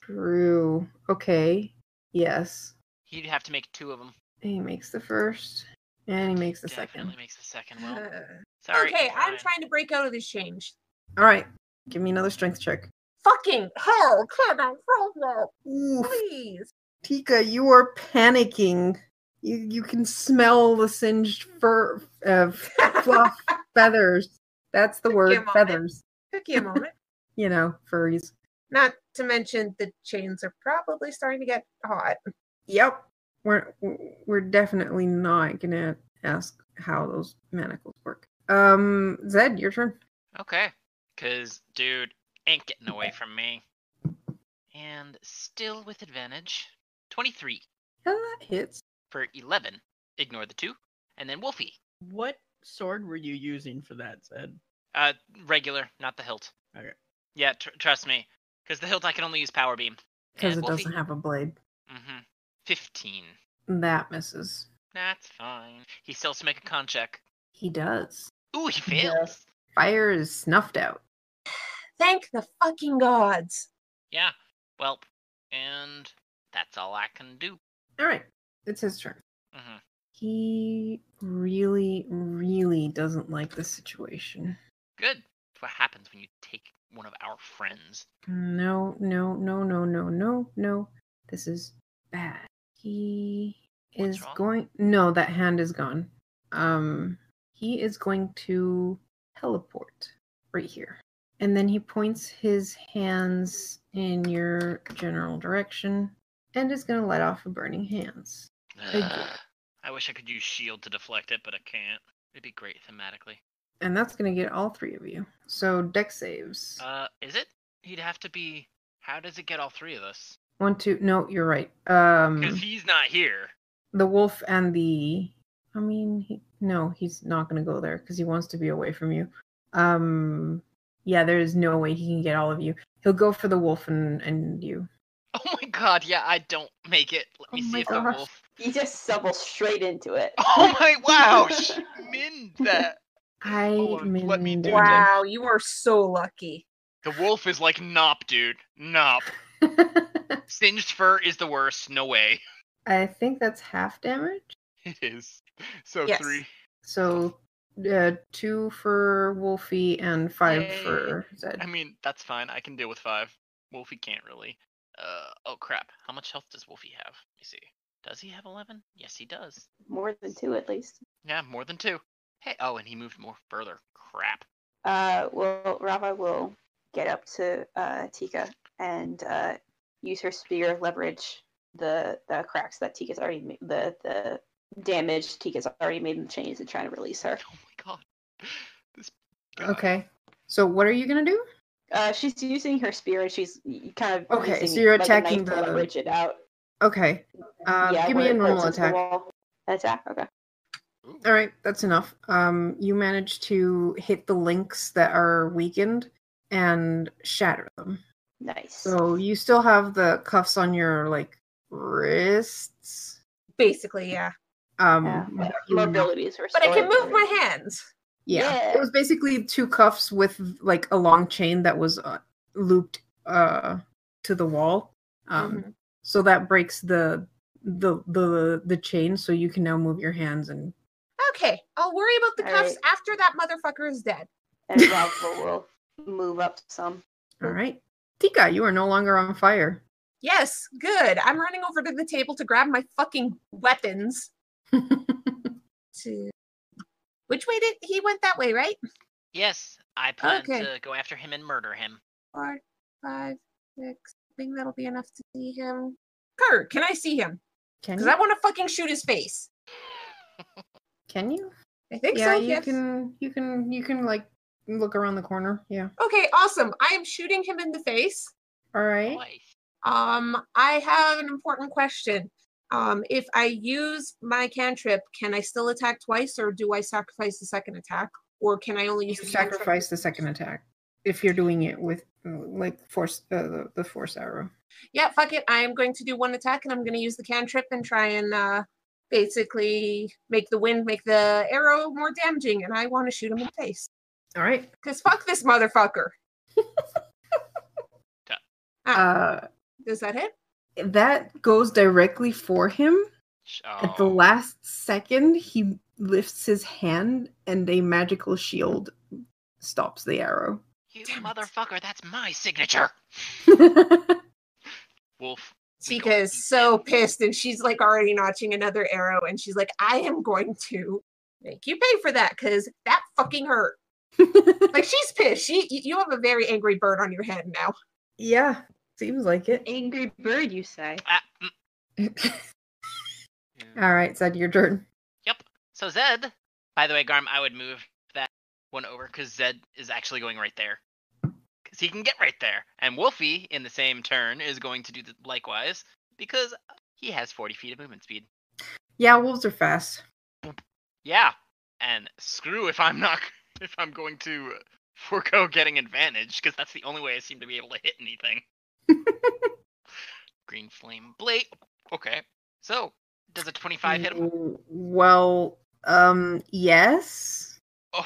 Speaker 1: true. Okay. Yes.
Speaker 5: you'd have to make two of them.
Speaker 1: He makes the first, and he makes the
Speaker 5: Definitely
Speaker 1: second.
Speaker 5: makes the second. Well, sorry.
Speaker 4: Uh, Okay, I'm
Speaker 5: Brian.
Speaker 4: trying to break out of this change.
Speaker 1: All right. Give me another strength check.
Speaker 4: Fucking hell, can I roll that?
Speaker 1: Ooh,
Speaker 4: Please.
Speaker 1: Tika, you are panicking. You you can smell the singed fur of fluff feathers. That's the
Speaker 4: him
Speaker 1: word,
Speaker 4: on it.
Speaker 1: feathers.
Speaker 4: Took you a moment.
Speaker 1: You know, furries.
Speaker 4: Not to mention the chains are probably starting to get hot.
Speaker 1: Yep. We're we're definitely not gonna ask how those manacles work. Um, Zed, your turn.
Speaker 5: Okay. Cause dude ain't getting away from me. And still with advantage. Twenty-three
Speaker 1: Yeah, that hits.
Speaker 5: for eleven. Ignore the two. And then Wolfie.
Speaker 3: What sword were you using for that, Zed?
Speaker 5: Uh, regular, not the hilt.
Speaker 3: Okay.
Speaker 5: Yeah, tr- trust me. Cause the hilt I can only use power beam.
Speaker 1: Because
Speaker 5: And
Speaker 1: it
Speaker 5: Wolfie?
Speaker 1: doesn't have a blade.
Speaker 5: Mm-hmm. Fifteen.
Speaker 1: That misses.
Speaker 5: That's fine. He still has to make a con check.
Speaker 1: He does.
Speaker 5: Ooh, he
Speaker 3: Yeah.
Speaker 5: fails.
Speaker 1: Fire is snuffed out.
Speaker 4: Thank the fucking gods.
Speaker 5: Yeah. Well, and that's all I can do.
Speaker 1: All right. It's his turn.
Speaker 5: Mm-hmm.
Speaker 1: He really, really doesn't like this situation.
Speaker 5: Good. That's what happens when you take one of our friends.
Speaker 1: No, no, no, no, no, no, no. This is bad. He
Speaker 5: What's
Speaker 1: is
Speaker 5: wrong?
Speaker 1: going. No, that hand is gone. Um, he is going to teleport right here, and then he points his hands in your general direction, and is going to let off a burning hands. you.
Speaker 5: Ugh. I wish I could use shield to deflect it, but I can't. It'd be great thematically.
Speaker 1: And that's going to get all three of you. So deck saves.
Speaker 5: Uh, is it? He'd have to be. How does it get all three of us?
Speaker 1: One, two. No, you're right. Um,
Speaker 5: Because he's not here.
Speaker 1: the wolf and the I mean, he, no, he's not going to go there because he wants to be away from you. Um, yeah, there is no way he can get all of you. He'll go for the wolf and and you.
Speaker 5: Oh my god, yeah, I don't make it. Let me
Speaker 1: Oh
Speaker 5: see
Speaker 1: my
Speaker 5: if the
Speaker 6: gosh.
Speaker 5: wolf.
Speaker 6: You just stumble straight into it.
Speaker 5: Oh my wow, she min that.
Speaker 1: I
Speaker 5: Lord,
Speaker 1: mean,
Speaker 5: let me do
Speaker 4: Wow, you are so lucky.
Speaker 5: The wolf is like nop, dude. Nop. Singed fur is the worst. No way.
Speaker 1: I think that's half damage.
Speaker 5: It is. So
Speaker 4: Yes.
Speaker 5: three.
Speaker 1: So, uh, two for Wolfie and five
Speaker 5: Yay.
Speaker 1: for Zed.
Speaker 5: I mean, that's fine. I can deal with five. Wolfie can't really. Uh oh crap. How much health does Wolfie have? Let me see. Does he have eleven? Yes, he does.
Speaker 6: More than two, at least.
Speaker 5: Yeah, more than two. Hey, oh, and he moved more further. Crap.
Speaker 6: Uh, well, Rava will get up to uh, Tika and uh, use her spear leverage the the cracks that Tika's already made, the the damage Tika's already made in the chains and try to release her.
Speaker 5: Oh my god. This. guy.
Speaker 1: Okay. So what are you gonna do?
Speaker 6: Uh, she's using her spear and she's y- kind of
Speaker 1: Okay,
Speaker 6: using,
Speaker 1: so you're
Speaker 6: like, a
Speaker 1: attacking
Speaker 6: knife to
Speaker 1: the-
Speaker 6: leverage it out.
Speaker 1: Okay. Um, give me
Speaker 6: where
Speaker 1: a
Speaker 6: it
Speaker 1: normal
Speaker 6: closes the
Speaker 1: attack.
Speaker 6: wall. An attack. Okay.
Speaker 5: Ooh.
Speaker 1: All right, that's enough. Um, you manage to hit the links that are weakened and shatter them.
Speaker 6: Nice.
Speaker 1: So you still have the cuffs on your like wrists.
Speaker 4: Basically, yeah.
Speaker 1: Um,
Speaker 6: yeah.
Speaker 1: but you-
Speaker 6: Mobility is
Speaker 4: But I can
Speaker 6: restored.
Speaker 4: move my hands.
Speaker 1: yeah.
Speaker 6: Yeah.
Speaker 1: it was basically two cuffs with like a long chain that was uh, looped uh to the wall. Um,
Speaker 4: Mhm.
Speaker 1: so that breaks the the the the chain, so you can now move your hands and
Speaker 4: Okay, I'll worry about the
Speaker 6: All
Speaker 4: cuffs after that motherfucker is dead.
Speaker 6: And Rava will move up some.
Speaker 1: all right. Tika, you are no longer on fire.
Speaker 4: Yes, good. I'm running over to the table to grab my fucking weapons. To which way did he went that way, right?
Speaker 5: Yes, I plan
Speaker 4: Okay.
Speaker 5: to go after him and murder him.
Speaker 4: Four, five, six. I think that'll be enough to see him. Kerr, can I see him?
Speaker 1: can
Speaker 4: Because
Speaker 1: you?
Speaker 4: I want to fucking shoot his face.
Speaker 1: Can you?
Speaker 4: I think
Speaker 1: Yeah,
Speaker 4: so.
Speaker 1: you
Speaker 4: yes.
Speaker 1: can. You can. You can like look around the corner. Yeah.
Speaker 4: Okay, awesome. I am shooting him in the face.
Speaker 1: All right.
Speaker 5: Twice.
Speaker 4: Um, I have an important question. Um, if I use my cantrip, can I still attack twice, or do I sacrifice the second attack, or can I only
Speaker 1: You
Speaker 4: use the cantrip-
Speaker 1: sacrifice the second attack if you're doing it with uh, like force uh, the the force arrow.
Speaker 4: Yeah, fuck it. I am going to do one attack, and I'm going to use the cantrip and try and uh, basically make the wind make the arrow more damaging, and I want to shoot him in the face.
Speaker 1: All right.
Speaker 4: Cause fuck this motherfucker.
Speaker 1: Uh,
Speaker 4: Does that hit?
Speaker 1: that goes directly for him.
Speaker 5: Sh-
Speaker 1: At the
Speaker 5: oh.
Speaker 1: last second, he lifts his hand, and a magical shield stops the arrow.
Speaker 5: You
Speaker 4: Damn it.
Speaker 5: motherfucker, that's my signature. Wolf. we
Speaker 4: Tika
Speaker 5: gonna
Speaker 4: is
Speaker 5: eat
Speaker 4: so
Speaker 5: them.
Speaker 4: pissed, and she's like already notching another arrow, and she's like, "I am going to make you pay for that, cause that fucking hurt." Like she's pissed. She, y- you have a very angry bird on your head now.
Speaker 1: yeah, seems like it.
Speaker 7: Angry bird, you say?
Speaker 5: Ah, mm, yeah.
Speaker 1: All right, Zed, your turn.
Speaker 5: So Zed. By the way, Garm, I would move that one over because Zed is actually going right there. Because he can get right there. And Wolfie, in the same turn, is going to do the likewise because he has 40 feet of movement speed.
Speaker 1: Yeah, wolves are fast.
Speaker 5: Yeah. And screw if I'm not if I'm going to forego getting advantage because that's the only way I seem to be able to hit anything. Green flame blade. Okay. So does a 25 hit him?
Speaker 1: Well, um, yes.
Speaker 5: Oh,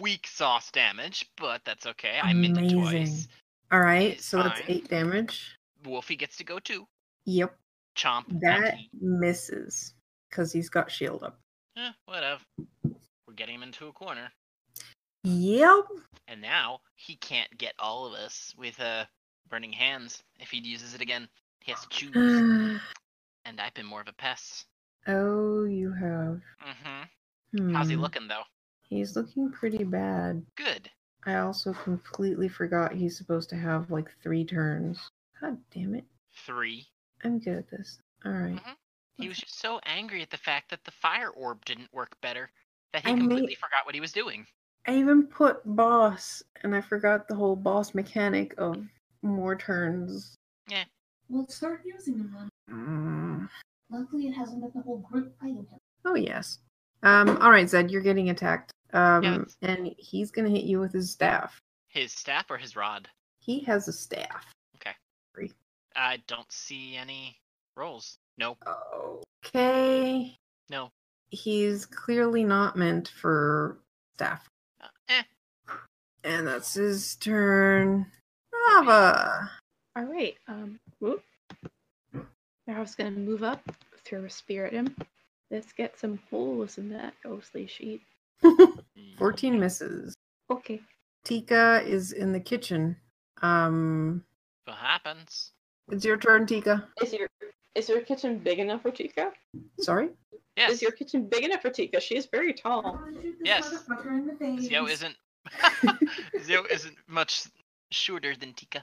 Speaker 5: weak sauce damage, but that's okay. I meant it
Speaker 1: Amazing.
Speaker 5: twice.
Speaker 1: All right,
Speaker 5: It's
Speaker 1: so that's
Speaker 5: fine.
Speaker 1: eight damage.
Speaker 5: Wolfie gets to go too.
Speaker 1: Yep,
Speaker 5: Chomp. and
Speaker 1: that
Speaker 5: he-
Speaker 1: misses because he's got shield up.
Speaker 5: Eh, whatever. We're getting him into a corner,
Speaker 1: Yep.
Speaker 5: and now he can't get all of us with uh, burning hands. If he uses it again, he has to choose. and I've been more of a pest.
Speaker 1: oh, you have.
Speaker 5: Mm-hmm. How's he
Speaker 1: Hmm.
Speaker 5: looking though?
Speaker 1: He's looking pretty bad.
Speaker 5: Good.
Speaker 1: I also completely forgot he's supposed to have like three turns. God damn it.
Speaker 5: Three.
Speaker 1: I'm good at this. All right.
Speaker 5: Mhm. He was just so angry at the fact that the fire orb didn't work better that he
Speaker 1: I may-
Speaker 5: completely forgot what he was doing.
Speaker 1: I even put boss and I forgot the whole boss mechanic of more turns.
Speaker 5: Yeah.
Speaker 8: We'll start using him then.
Speaker 1: Mm.
Speaker 8: Luckily, it hasn't been the whole group fighting him.
Speaker 1: Oh, yes. Um, all right, Zed, you're getting attacked. Um,
Speaker 5: Yes.
Speaker 1: and he's gonna hit you with his staff.
Speaker 5: His staff or his rod?
Speaker 1: He has a staff.
Speaker 5: I don't see any rolls. Nope.
Speaker 1: Okay.
Speaker 5: No.
Speaker 1: He's clearly not meant for staff.
Speaker 5: Uh, eh.
Speaker 1: And that's his turn. Brava.
Speaker 7: All right. Um, whoop. Meryl's gonna move up, throw a spear at him. Let's get some holes in that ghostly sheet.
Speaker 1: 14 misses.
Speaker 7: Okay.
Speaker 1: Tika is in the kitchen. Um,
Speaker 5: What happens?
Speaker 1: it's your turn, Tika.
Speaker 6: Is your is your kitchen big enough for Tika?
Speaker 1: Sorry.
Speaker 5: Yes.
Speaker 6: Is your kitchen big enough for Tika? She is very tall.
Speaker 5: Yes. Zio isn't. Zio isn't much shorter than Tika.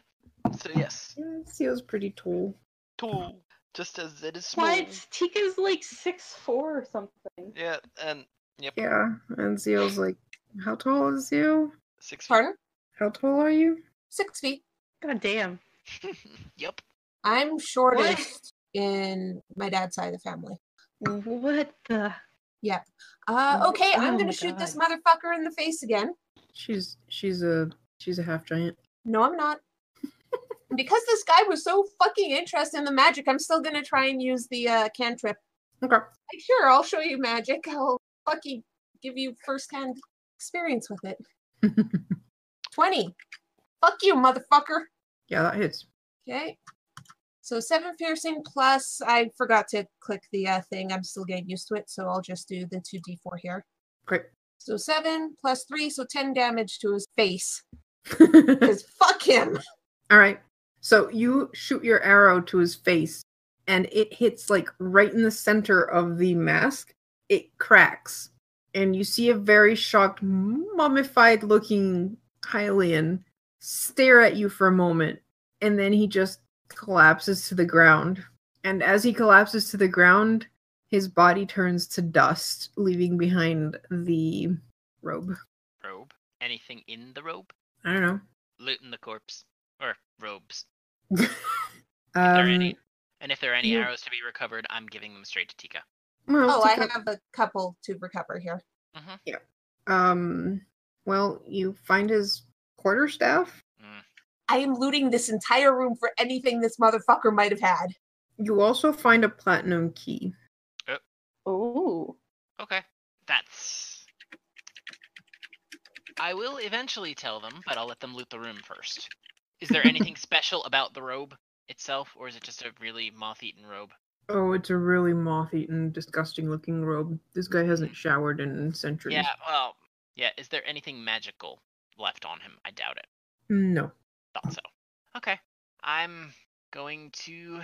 Speaker 5: So yes.
Speaker 1: Yeah, Seal's pretty tall.
Speaker 5: Tall. Just as it is small.
Speaker 6: What? Tika's like six four or something.
Speaker 5: Yeah, and
Speaker 1: Yeah, and Seal's like, how tall is you?
Speaker 5: six. feet.
Speaker 4: Pardon?
Speaker 1: How tall are you?
Speaker 4: Six feet.
Speaker 3: God damn.
Speaker 5: yep.
Speaker 4: I'm shortest in my dad's side of the family.
Speaker 7: What the?
Speaker 4: Uh,
Speaker 7: Oh,
Speaker 4: okay, I'm
Speaker 7: oh
Speaker 4: gonna
Speaker 7: my
Speaker 4: shoot this motherfucker in the face again.
Speaker 1: She's she's a she's a half giant.
Speaker 4: No, I'm not. because this guy was so fucking interested in the magic, I'm still gonna try and use the uh, cantrip.
Speaker 1: Okay.
Speaker 4: Like, sure, I'll show you magic. I'll fucking give you firsthand experience with it. Twenty. Fuck you, motherfucker.
Speaker 1: Yeah, that hits.
Speaker 4: Okay. So seven piercing plus. I forgot to click the uh, thing. I'm still getting used to it, so I'll just do the two d4 here.
Speaker 1: Great.
Speaker 4: So seven plus three, so ten damage to his face. Cause fuck him.
Speaker 1: All right. So you shoot your arrow to his face, and it hits like right in the center of the mask. It cracks, and you see a very shocked, mummified looking Hylian stare at you for a moment, and then he just collapses to the ground. And as he collapses to the ground, his body turns to dust, leaving behind the robe.
Speaker 5: Robe. Anything in the robe?
Speaker 1: I don't know.
Speaker 5: Looting the corpse or robes.
Speaker 1: um,
Speaker 5: Are there any? And if there are any
Speaker 1: you-
Speaker 5: arrows to be recovered, I'm giving them straight to Tika.
Speaker 1: well,
Speaker 4: Oh, I
Speaker 1: Tika-
Speaker 4: have a couple to recover here.
Speaker 1: Um, well, you find his quarterstaff.
Speaker 4: I am looting this entire room for anything this motherfucker might have had.
Speaker 1: You also find a platinum key.
Speaker 6: Ooh.
Speaker 5: Okay. That's. I will eventually tell them, but I'll let them loot the room first. Is there anything special about the robe itself, or is it just a really moth-eaten robe?
Speaker 1: Oh, it's a really moth-eaten, disgusting-looking robe. This guy hasn't showered in centuries.
Speaker 5: Yeah. Well. Yeah. Is there anything magical left on him? I doubt it.
Speaker 1: No.
Speaker 5: Thought so. Okay. I'm going to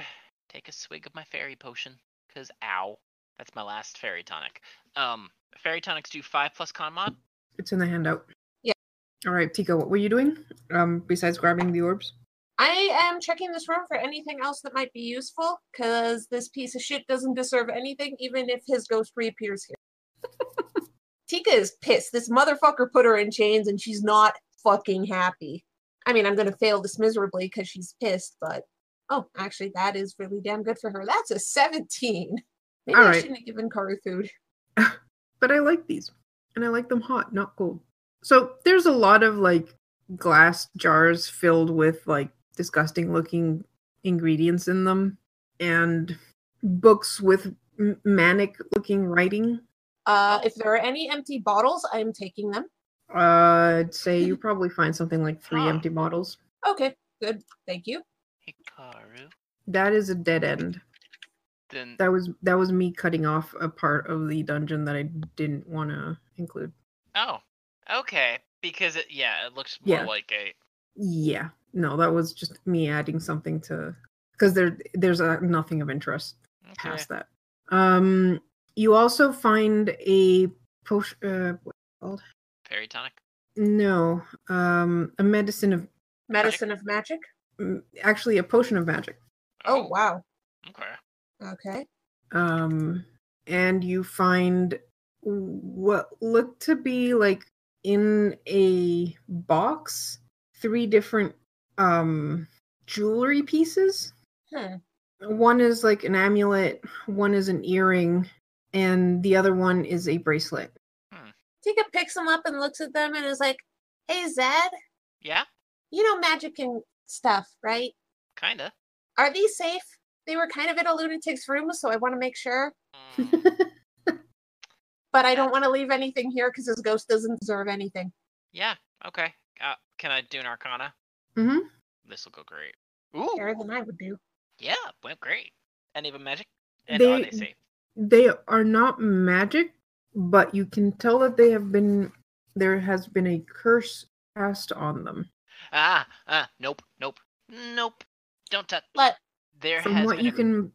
Speaker 5: take a swig of my fairy potion, cause ow, that's my last fairy tonic. Um, fairy tonics do five plus con mod.
Speaker 1: It's in the handout.
Speaker 4: Yeah.
Speaker 1: All right, Tika, what were you doing? Um, besides grabbing the orbs?
Speaker 4: I am checking this room for anything else that might be useful, because this piece of shit doesn't deserve anything, even if his ghost reappears here. Tika is pissed. This motherfucker put her in chains and she's not fucking happy. I mean, I'm going to fail this miserably because she's pissed, but oh, actually, that is really damn good for her. That's a 17. Maybe
Speaker 1: All
Speaker 4: I
Speaker 1: right.
Speaker 4: shouldn't have given Karu food.
Speaker 1: But I like these, and I like them hot, not cold. So there's a lot of like glass jars filled with like disgusting-looking ingredients in them, and books with m- manic-looking writing.
Speaker 4: Uh, if there are any empty bottles, I'm taking them.
Speaker 1: Uh, I'd say you probably find something like three
Speaker 5: Huh.
Speaker 1: empty bottles.
Speaker 4: Okay, good. Thank you.
Speaker 5: Hikaru.
Speaker 1: That is a dead end.
Speaker 5: Then
Speaker 1: That was that was me cutting off a part of the dungeon that I didn't want to include.
Speaker 5: Oh, okay. Because it, yeah, it looks more
Speaker 1: Yeah.
Speaker 5: like a
Speaker 1: Yeah, no, that was just me adding something to because there there's uh nothing of interest
Speaker 5: okay.
Speaker 1: past that. Um, you also find a potion. Uh, what's it called?
Speaker 5: fairy tonic.
Speaker 1: No, um, a medicine of
Speaker 4: Medicine of magic.
Speaker 1: mm, actually a potion of magic.
Speaker 4: Oh, wow.
Speaker 5: Okay.
Speaker 4: Okay.
Speaker 1: um, and you find what looked to be like in a box three different um jewelry pieces
Speaker 4: Hmm.
Speaker 1: one is like an amulet one is an earring and the other one is a bracelet.
Speaker 4: Tika picks them up and looks at them and is like, "Hey Zed,
Speaker 5: Yeah,
Speaker 4: you know magic and stuff, right?
Speaker 5: kinda.
Speaker 4: Are these safe? They were kind of in a lunatic's room, so I want to make sure,
Speaker 5: Mm,
Speaker 1: Mm-hmm.
Speaker 4: but I don't want to leave anything here because his ghost doesn't deserve anything."
Speaker 5: yeah, okay. Uh, can I do an Arcana?
Speaker 1: Mhm.
Speaker 5: This will go great. Ooh,
Speaker 4: Better than I would do.
Speaker 5: yeah, went great. Any of them magic? And are
Speaker 1: They-
Speaker 5: they safe?
Speaker 1: They are not magic, but you can tell that they have been there has been a curse cast on them.
Speaker 5: Ah, ah, nope, nope, nope. Don't touch.
Speaker 4: Let
Speaker 5: There
Speaker 1: From
Speaker 5: has
Speaker 1: what
Speaker 5: been
Speaker 1: you
Speaker 5: a-
Speaker 1: can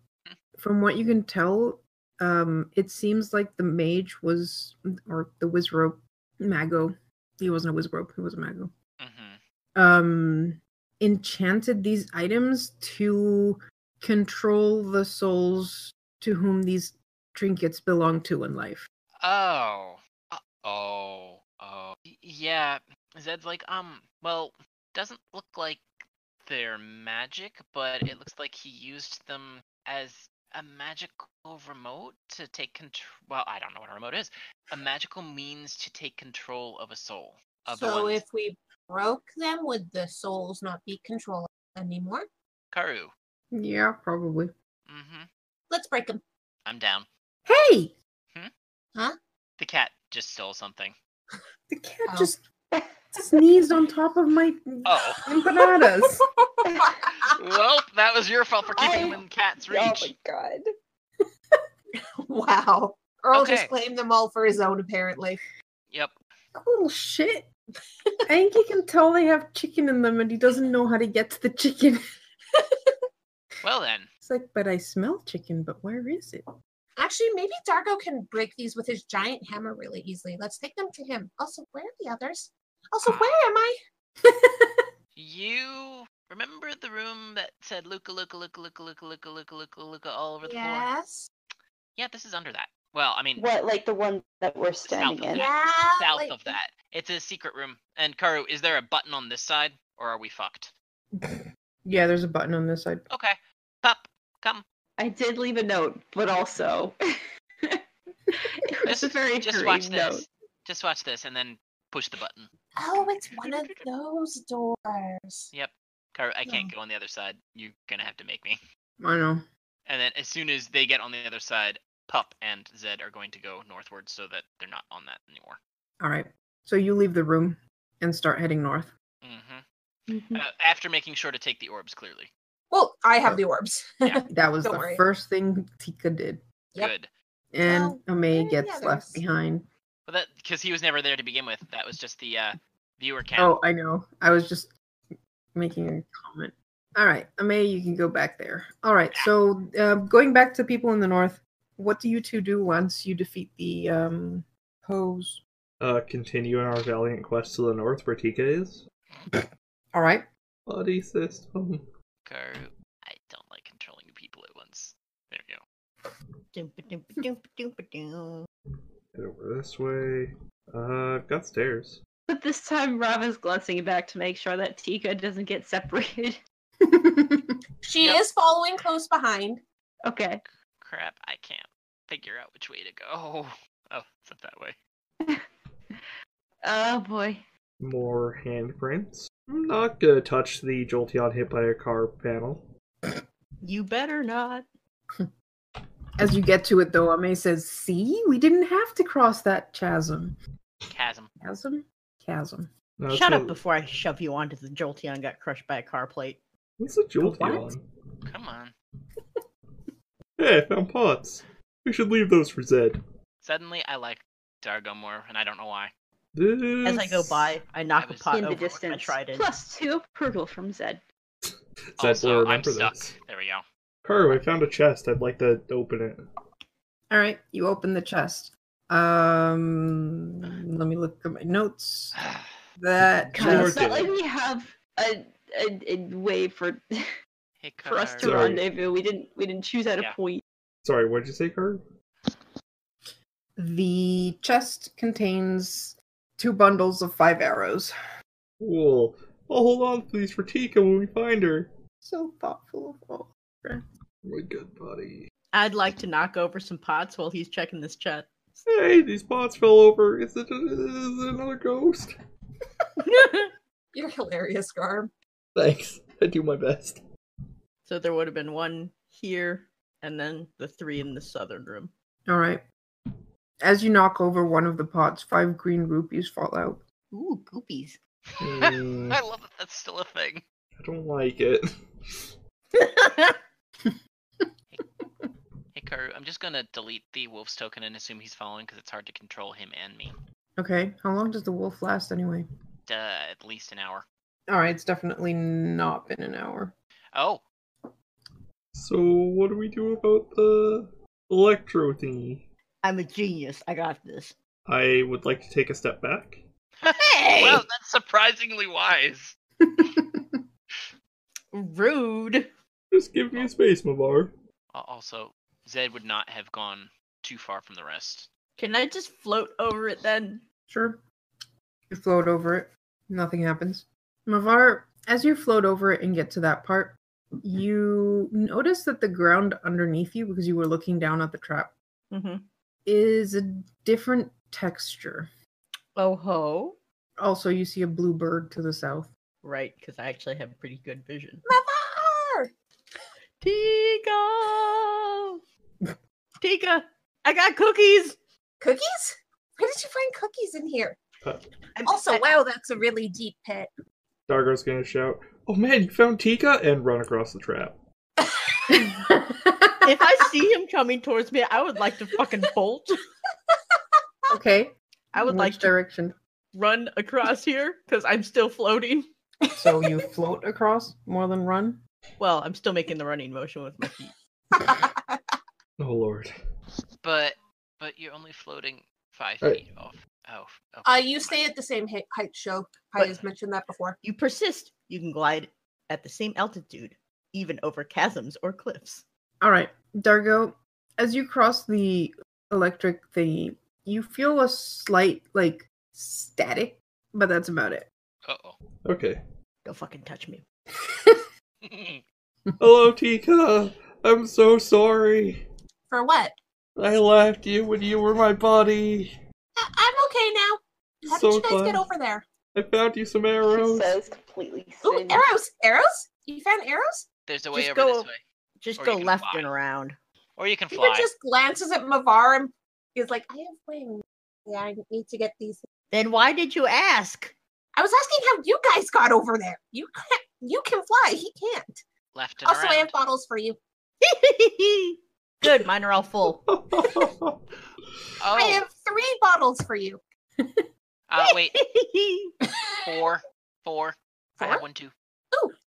Speaker 1: from what you can tell, um, it seems like the mage was or the wizrobe mago. He wasn't a wizrobe, he was a mago.
Speaker 5: Mhm.
Speaker 1: um enchanted these items to control the souls to whom these trinkets belong to in life.
Speaker 5: Oh. Uh, oh. Oh. Y- Yeah. Zed's like, um, well, doesn't look like they're magic, but it looks like he used them as a magical remote to take control. Well, I don't know what a remote is. A magical means to take control of a soul. Of the
Speaker 4: so
Speaker 5: ones-
Speaker 4: if we broke them, would the souls not be controlled anymore?
Speaker 5: Karu.
Speaker 1: Yeah, probably.
Speaker 5: Mm-hmm.
Speaker 4: Let's break them.
Speaker 5: I'm down. Hmm?
Speaker 1: Hey,
Speaker 5: The cat just stole something.
Speaker 1: the cat
Speaker 4: Oh.
Speaker 1: just sneezed on top of my
Speaker 5: Oh.
Speaker 1: empanadas.
Speaker 5: well, that was your fault for keeping
Speaker 6: I-
Speaker 5: them in cat's
Speaker 6: Oh
Speaker 5: reach.
Speaker 6: my god.
Speaker 4: wow. Earl just
Speaker 5: Okay.
Speaker 4: claimed them all for his own, apparently.
Speaker 5: Yep.
Speaker 1: Little shit. I think he can tell they have chicken in them and he doesn't know how to get to the chicken.
Speaker 5: Well then.
Speaker 1: It's like, but I smell chicken, but where is it?
Speaker 4: Actually, maybe Dargo can break these with his giant hammer really easily. Let's take them to him. Also, where are the others? Also,
Speaker 5: Ah,
Speaker 4: where am I?
Speaker 5: You remember the room that said Luca Luca Luca Luca Luca Luca Luca Luca Luca all over the floor?
Speaker 4: Yes.
Speaker 5: Yeah, this is under that. Well, I mean
Speaker 6: What, like the one that we're standing
Speaker 5: of
Speaker 6: in?
Speaker 5: that.
Speaker 4: Yeah.
Speaker 5: south
Speaker 4: like-
Speaker 5: of that. It's a secret room. And Karu, is there a button on this side or are we fucked?
Speaker 1: Yeah, there's a button on this side.
Speaker 5: Okay. Pop, come.
Speaker 7: I did leave a note, but also it was a
Speaker 5: Just-
Speaker 7: very
Speaker 5: Just
Speaker 7: hurried
Speaker 5: watch
Speaker 7: note.
Speaker 5: this. Just watch this and then push the button.
Speaker 4: Oh, it's one of those doors.
Speaker 5: Yep. Karu, I can't
Speaker 7: Oh.
Speaker 4: No.
Speaker 5: go on the other side. You're gonna have to make me.
Speaker 1: I know.
Speaker 5: And then as soon as they get on the other side, Pup and Zed are going to go northward so that they're not on that anymore.
Speaker 1: All right. So you leave the room and start heading north.
Speaker 5: hmm
Speaker 7: Mhm.
Speaker 5: Uh, after making sure to take the orbs clearly.
Speaker 4: Well, I have the orbs.
Speaker 1: That was
Speaker 4: Don't
Speaker 1: the
Speaker 4: worry.
Speaker 1: first thing Tika did.
Speaker 4: Yep.
Speaker 5: Good.
Speaker 1: And
Speaker 4: Well,
Speaker 1: Amei
Speaker 4: where are the
Speaker 1: gets left
Speaker 4: others?
Speaker 1: behind.
Speaker 5: Well, that because he was never there to begin with. That was just the uh, viewer count.
Speaker 1: Oh, I know. I was just making a comment. All right, Amei, you can go back there. All right. So uh, going back to people in the north, what do you two do once you defeat the um, pose?
Speaker 2: Uh, continuing our valiant quest to the north where Tika is.
Speaker 1: All right.
Speaker 2: Body system.
Speaker 5: Karu, I don't like controlling people at once. There you go.
Speaker 3: Doom-ba-doom-ba-doom-ba-doom.
Speaker 2: Head over this way. Uh, I've got stairs.
Speaker 7: But this time, Rob is glancing back to make sure that Tika doesn't get separated.
Speaker 4: She
Speaker 5: Yep.
Speaker 4: is following close behind.
Speaker 7: okay.
Speaker 5: Crap, I can't figure out which way to go. Oh, it's up that way.
Speaker 7: Oh boy.
Speaker 2: More handprints. I'm not gonna touch the Jolteon hit by a car panel.
Speaker 3: You better not.
Speaker 1: As you get to it, though, Amei says, "See, we didn't have to cross that chasm.
Speaker 5: Chasm.
Speaker 1: Chasm, chasm.
Speaker 2: No, it's
Speaker 3: Shut
Speaker 2: a-
Speaker 3: up before I shove you onto the Jolteon got crushed by a car plate.
Speaker 2: What's a
Speaker 1: What?
Speaker 2: Jolteon?
Speaker 5: Come on.
Speaker 2: Hey, I found pots. We should leave those for Zed.
Speaker 5: Suddenly, I like Dargo more, and I don't know why.
Speaker 3: As I go
Speaker 2: This-
Speaker 3: by, Mm. Oh, I knock a
Speaker 5: was
Speaker 3: pot
Speaker 5: in
Speaker 3: over
Speaker 5: the
Speaker 3: with my
Speaker 5: distance.
Speaker 3: trident.
Speaker 7: Plus two approval from Zed.
Speaker 2: Zed
Speaker 5: also,
Speaker 2: will
Speaker 5: I'm
Speaker 2: remember
Speaker 5: stuck.
Speaker 2: this.
Speaker 5: There we go.
Speaker 2: Karu, I found a chest. I'd like to open it.
Speaker 1: All right, you open the chest. Um, let me look at my notes. That
Speaker 7: God,
Speaker 2: Lord
Speaker 7: it's
Speaker 1: chest.
Speaker 7: not like
Speaker 2: Dylan.
Speaker 7: we have a, a, a way for
Speaker 5: Hey,
Speaker 7: for us to
Speaker 5: Karu.
Speaker 2: Sorry.
Speaker 7: rendezvous. We didn't we didn't choose at
Speaker 5: Yeah.
Speaker 7: a point.
Speaker 2: Sorry, what'd you say, Karu?
Speaker 1: the chest contains two bundles of five arrows.
Speaker 2: Cool. I'll hold on to these for Tika when we find her.
Speaker 1: So thoughtful of all.
Speaker 2: My good buddy.
Speaker 3: I'd like to knock over some pots while he's checking this chat.
Speaker 2: Hey, these pots fell over. Is it, is it another ghost?
Speaker 4: You're hilarious, Garm.
Speaker 2: Thanks. I do my best.
Speaker 3: so there would have been one here and then the three in the southern room.
Speaker 1: All right. As you knock over one of the pots, five green rupees fall out.
Speaker 3: Ooh, goopies.
Speaker 2: Hmm,
Speaker 5: I love that that's still a thing.
Speaker 2: I don't like it.
Speaker 5: Hey, Karu, I'm just gonna delete the wolf's token and assume he's following because it's hard to control him and me.
Speaker 1: Okay. How long does the wolf last anyway?
Speaker 5: Duh, uh, at least an hour.
Speaker 1: All right. It's definitely not been an hour.
Speaker 5: Oh,
Speaker 2: So, what do we do about the electro thingy?
Speaker 3: I'm a genius. I got this.
Speaker 2: I would like to take a step back.
Speaker 5: wow, that's surprisingly wise.
Speaker 3: Rude.
Speaker 2: Just give me a space, Mavar.
Speaker 5: Al- Also, Zed would not have gone too far from the rest.
Speaker 3: Can I just float over it then?
Speaker 1: Sure. You float over it. Nothing happens. Mavar, as you float over it and get to that part, you notice that the ground underneath you, because you were looking down at the trap,
Speaker 3: Mm-hmm.
Speaker 1: is a different texture.
Speaker 3: Oh ho.
Speaker 1: Also, you see a blue bird to the south.
Speaker 3: Right, because I actually have pretty good vision.
Speaker 4: Mother!
Speaker 3: Tika! Tika, I got cookies!
Speaker 4: Cookies? Where did you find cookies in here?
Speaker 3: I'm-
Speaker 4: Also,
Speaker 3: I-
Speaker 4: wow, that's a really deep pit.
Speaker 2: Dargo's gonna shout, Oh man, you found Tika? And run across the trap.
Speaker 3: if I see him coming towards me, I would like to fucking bolt.
Speaker 1: Okay.
Speaker 3: I would
Speaker 1: Which
Speaker 3: like to
Speaker 1: direction.
Speaker 3: run across here because I'm still floating.
Speaker 1: So you float across more than run?
Speaker 3: Well, I'm still making the running motion with my feet.
Speaker 4: Uh,
Speaker 2: Oh lord.
Speaker 5: But but you're only floating five
Speaker 2: Right.
Speaker 5: feet off. Oh, f- okay.
Speaker 4: Uh, you
Speaker 5: never
Speaker 4: stay
Speaker 5: mind.
Speaker 4: at the same hei- height, show. I
Speaker 3: But-
Speaker 4: has mentioned that before.
Speaker 3: You persist. You can glide at the same altitude, even over chasms or cliffs.
Speaker 1: All right, Dargo, as you cross the electric thingy, you feel a slight like static, but that's about it.
Speaker 5: Uh-oh.
Speaker 2: Okay.
Speaker 3: Don't fucking touch me.
Speaker 2: Hello, Tika. I'm so sorry.
Speaker 4: For what?
Speaker 2: I left you when you were my buddy.
Speaker 4: I- I'm okay now. How
Speaker 2: So
Speaker 4: did you guys get
Speaker 2: glad.
Speaker 4: over there?
Speaker 2: I found you some
Speaker 6: She
Speaker 2: arrows.
Speaker 6: says completely
Speaker 4: Ooh,
Speaker 6: singed.
Speaker 4: arrows! Arrows? You found arrows?
Speaker 5: There's a way
Speaker 3: Just
Speaker 5: over
Speaker 3: go-
Speaker 5: this way.
Speaker 3: Just
Speaker 5: Or you
Speaker 3: go
Speaker 5: can
Speaker 3: left
Speaker 5: fly.
Speaker 3: and around.
Speaker 5: Or you can
Speaker 4: Peter
Speaker 5: fly.
Speaker 4: just glances at Mavar and is like, I have wings. Yeah, I need to get these.
Speaker 3: Then why did you ask?
Speaker 4: I was asking how you guys got over there. You can't. You can fly. He can't.
Speaker 5: Left and
Speaker 4: Also, I
Speaker 5: around.
Speaker 4: have bottles for you.
Speaker 3: Good, mine are all full.
Speaker 5: Oh,
Speaker 4: I have three bottles for you.
Speaker 5: uh, wait. Four. Four. I have
Speaker 4: Four?
Speaker 5: one too.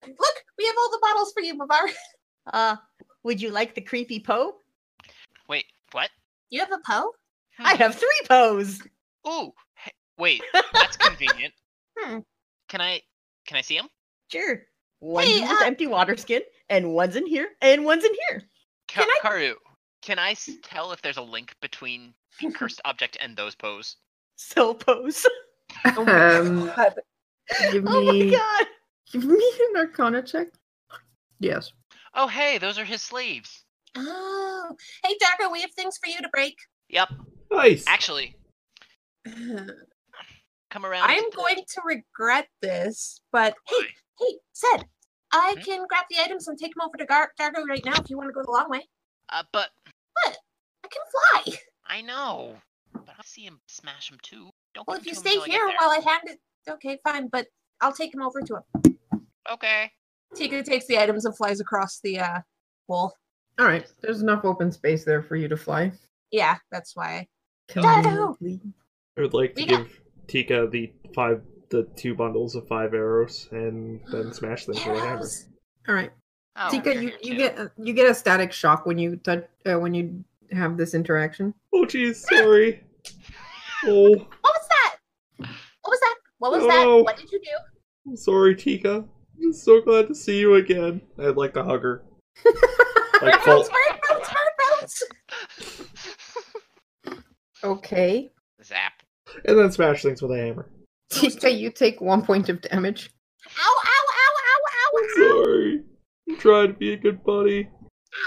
Speaker 4: Look, we have all the bottles for you, Mavar.
Speaker 3: uh, would you like the creepy Poe?
Speaker 5: Wait, what?
Speaker 4: You have a Poe?
Speaker 5: Hmm.
Speaker 3: I have three Poes.
Speaker 5: Ooh. he- Wait, that's convenient.
Speaker 4: Hmm.
Speaker 5: Can I can I see him?
Speaker 3: Sure. One's
Speaker 4: Hey,
Speaker 3: in this
Speaker 4: uh,
Speaker 3: empty water skin, and one's in here, and one's in here.
Speaker 5: Ka-
Speaker 4: Can I-
Speaker 5: Karu, can I s- tell if there's a link between the cursed object and those pose?
Speaker 3: So Poes.
Speaker 1: um,
Speaker 4: God.
Speaker 1: give
Speaker 3: Oh my
Speaker 1: me
Speaker 3: god.
Speaker 1: give me an arcana check. Yes.
Speaker 5: Oh, hey, those are his sleeves.
Speaker 4: Oh, hey, Darko, we have things for you to break.
Speaker 5: Yep.
Speaker 2: nice.
Speaker 5: Actually, come around.
Speaker 4: I'm
Speaker 5: to the-
Speaker 4: going to regret this, but hey,
Speaker 5: Why?
Speaker 4: hey, Sid, I
Speaker 5: Hmm?
Speaker 4: can grab the items and take them over to Gar- Dargo right now if you want to go the long way.
Speaker 5: Uh, but
Speaker 4: I can fly.
Speaker 5: I know. But I see him smash him too. Don't
Speaker 4: Well, if
Speaker 5: give
Speaker 4: you
Speaker 5: him to
Speaker 4: stay
Speaker 5: him
Speaker 4: here
Speaker 5: until I get
Speaker 4: while I hand it, okay, fine, but I'll take him over to him.
Speaker 5: there. Okay.
Speaker 4: Tika takes the items and flies across the uh, wall.
Speaker 1: All right. There's enough open space there for you to fly.
Speaker 4: Yeah, that's why. Dargo!
Speaker 1: Conveniently.
Speaker 2: I would like to
Speaker 4: Tika.
Speaker 2: give Tika the five, the two bundles of five arrows, and then smash them with a hammer.
Speaker 4: Arrows.
Speaker 1: All right,
Speaker 5: Oh,
Speaker 1: Tika,
Speaker 5: you're
Speaker 1: you,
Speaker 5: here
Speaker 1: you
Speaker 5: too.
Speaker 1: get you get a static shock when you touch uh, when you have this interaction.
Speaker 2: Oh jeez, sorry. Oh,
Speaker 4: What was that? What was that? What was
Speaker 2: Oh,
Speaker 4: that?
Speaker 2: no.
Speaker 4: What did you do?
Speaker 2: I'm sorry, Tika. I'm just so glad to see you again. I'd like to hug her. like
Speaker 4: Bounce,
Speaker 2: fall,
Speaker 4: bird, bounce, bird, bounce.
Speaker 1: Okay.
Speaker 5: Zap.
Speaker 2: and then smash things with a hammer.
Speaker 1: Tika, you take one point of damage.
Speaker 4: Ow, ow, ow, ow, ow,
Speaker 2: I'm sorry. I'm trying to be a good buddy.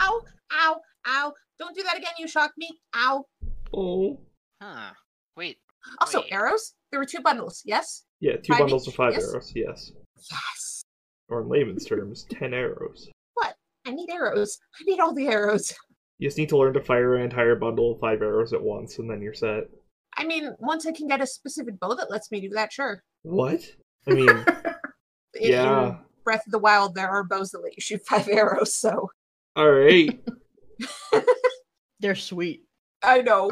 Speaker 4: ow, ow, Ow. Don't do that again. You shocked me. Ow.
Speaker 2: Oh.
Speaker 5: Huh. Wait.
Speaker 4: Also,
Speaker 5: wait.
Speaker 4: arrows? There were two bundles. Yes?
Speaker 2: Yeah, two
Speaker 4: Five
Speaker 2: bundles
Speaker 4: each,
Speaker 2: of five
Speaker 4: yes?
Speaker 2: arrows, yes.
Speaker 4: Yes.
Speaker 2: Or in layman's terms, ten arrows.
Speaker 4: I need arrows. I need all the arrows.
Speaker 2: You just need to learn to fire an entire bundle of five arrows at once, and then you're set.
Speaker 4: I mean, once I can get a specific bow that lets me do that, sure.
Speaker 2: What? I mean,
Speaker 4: In-
Speaker 2: yeah.
Speaker 4: In Breath of the Wild, there are bows that let you shoot five arrows, so.
Speaker 2: All right.
Speaker 3: They're sweet.
Speaker 4: I know.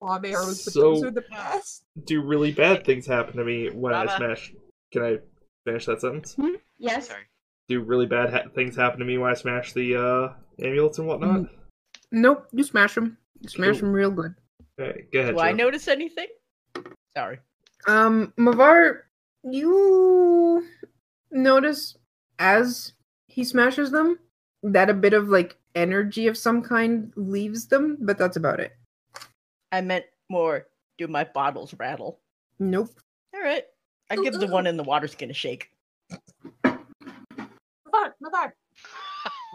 Speaker 4: Bomb arrows, but those
Speaker 2: So-
Speaker 4: are the best.
Speaker 2: Do really bad things happen to me when I
Speaker 5: Rama.
Speaker 2: smash? Can I finish that sentence?
Speaker 6: Yes.
Speaker 5: Sorry.
Speaker 2: Do really bad ha- things happen to me when I smash the uh, amulets and whatnot?
Speaker 1: Nope, you smash him. You smash
Speaker 2: Cool.
Speaker 1: him real good.
Speaker 2: Okay, go ahead.
Speaker 3: Do I
Speaker 2: Joe.
Speaker 3: notice anything? Sorry.
Speaker 1: Um, Mavar, you notice as he smashes them that a bit of like energy of some kind leaves them, but that's about it.
Speaker 3: I meant more. Do my bottles rattle?
Speaker 1: Nope.
Speaker 3: All right. I
Speaker 4: Ooh,
Speaker 3: give the
Speaker 4: ooh.
Speaker 3: one in the water skin a shake.
Speaker 4: Move on, move on.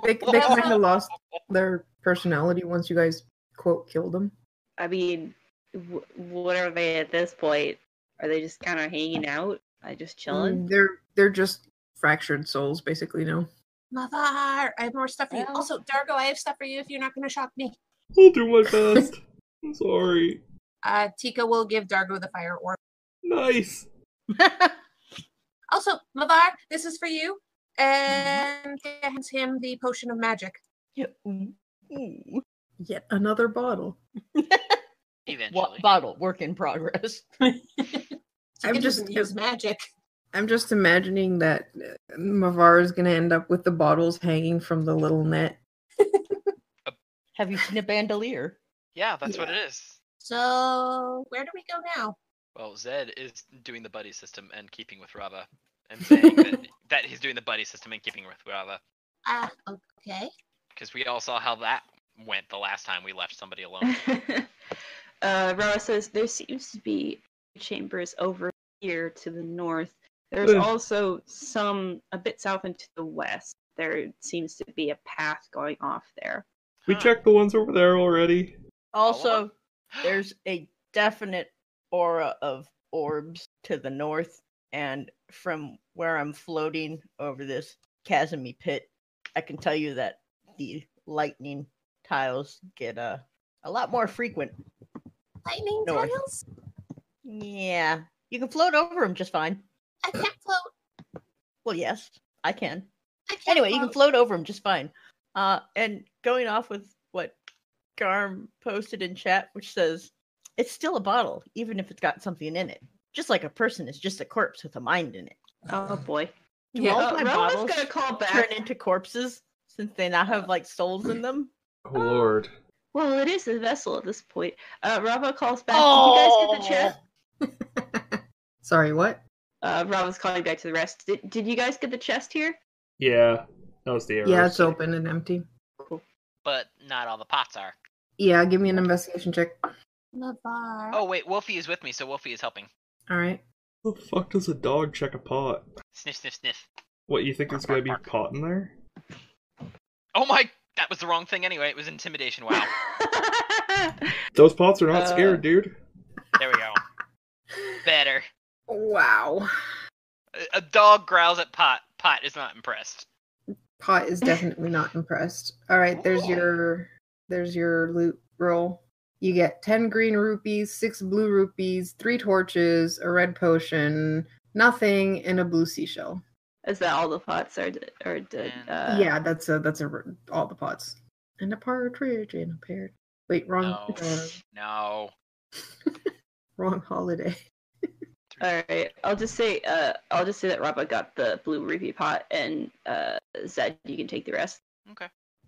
Speaker 1: They they kind of lost their personality once you guys quote killed them.
Speaker 6: I mean, w- what are they at this point? Are they just kind of hanging out? I just chilling.
Speaker 1: Mm, They're they're just fractured souls basically now.
Speaker 4: Mother, I have more stuff for you.
Speaker 3: Well.
Speaker 4: Also, Dargo, I have stuff for you if you're not going to shock me.
Speaker 2: I'll do my best. I'm sorry.
Speaker 4: Uh, Tika will give Dargo the fire orb.
Speaker 2: Nice.
Speaker 4: Also, Mavar, this is for you. And hands him the potion of magic.
Speaker 3: Yeah, ooh, ooh.
Speaker 1: Yet another bottle.
Speaker 5: Eventually.
Speaker 3: Wa- bottle work in progress.
Speaker 4: Tika
Speaker 1: I'm just-
Speaker 4: doesn't use magic.
Speaker 1: I'm just imagining that uh, Mavar is going to end up with the bottles hanging from the little net.
Speaker 3: Have you seen a bandolier?
Speaker 5: yeah, that's what it is.
Speaker 4: So, where do we go now?
Speaker 5: Well, Zed is doing the buddy system and keeping with Rava, and saying that, that he's doing the buddy system and keeping with Rava,
Speaker 4: Ah, okay.
Speaker 5: because we all saw how that went the last time we left somebody alone.
Speaker 6: uh, Rara says there seems to be chambers over here to the north. There's
Speaker 2: Ugh.
Speaker 6: also some a bit south and to the west. There seems to be a path going off there.
Speaker 2: We
Speaker 5: Huh.
Speaker 2: checked the ones over there already.
Speaker 3: Also, there's a definite aura of orbs to the north, and from where I'm floating over this chasmy pit, I can tell you that the lightning tiles get uh, a lot more frequent.
Speaker 4: Lightning
Speaker 3: North.
Speaker 4: tiles?
Speaker 3: Yeah, you can float over them just fine.
Speaker 4: I can't float.
Speaker 3: Well, yes, I can.
Speaker 4: I can't
Speaker 3: anyway, you can float over them just fine. Uh, and going off with what Garm posted in chat, which says it's still a bottle, even if it's got something in it. Just like a person is just a corpse with a mind in it.
Speaker 1: Uh.
Speaker 6: Oh boy.
Speaker 3: Do
Speaker 4: Yeah.
Speaker 3: all
Speaker 6: Uh,
Speaker 3: my
Speaker 6: Rara's
Speaker 3: bottles
Speaker 6: gonna call back.
Speaker 3: turn into corpses since they now have like souls in them?
Speaker 2: Oh lord.
Speaker 6: Well, it is a vessel at this point. Uh, Rava calls back. Did you guys get the chat?
Speaker 1: Sorry, what?
Speaker 6: Uh, Rava's calling back to the rest. Did, did you guys get the chest here?
Speaker 2: Yeah, that was the arrow.
Speaker 1: Yeah, it's open and empty.
Speaker 5: but not all the pots are.
Speaker 1: Yeah, give me an investigation check.
Speaker 4: Mavar.
Speaker 5: Oh wait, Wolfie is with me, so Wolfie is helping.
Speaker 1: All right.
Speaker 2: How the fuck does a dog check a pot?
Speaker 5: Sniff, sniff, sniff.
Speaker 2: What you think there's gonna be pot in there?
Speaker 5: Oh my, that was the wrong thing anyway. It was intimidation. Wow.
Speaker 2: Those pots are not
Speaker 6: Uh,
Speaker 2: scared, dude.
Speaker 5: There we go. Better.
Speaker 1: Wow.
Speaker 5: A- A dog growls at pot. Pot is not impressed.
Speaker 1: Pot is definitely not impressed. All right, there's your there's your loot roll. You get 10 green rupees, 6 blue rupees, 3 torches, a red potion, nothing and a blue seashell.
Speaker 6: Is that all the pots are? d- Are d- uh,
Speaker 1: yeah, that's a that's a r- all the pots. And a partridge and a pear. Wait, wrong
Speaker 5: No.
Speaker 1: uh,
Speaker 5: No.
Speaker 1: wrong holiday.
Speaker 6: All right. I'll just say. Uh, I'll just say that Rava got the blue rupee pot, and uh, Zed, you can take the rest.
Speaker 5: Okay.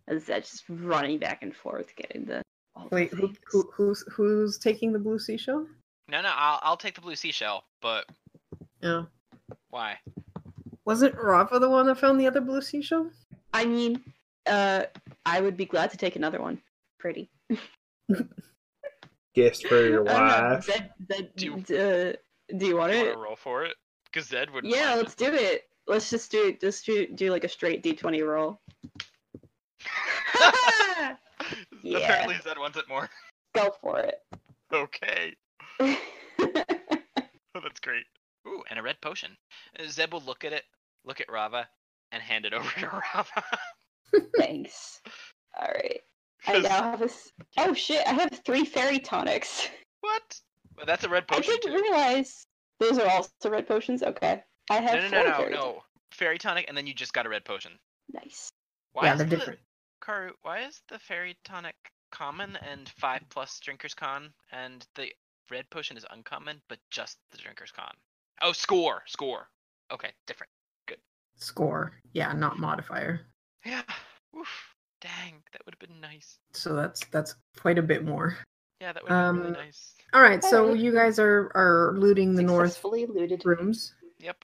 Speaker 6: And Zed just running back and forth, getting the. all the
Speaker 1: Wait, who,
Speaker 6: things.
Speaker 1: who who's who's taking the blue seashell?
Speaker 5: No, no. I'll I'll take the blue seashell. But
Speaker 1: Oh.
Speaker 5: why?
Speaker 1: Wasn't Rafa the one that found the other blue seashell?
Speaker 6: I mean, uh, I would be glad to take another one. Pretty.
Speaker 2: Gifts for your
Speaker 6: I don't know.
Speaker 2: wife.
Speaker 6: Zed, Zed,
Speaker 5: Do you-
Speaker 6: d- uh, do you want
Speaker 5: You want
Speaker 6: it?
Speaker 5: to roll for it? Because Zed would.
Speaker 6: Yeah, let's do it. Let's just do just do, do like a straight D twenty roll. Yeah,
Speaker 5: Apparently, Zed wants it more.
Speaker 6: go for it.
Speaker 5: Okay. Oh, that's great. Ooh, and a red potion. Uh, Zeb will look at it, look at Rava, and hand it over to Rava.
Speaker 6: Thanks. All right. I
Speaker 5: 'Cause-
Speaker 6: now have a. s- Oh shit! I have three fairy tonics.
Speaker 5: What? Well, that's a red
Speaker 6: I
Speaker 5: potion.
Speaker 6: didn't
Speaker 5: too.
Speaker 6: realize those are also red potions. Okay, I
Speaker 5: No, no,
Speaker 6: have four
Speaker 5: no, no,
Speaker 6: fairy
Speaker 5: no. Fairy tonic, and then you just got a red potion.
Speaker 6: ton- Nice.
Speaker 5: Why
Speaker 1: Yeah,
Speaker 5: is
Speaker 1: they're
Speaker 5: the,
Speaker 1: different.
Speaker 5: Karu, why is the fairy tonic common and five plus drinker's con, and the red potion is uncommon but just the drinker's con? Oh, score, score. Okay, different.
Speaker 1: Score. Yeah, not modifier.
Speaker 5: Yeah. Oof. Dang, that would have been nice.
Speaker 1: So that's that's quite a bit more.
Speaker 5: Yeah, that would have been
Speaker 1: Um,
Speaker 5: really nice.
Speaker 1: All right, so
Speaker 6: Alright.
Speaker 1: you guys are are looting the north
Speaker 6: Successfully looted.
Speaker 1: rooms.
Speaker 5: Yep.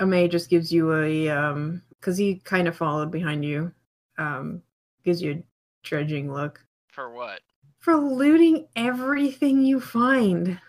Speaker 1: Amay just gives you a um because he kind of followed behind you. Um, gives you a judging look
Speaker 5: For what?
Speaker 1: for looting everything you find.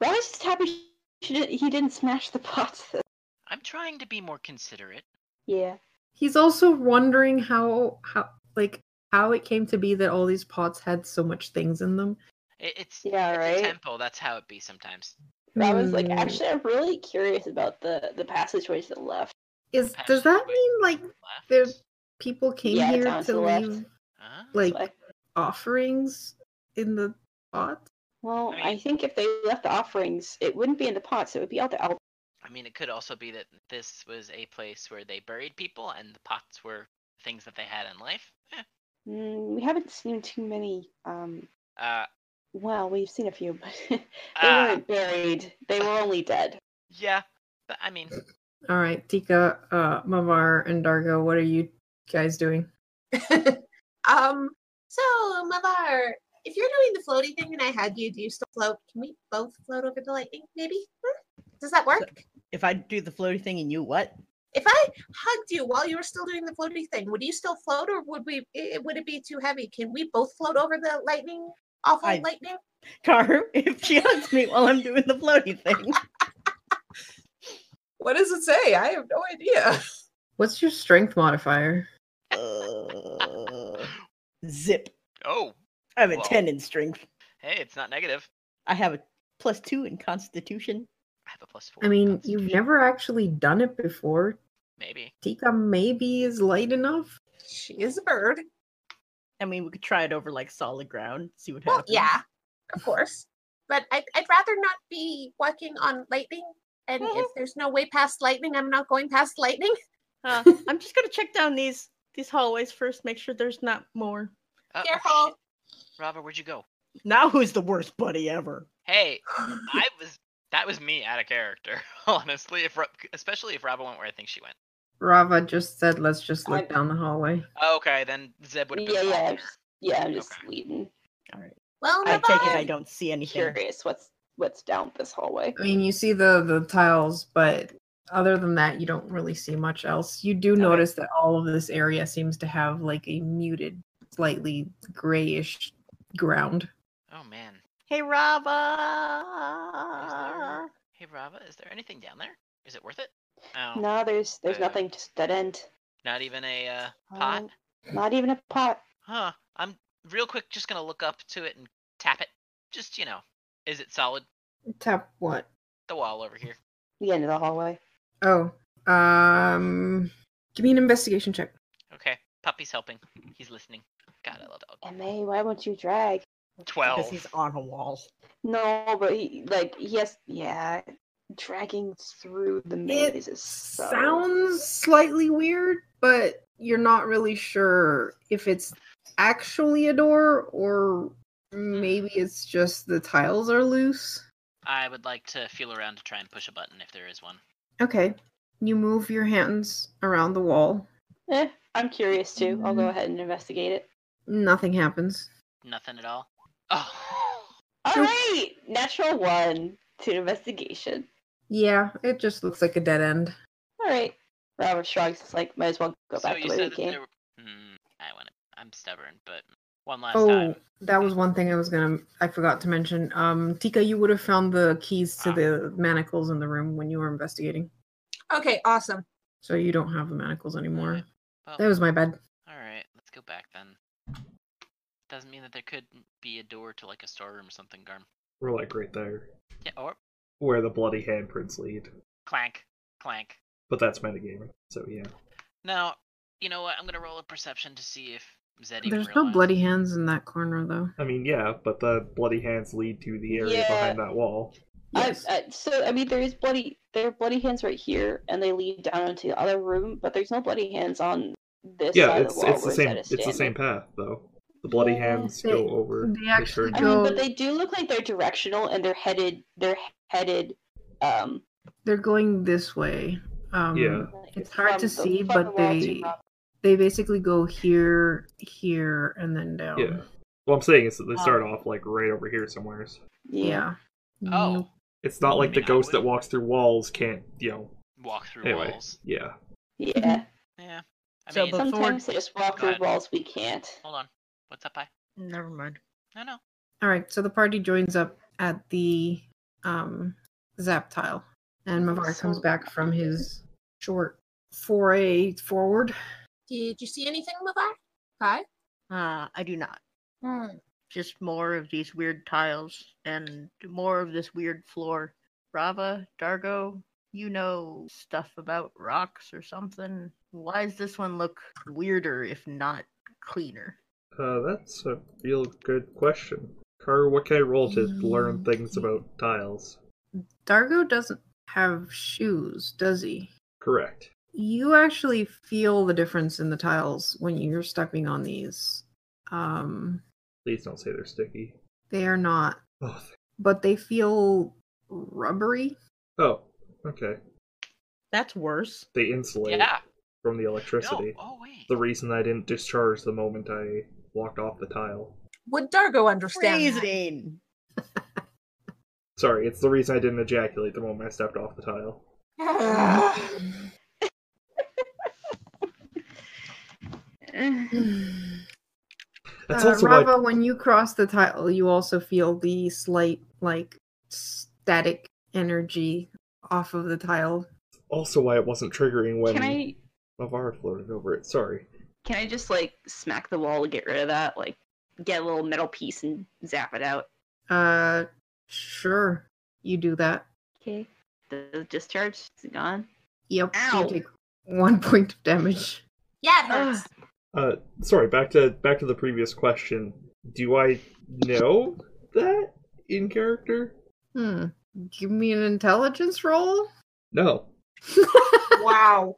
Speaker 6: Well, I was just happy she didn't, he didn't smash the pots.
Speaker 5: I'm trying to be more considerate.
Speaker 6: Yeah.
Speaker 1: He's also wondering how how like how it came to be that all these pots had so much things in them.
Speaker 5: It, it's
Speaker 6: Yeah.
Speaker 5: it's a
Speaker 6: Right.
Speaker 5: temple. That's how it be sometimes.
Speaker 6: I was like,
Speaker 1: Hmm.
Speaker 6: actually, I'm really curious about the the passageways that left.
Speaker 1: is
Speaker 5: Patch
Speaker 1: does
Speaker 5: the
Speaker 1: that
Speaker 5: way
Speaker 1: mean like
Speaker 5: left.
Speaker 1: there's- people came
Speaker 6: Yeah,
Speaker 1: here
Speaker 6: down
Speaker 1: to
Speaker 6: to the left.
Speaker 1: leave
Speaker 5: Ah.
Speaker 1: like
Speaker 6: Like,
Speaker 1: offerings in the pot?
Speaker 6: well,
Speaker 5: I mean-
Speaker 6: I think if they left the offerings, it wouldn't be in the pots. It would be out the al-
Speaker 5: I mean, it could also be that this was a place where they buried people, and the pots were things that they had in life. Eh.
Speaker 6: Mm, we haven't seen too many. Um,
Speaker 5: Uh,
Speaker 6: well, we've seen a few, but they
Speaker 5: ah,
Speaker 6: weren't buried. They were only dead.
Speaker 5: yeah. But I mean,
Speaker 1: All right, Tika, uh, Mavar, and Dargo, what are you guys doing?
Speaker 4: um, so Malar, if you're doing the floaty thing and I had you, do you still float? Can we both float over the lightning, maybe? Hmm? Does that work?
Speaker 3: If I do the floaty thing and you what?
Speaker 4: If I hugged you while you were still doing the floaty thing, would you still float, or would we? i- Would it be too heavy? Can we both float over the lightning, awful
Speaker 3: I-
Speaker 4: lightning?
Speaker 3: Karu, if she hugs me while I'm doing the floaty thing.
Speaker 4: What does it say? I have no idea.
Speaker 1: What's your strength modifier?
Speaker 3: Uh, zip.
Speaker 5: oh,
Speaker 3: I have a
Speaker 5: Whoa.
Speaker 3: 10 in strength.
Speaker 5: hey, it's not negative.
Speaker 3: I have a plus two in constitution.
Speaker 5: I have a plus four.
Speaker 1: I mean,
Speaker 5: constitution.
Speaker 1: you've never actually done it before.
Speaker 5: Maybe.
Speaker 1: Tika maybe is light enough.
Speaker 4: She is a bird.
Speaker 3: I mean, we could try it over like solid ground, see what
Speaker 4: Well,
Speaker 3: happens.
Speaker 4: yeah, of course. But I'd, I'd rather not be walking on lightning. And
Speaker 3: Mm-hmm.
Speaker 4: if there's no way past lightning, I'm not going past lightning.
Speaker 3: Uh, I'm just gonna check down these these hallways first, make sure there's not more.
Speaker 5: Uh,
Speaker 4: Careful.
Speaker 5: Rava, where'd you go?
Speaker 3: Now who's the worst buddy ever?
Speaker 5: Hey, I was. That was me out of character, honestly. If Ra- especially if Rava went where I think she went.
Speaker 1: Rava just said, let's just look
Speaker 6: I'm-
Speaker 1: down the hallway.
Speaker 5: Okay, then Zeb would have been.
Speaker 6: Yeah, yeah,
Speaker 5: following her.
Speaker 6: I'm just, yeah. I'm just
Speaker 5: Okay.
Speaker 6: leading.
Speaker 3: All right.
Speaker 4: Well,
Speaker 3: I take it I
Speaker 4: Navar,
Speaker 3: don't see anything.
Speaker 6: Curious, what's what's down this hallway?
Speaker 1: I mean, you see the the tiles, but other than that, you don't really see much else. You do notice that all of this area seems to have like a muted, slightly grayish ground.
Speaker 5: Oh man.
Speaker 3: Hey
Speaker 5: Is
Speaker 6: Uh-huh.
Speaker 5: there... uh,
Speaker 3: Rava.
Speaker 5: Hey Rava, is there anything down there? Is it worth it? Oh,
Speaker 6: No, there's there's
Speaker 5: Uh,
Speaker 6: nothing. Just dead end.
Speaker 5: not even a uh, pot.
Speaker 6: Um, not even a pot.
Speaker 5: Huh. I'm real quick just gonna look up to it and tap it. Just you know, is it solid?
Speaker 1: Tap what?
Speaker 5: The wall over here.
Speaker 6: The end of the hallway.
Speaker 1: Oh, um, give me an investigation check.
Speaker 5: Okay. Puppy's helping. He's listening. God, I love dog.
Speaker 6: Ma, why won't you drag?
Speaker 5: Twelve.
Speaker 3: Because he's on a wall.
Speaker 6: No, but he like yes, yeah. Dragging through the maze is so...
Speaker 1: Sounds slightly weird, but you're not really sure if it's actually a door or maybe it's just the tiles are loose.
Speaker 5: I would like to feel around to try and push a button if there is one.
Speaker 1: Okay. You move your hands around the wall.
Speaker 6: Eh, I'm curious too. I'll
Speaker 2: Mm-hmm.
Speaker 6: go ahead and investigate it.
Speaker 1: Nothing happens.
Speaker 5: Nothing at all. Oh.
Speaker 6: All
Speaker 1: Nope.
Speaker 6: right, natural one to investigation.
Speaker 1: Yeah, it just looks like a dead end.
Speaker 6: All right. Robert shrugs. It's like might as well go
Speaker 5: so
Speaker 6: back
Speaker 5: you
Speaker 6: to where
Speaker 5: said
Speaker 6: we
Speaker 5: that
Speaker 6: came.
Speaker 5: there. Were... Hmm, I want to. I'm stubborn, but one last
Speaker 1: oh,
Speaker 5: time.
Speaker 1: that was one thing I was gonna I forgot to mention. Um Tika, you would have found the keys to
Speaker 5: Ah.
Speaker 1: the manacles in the room when you were investigating.
Speaker 4: okay, awesome.
Speaker 1: So you
Speaker 6: Oh.
Speaker 1: don't have the manacles anymore.
Speaker 5: Alright, well,
Speaker 1: That was my bad.
Speaker 5: All right, let's go back then. doesn't mean that there couldn't be a door to like a storeroom or something, Garm.
Speaker 2: We're like right there,
Speaker 5: Yeah, or
Speaker 2: where the bloody handprints lead.
Speaker 5: clank, clank.
Speaker 2: But that's metagaming, so yeah.
Speaker 5: Now, you know what? I'm gonna roll a perception to see if Zed even
Speaker 1: There's no
Speaker 5: realized.
Speaker 1: bloody hands in that corner, though.
Speaker 2: I mean, yeah, but the bloody hands lead to the area
Speaker 6: Yeah.
Speaker 2: behind that wall.
Speaker 1: Yes.
Speaker 6: I, I, Uh, so I mean, there is bloody. There are bloody hands right here, and they lead down into the other room. But there's no bloody hands on this
Speaker 2: yeah,
Speaker 6: side of
Speaker 2: it's
Speaker 6: the wall.
Speaker 2: it's the
Speaker 6: where
Speaker 2: same
Speaker 6: Zed
Speaker 2: it's
Speaker 6: is
Speaker 2: the same
Speaker 6: standing.
Speaker 2: path though. The bloody
Speaker 6: Yeah,
Speaker 2: hands
Speaker 1: they-
Speaker 2: go over.
Speaker 1: they actually
Speaker 2: turn.
Speaker 6: I mean, but they do look like they're directional, and they're headed. They're headed. Um,
Speaker 1: They're going this way. Um,
Speaker 2: Yeah.
Speaker 6: like,
Speaker 1: It's hard
Speaker 6: from
Speaker 1: to
Speaker 6: the-
Speaker 1: see,
Speaker 6: from the
Speaker 1: but
Speaker 6: wall to
Speaker 1: they
Speaker 6: Rob.
Speaker 1: they basically go here, here, and then down.
Speaker 2: Yeah. What I'm saying is that they
Speaker 3: Oh.
Speaker 2: start off like right over here somewhere.
Speaker 6: Yeah.
Speaker 5: Oh,
Speaker 2: It's not like
Speaker 5: I
Speaker 2: the
Speaker 5: mean, I
Speaker 2: ghost that
Speaker 5: would-
Speaker 2: walks through walls can't, you know.
Speaker 5: walk through
Speaker 2: Anyway.
Speaker 5: walls.
Speaker 2: Yeah.
Speaker 6: Yeah.
Speaker 1: Mm-hmm.
Speaker 5: Yeah. I
Speaker 3: So
Speaker 5: mean,
Speaker 3: bef-
Speaker 6: Sometimes they just walk
Speaker 5: Go
Speaker 6: through
Speaker 5: ahead.
Speaker 6: walls we can't.
Speaker 5: hold on. What's up, I?
Speaker 3: Never mind.
Speaker 5: No, no.
Speaker 1: All right, so the party joins up at the um, zap tile, and Mavar comes
Speaker 6: So-
Speaker 1: back from his short foray forward.
Speaker 4: Did you see anything, Mavar? Hi.
Speaker 3: Uh, I do not.
Speaker 4: Hmm.
Speaker 3: Just more of these weird tiles and more of this weird floor. Rava, Dargo, you know stuff about rocks or something. Why does this one look weirder if not cleaner?
Speaker 2: Uh, that's a real good question. Car, what can I roll to
Speaker 1: Mm.
Speaker 2: learn things about tiles?
Speaker 1: Dargo doesn't have shoes, does he?
Speaker 2: Correct.
Speaker 1: You actually feel the difference in the tiles when you're stepping on these. Um,
Speaker 2: Please don't say they're sticky.
Speaker 1: they are not,
Speaker 2: Oh, th-
Speaker 1: but they feel rubbery.
Speaker 2: oh okay.
Speaker 3: That's worse.
Speaker 2: They insulate
Speaker 5: Yeah.
Speaker 2: from the
Speaker 5: No.
Speaker 2: electricity.
Speaker 5: Oh wait.
Speaker 2: The reason I didn't discharge the moment I walked off the tile.
Speaker 4: Would Dargo understand? that?
Speaker 3: Freezing.
Speaker 2: Sorry, it's the reason I didn't ejaculate the moment I stepped off the tile.
Speaker 1: Hmm.
Speaker 2: That's
Speaker 1: Mm-hmm. Uh,
Speaker 2: also why.
Speaker 1: Rava, when you cross the tile, you also feel the slight, like, static energy off of the tile.
Speaker 2: Also why it wasn't triggering when
Speaker 6: Can I
Speaker 2: Mavar floated over it. Sorry.
Speaker 6: can I just like smack the wall to get rid of that? Like get a little metal piece and zap it out.
Speaker 1: Uh, sure, you do that.
Speaker 6: Okay. The discharge is gone.
Speaker 1: Yep,
Speaker 6: Ow.
Speaker 1: you take one point of damage.
Speaker 4: yeah, it hurts.
Speaker 2: Uh, sorry. Back to back to the previous question. Do I know that in character?
Speaker 1: Hmm. Give me an intelligence roll.
Speaker 2: No.
Speaker 4: wow.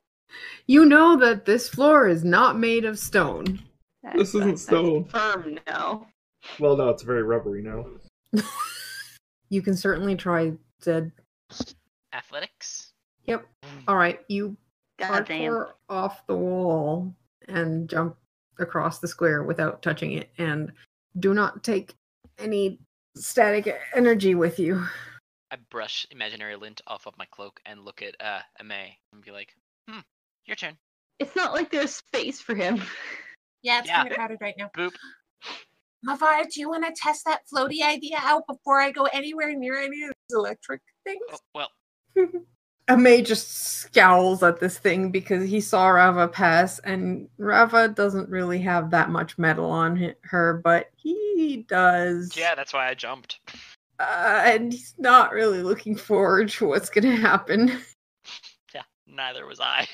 Speaker 1: You know that this floor is not made of stone.
Speaker 6: That
Speaker 2: This isn't
Speaker 6: sucks. That's
Speaker 2: stone.
Speaker 6: Firm now.
Speaker 2: Well, no. It's very rubbery now.
Speaker 1: You can certainly try Zed.
Speaker 5: Athletics.
Speaker 1: Yep. All right, you
Speaker 6: God damn.
Speaker 1: parkour off the wall and jump across the square without touching it, and do not take any static energy with you.
Speaker 5: I brush imaginary lint off of my cloak and look at uh May and be like, "Hmm, your turn."
Speaker 6: It's not like there's space for him.
Speaker 4: Yeah, it's
Speaker 5: Yeah.
Speaker 4: kind of crowded right now.
Speaker 5: Boop.
Speaker 4: Mavar, do you want to test that floaty idea out before I go anywhere near any of these electric things?
Speaker 5: Oh, well,
Speaker 1: Amey just scowls at this thing because he saw Rava pass, and Rava doesn't really have that much metal on hi- her, but he does.
Speaker 5: yeah, that's why I jumped.
Speaker 1: Uh, and he's not really looking forward to what's going to happen.
Speaker 5: Yeah, neither was I.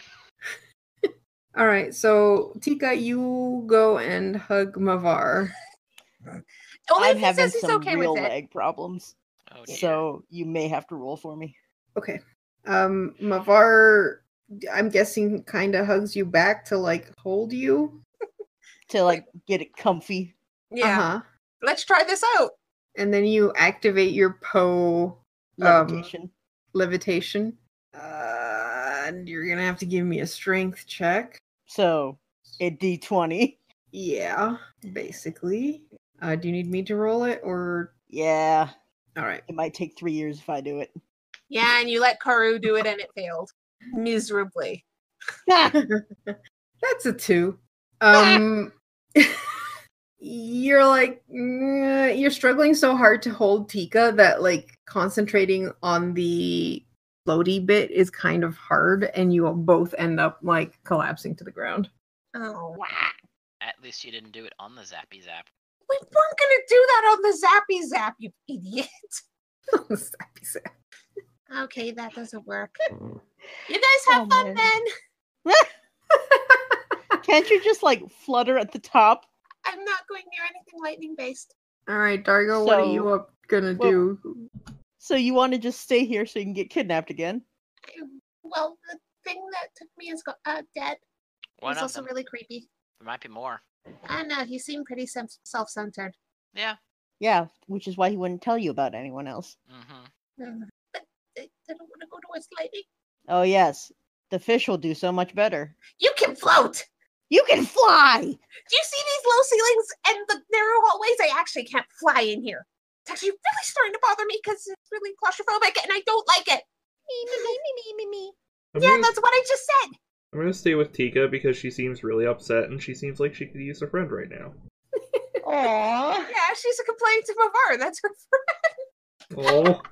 Speaker 1: All right, so Tika, you go and hug Mavar.
Speaker 4: Only
Speaker 3: I'm
Speaker 4: if Oh, he
Speaker 3: having
Speaker 4: says he's
Speaker 3: some
Speaker 4: okay
Speaker 3: real
Speaker 4: with it.
Speaker 3: leg problems,
Speaker 5: Oh dear.
Speaker 3: so you may have to roll for me.
Speaker 1: Okay. Um, Mavar, I'm guessing, kind of hugs you back to like hold you.
Speaker 3: to like get it comfy.
Speaker 4: Yeah.
Speaker 1: Uh-huh.
Speaker 4: Let's try this out.
Speaker 1: And then you activate your Poe Um,
Speaker 3: Levitation.
Speaker 1: levitation. Uh, and you're gonna have to give me a strength check.
Speaker 3: so a D twenty.
Speaker 1: Yeah, basically. Uh, do you need me to roll it or?
Speaker 3: Yeah,
Speaker 1: All right.
Speaker 3: it might take three years if I do it.
Speaker 4: Yeah, and you let Karu do it and it failed miserably.
Speaker 1: That's a two. Um, you're like "Nah," you're struggling so hard to hold Tika that like concentrating on the floaty bit is kind of hard, and you will both end up like collapsing to the ground.
Speaker 4: Oh, wow.
Speaker 5: At least you didn't do it on the zappy zap.
Speaker 4: We weren't gonna do that on the Zappy Zap, you idiot.
Speaker 1: Zappy zap.
Speaker 4: Okay, that doesn't work. You guys have
Speaker 7: Oh,
Speaker 4: fun
Speaker 7: man.
Speaker 4: then.
Speaker 3: Can't you just like flutter at the top?
Speaker 4: I'm not going near anything lightning based.
Speaker 1: All right, Dargo, what are you
Speaker 3: So-
Speaker 1: up gonna
Speaker 3: well-
Speaker 1: do?
Speaker 3: So you want to just stay here so you can get kidnapped again?
Speaker 4: Well, the thing that took me is go- uh, dead.
Speaker 5: One
Speaker 4: He's
Speaker 5: of
Speaker 4: also
Speaker 5: them.
Speaker 4: really creepy.
Speaker 5: There might be more.
Speaker 4: I know he seemed pretty self centered.
Speaker 5: Yeah.
Speaker 3: Yeah, which is why he wouldn't tell you about anyone else.
Speaker 5: Mm-hmm.
Speaker 4: But I I don't want to go towards lightning.
Speaker 3: Oh yes, the fish will do so much better.
Speaker 4: You can float.
Speaker 3: You can fly.
Speaker 4: Do you see these low ceilings and the narrow hallways? I actually can't fly in here. It's actually really starting to bother me because it's really claustrophobic and I don't like it. Me, me, me, me, me, me, me.
Speaker 2: I'm,
Speaker 4: Yeah,
Speaker 2: gonna,
Speaker 4: that's what I just said.
Speaker 2: I'm gonna stay with Tika because she seems really upset and she seems like she could use a friend right now.
Speaker 3: Aww.
Speaker 4: Yeah, she's a complaint to Bavar. That's her
Speaker 2: Oh.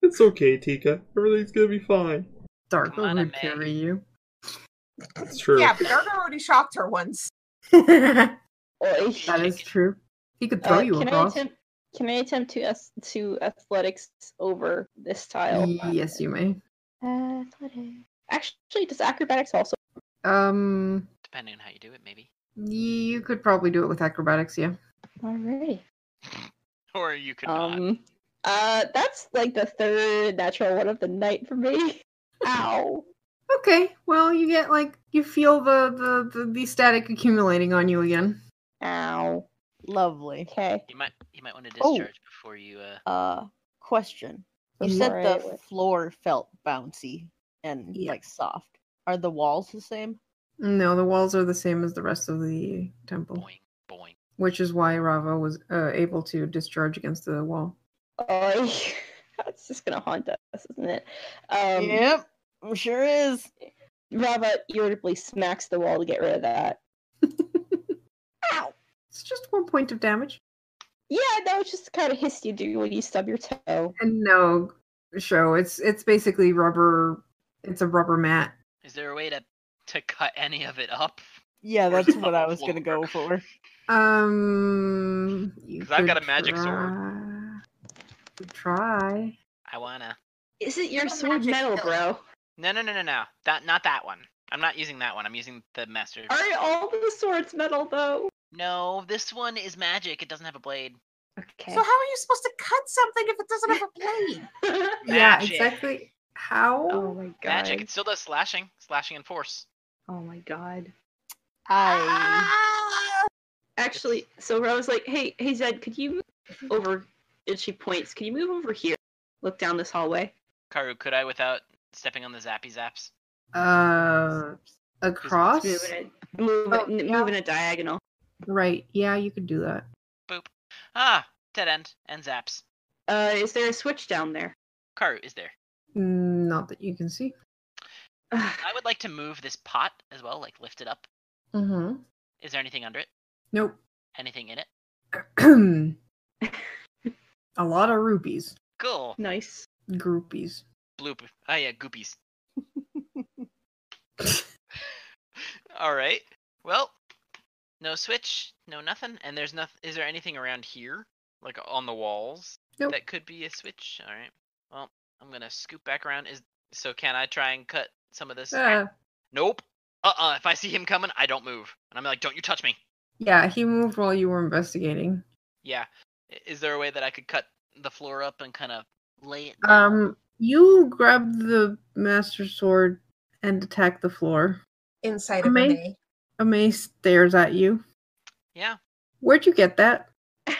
Speaker 2: it's okay, Tika. Everything's gonna be fine.
Speaker 1: Dargo
Speaker 5: Come on,
Speaker 1: would
Speaker 5: May.
Speaker 1: carry you.
Speaker 2: It's true.
Speaker 4: Yeah, but Dargo already shocked her once.
Speaker 1: that
Speaker 6: Oi.
Speaker 1: is true. He could throw
Speaker 6: Uh,
Speaker 1: you
Speaker 6: can
Speaker 1: across.
Speaker 6: I attempt? Can I attempt to ath- to athletics over this tile?
Speaker 1: Yes, you may.
Speaker 7: Athletics.
Speaker 6: Actually, does acrobatics also?
Speaker 1: Um,
Speaker 5: Depending on how you do it, maybe.
Speaker 1: you could probably do it with acrobatics. Yeah.
Speaker 6: Alrighty.
Speaker 5: Or you could not.
Speaker 6: Um. Uh, that's like the third natural one of the night for me. Ow.
Speaker 1: Okay. Well, you get like you feel the the the, the static accumulating on you again.
Speaker 6: Ow.
Speaker 3: Lovely.
Speaker 6: Okay.
Speaker 5: You might you might want to
Speaker 3: Oh.
Speaker 5: discharge before you uh
Speaker 3: Uh, question. You
Speaker 6: I'm
Speaker 3: said
Speaker 6: alright
Speaker 3: the
Speaker 6: with-
Speaker 3: floor felt bouncy and
Speaker 1: Yeah.
Speaker 3: like soft. Are the walls the same?
Speaker 1: No, the walls are the same as the rest of the temple,
Speaker 5: boing boing.
Speaker 1: which is why Rava was uh, able to discharge against the wall.
Speaker 6: Oi. That's just gonna haunt us, isn't it? Um,
Speaker 3: yep, it sure is.
Speaker 6: Rava irritably smacks the wall to get rid of that. Ow.
Speaker 1: It's just one point of damage.
Speaker 6: Yeah, that was just the kind of hiss you do when you stub your toe.
Speaker 1: And no, show it's it's basically rubber. It's a rubber mat.
Speaker 5: Is there a way to to cut any of it up?
Speaker 3: Yeah,
Speaker 5: Where's
Speaker 3: that's
Speaker 5: the
Speaker 3: what I was gonna
Speaker 5: floor?
Speaker 3: go for.
Speaker 1: Um, you
Speaker 5: 'Cause I've
Speaker 1: could
Speaker 5: got a magic sword.
Speaker 1: try- could Try.
Speaker 5: I wanna.
Speaker 6: Is it your
Speaker 4: Little
Speaker 6: sword
Speaker 4: magic
Speaker 6: metal,
Speaker 4: pill.
Speaker 6: bro?
Speaker 5: No no no no no. That not that one. I'm not using that one. I'm using the master.
Speaker 6: Are all the swords metal though?
Speaker 5: No, this one is magic. It doesn't have a blade.
Speaker 6: Okay.
Speaker 4: So how are you supposed to cut something if it doesn't have a blade?
Speaker 1: Yeah,
Speaker 5: Magic.
Speaker 1: exactly. How?
Speaker 7: Oh my god.
Speaker 5: Magic. It still does slashing, slashing and force.
Speaker 7: Oh my god.
Speaker 3: I
Speaker 4: Ah!
Speaker 7: Actually, so Rava's like, hey, hey Zed, could you move over? And she points, can you move over here? Look down this hallway.
Speaker 5: Karu, could I without stepping on the zappy zaps?
Speaker 1: Uh, across?
Speaker 7: Move in a, move,
Speaker 1: Oh,
Speaker 7: in- move in a diagonal.
Speaker 1: Right. Yeah, you could do that.
Speaker 5: Ah, dead end and zaps.
Speaker 7: Uh, is there a switch down there?
Speaker 5: Karu is there.
Speaker 1: Mm, Not that you can see.
Speaker 7: Ugh,
Speaker 5: I would like to move this pot as well, like lift it up.
Speaker 1: Mm-hmm.
Speaker 5: Is there anything under it?
Speaker 1: Nope.
Speaker 5: Anything in it?
Speaker 1: a lot of rupees.
Speaker 5: Cool.
Speaker 7: nice.
Speaker 1: Groupies.
Speaker 5: Bloop. Oh yeah, goopies. All right. Well, no switch, no nothing, and there's nothing. Is there anything around here, like on the walls,
Speaker 1: Nope.
Speaker 5: that could be a switch? All right. Well, I'm gonna scoop back around. Is so? Can I try and cut some of this?
Speaker 1: Uh,
Speaker 5: Nope. Uh-uh. If I see him coming, I don't move, and I'm like, don't you touch me.
Speaker 1: yeah, he moved while you were investigating.
Speaker 5: Yeah. I- Is there a way that I could cut the floor up and kind of lay it? down?
Speaker 1: Um, you grab the master sword and attack the floor.
Speaker 4: Inside
Speaker 1: May-
Speaker 4: Renee.
Speaker 1: Amay stares at you.
Speaker 5: Yeah.
Speaker 1: Where'd you get that?
Speaker 5: I-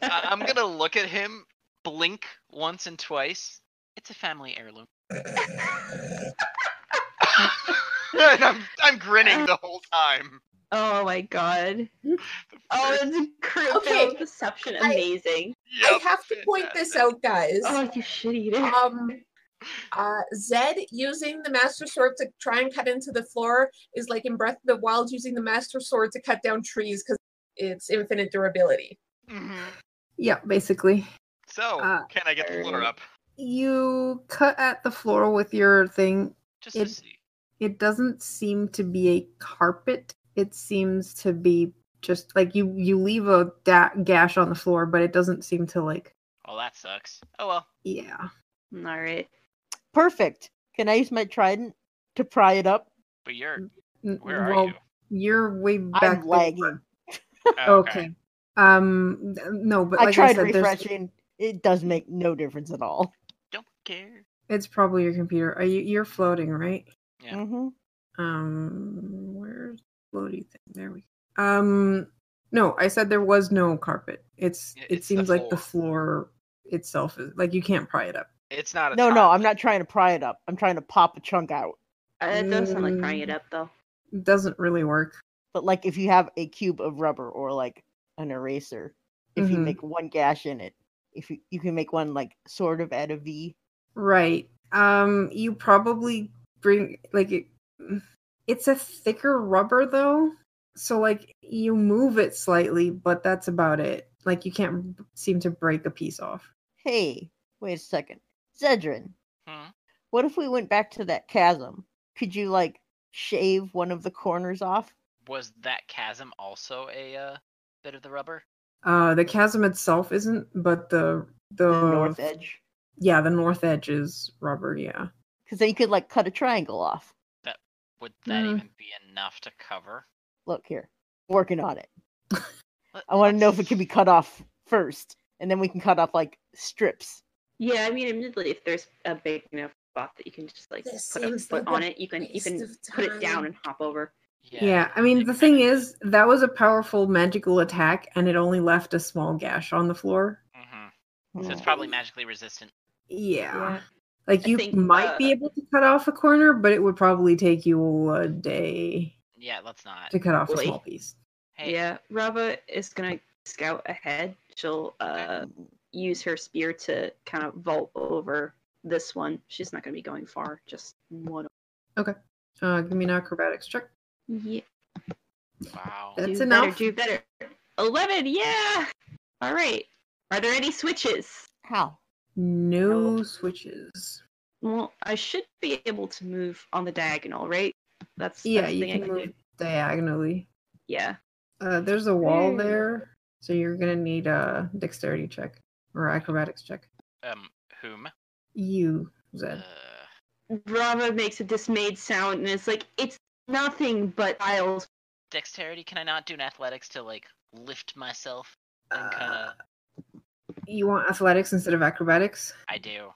Speaker 5: I'm gonna look at him, blink once and twice. It's a family heirloom. and I'm I'm grinning the whole time.
Speaker 7: Oh my god.
Speaker 6: oh, it's crew
Speaker 4: Okay,
Speaker 6: deception.
Speaker 4: I-
Speaker 6: Amazing.
Speaker 4: I have to point this out, guys.
Speaker 7: Oh, you shit eater.
Speaker 4: Um, uh, Zed using the Master Sword to try and cut into the floor is like in Breath of the Wild using the Master Sword to cut down trees because it's infinite durability.
Speaker 5: hmm
Speaker 1: Yeah, basically.
Speaker 5: So,
Speaker 1: Uh,
Speaker 5: can I get the floor
Speaker 6: er,
Speaker 5: up?
Speaker 1: You cut at the floor with your thing.
Speaker 5: Just to
Speaker 1: it-
Speaker 5: see.
Speaker 1: It doesn't seem to be a carpet. it seems to be just like you you leave a da- gash on the floor, but it doesn't seem to like
Speaker 5: Oh, that sucks. Oh well.
Speaker 1: yeah.
Speaker 7: All right.
Speaker 3: Perfect. Can I use my trident to pry it up?
Speaker 5: But you're
Speaker 1: N-
Speaker 5: where are
Speaker 1: well,
Speaker 5: you?
Speaker 1: You're way back.
Speaker 3: I'm
Speaker 1: the-
Speaker 3: lagging.
Speaker 5: Oh,
Speaker 1: Okay. Um. th- No, but like
Speaker 3: I tried
Speaker 1: said, there's
Speaker 3: refreshing. It does make no difference at all.
Speaker 5: Don't care.
Speaker 1: it's probably your computer. Are you you're floating, right?
Speaker 5: Yeah.
Speaker 3: Mm-hmm.
Speaker 1: Um. Where's the floaty thing? There we. Go. Um. No, I said there was no carpet. It's
Speaker 5: Yeah,
Speaker 1: it
Speaker 5: it's the
Speaker 1: seems like the floor itself is like you can't pry it up.
Speaker 5: It's not a
Speaker 3: No, no,
Speaker 5: top.
Speaker 3: I'm not trying to pry it up. I'm trying to pop a chunk out.
Speaker 6: Uh, It does sound like prying it
Speaker 1: Mm.
Speaker 6: up, though.
Speaker 1: doesn't really work.
Speaker 3: But like if you have a cube of rubber or like an eraser, if you
Speaker 1: Mhm.
Speaker 3: make one gash in it, if you, you can make one like sort of at a V.
Speaker 1: Right. Um you probably bring like it, it's a thicker rubber though. So like you move it slightly, but that's about it. Like you can't b- seem to break a piece off.
Speaker 3: Hey, wait a second. Zedrin,
Speaker 5: Hmm?
Speaker 3: what if we went back to that chasm? Could you like shave one of the corners off?
Speaker 5: Was that chasm also a uh, bit of the rubber?
Speaker 1: Uh the chasm itself isn't, but the the,
Speaker 3: The north edge?
Speaker 1: Yeah, the north edge is rubber, yeah.
Speaker 3: Because then you could like cut a triangle off.
Speaker 5: Would that
Speaker 1: Mm.
Speaker 5: even be enough to cover?
Speaker 3: Look here. Working on it.
Speaker 5: Let-
Speaker 3: I want to know if
Speaker 5: let's-
Speaker 3: it can be cut off first, and then we can cut off like strips.
Speaker 6: Yeah, I mean, admittedly, if there's a big enough spot that you can just like
Speaker 4: This
Speaker 6: put a
Speaker 4: seems
Speaker 6: foot
Speaker 4: like a
Speaker 6: on it, you can you
Speaker 4: waste
Speaker 6: can
Speaker 4: of
Speaker 6: put it down
Speaker 4: time.
Speaker 6: and hop over.
Speaker 1: Yeah, I mean, the thing is, that was a powerful magical attack, and it only left a small gash on the floor.
Speaker 5: hmm So
Speaker 3: Oh.
Speaker 5: it's probably magically resistant.
Speaker 1: Yeah.
Speaker 6: Yeah.
Speaker 1: Like,
Speaker 6: I
Speaker 1: you
Speaker 6: think,
Speaker 1: might
Speaker 6: uh,
Speaker 1: be able to cut off a corner, but it would probably take you a day
Speaker 5: Yeah, let's not.
Speaker 1: to cut off
Speaker 6: Wait.
Speaker 1: a small piece.
Speaker 5: Hey,
Speaker 6: Yeah, Rava is gonna scout ahead. She'll uh, use her spear to kind of vault over this one. She's not gonna be going far, just one.
Speaker 1: Uh, give me an acrobatics check.
Speaker 7: Yeah.
Speaker 5: wow.
Speaker 1: That's
Speaker 6: do
Speaker 1: enough.
Speaker 6: Better, do better. Eleven. Yeah. All right. Are there any switches?
Speaker 3: How?
Speaker 1: No
Speaker 6: No.
Speaker 1: switches.
Speaker 6: Well, I should be able to move on the diagonal, right? That's
Speaker 1: Yeah,
Speaker 6: that's the
Speaker 1: you
Speaker 6: thing I
Speaker 1: can
Speaker 6: can
Speaker 1: move
Speaker 6: do.
Speaker 1: diagonally.
Speaker 6: Yeah.
Speaker 1: Uh, there's a wall
Speaker 6: Hmm.
Speaker 1: there, so you're going to need a dexterity check or acrobatics check.
Speaker 5: Um, whom?
Speaker 1: You, Zed.
Speaker 5: Uh,
Speaker 6: Rava makes a dismayed sound and it's like it's nothing but tiles.
Speaker 5: dexterity? Can I not do an athletics to like lift myself and kind of?
Speaker 1: Uh, you want athletics instead of acrobatics?
Speaker 5: I do.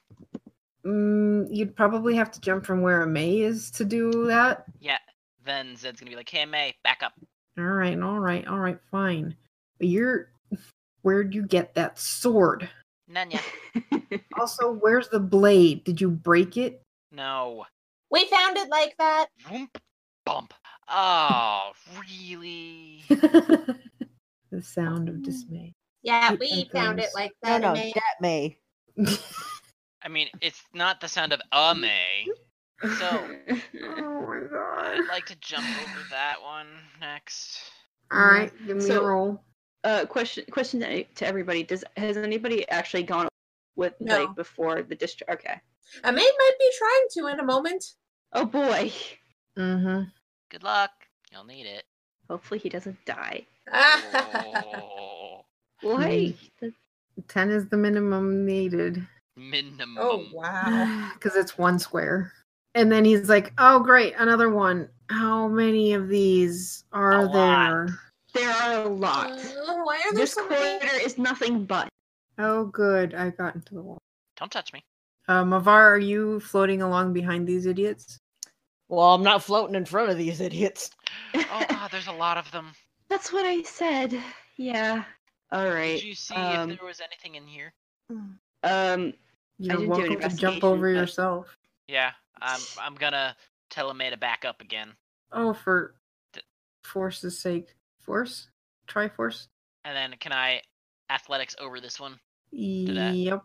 Speaker 1: Mm, you'd probably have to jump from where a May is to do that.
Speaker 5: Yeah. Then Zed's gonna be like, "Hey, May, back up."
Speaker 1: All right, all right, all right, fine. But you're where'd you get that sword?
Speaker 5: Nanya.
Speaker 1: Also, where's the blade? Did you break it?
Speaker 5: No.
Speaker 4: We found it like that.
Speaker 5: Whoomp, bump. Oh, really?
Speaker 1: the sound of dismay.
Speaker 4: Yeah,
Speaker 1: It
Speaker 4: we found it
Speaker 1: echoes.
Speaker 4: like
Speaker 3: No,
Speaker 4: that.
Speaker 3: no,
Speaker 4: man.
Speaker 3: that may.
Speaker 5: I mean, it's not the sound of a May. So
Speaker 1: my god.
Speaker 5: I'd like to jump over that one next.
Speaker 1: All right, give me
Speaker 6: So-
Speaker 1: a roll.
Speaker 6: uh, question question to, to everybody: Does has anybody actually gone with
Speaker 4: No.
Speaker 6: like before the district? Okay.
Speaker 4: A maid might be trying to in a moment.
Speaker 6: Oh boy.
Speaker 1: Mm-hmm.
Speaker 5: Good luck. You'll need it.
Speaker 6: Hopefully he doesn't die.
Speaker 4: Ah.
Speaker 5: Oh,
Speaker 6: Why?
Speaker 1: Ten is the minimum needed. Mm.
Speaker 5: minimum.
Speaker 4: oh wow.
Speaker 1: because it's one square. And then he's like, "Oh, great, another one. How many of these
Speaker 5: A
Speaker 1: are
Speaker 5: lot.
Speaker 1: there?"
Speaker 6: There are a lot.
Speaker 4: Uh, why are there
Speaker 6: this
Speaker 4: so
Speaker 6: quarter
Speaker 4: many?
Speaker 6: is nothing but.
Speaker 1: Oh, good, I got into the wall.
Speaker 5: Don't touch me.
Speaker 1: Uh, Mavar, are you floating along behind these idiots?
Speaker 3: Well, I'm not floating in front of these idiots.
Speaker 5: Oh god, there's a lot of them.
Speaker 6: That's what I said. Yeah. All right.
Speaker 5: Did you see
Speaker 6: um,
Speaker 5: if there was anything in here?
Speaker 6: Um.
Speaker 1: You're
Speaker 6: didn't do an
Speaker 1: welcome to jump
Speaker 6: investigation,
Speaker 1: over
Speaker 6: but-
Speaker 1: yourself.
Speaker 5: Yeah, I'm. I'm gonna tell Amay to back up again,
Speaker 1: Oh, for
Speaker 5: D-
Speaker 1: force's sake, force, Triforce.
Speaker 5: and then can I athletics over this one? that.
Speaker 1: Yep.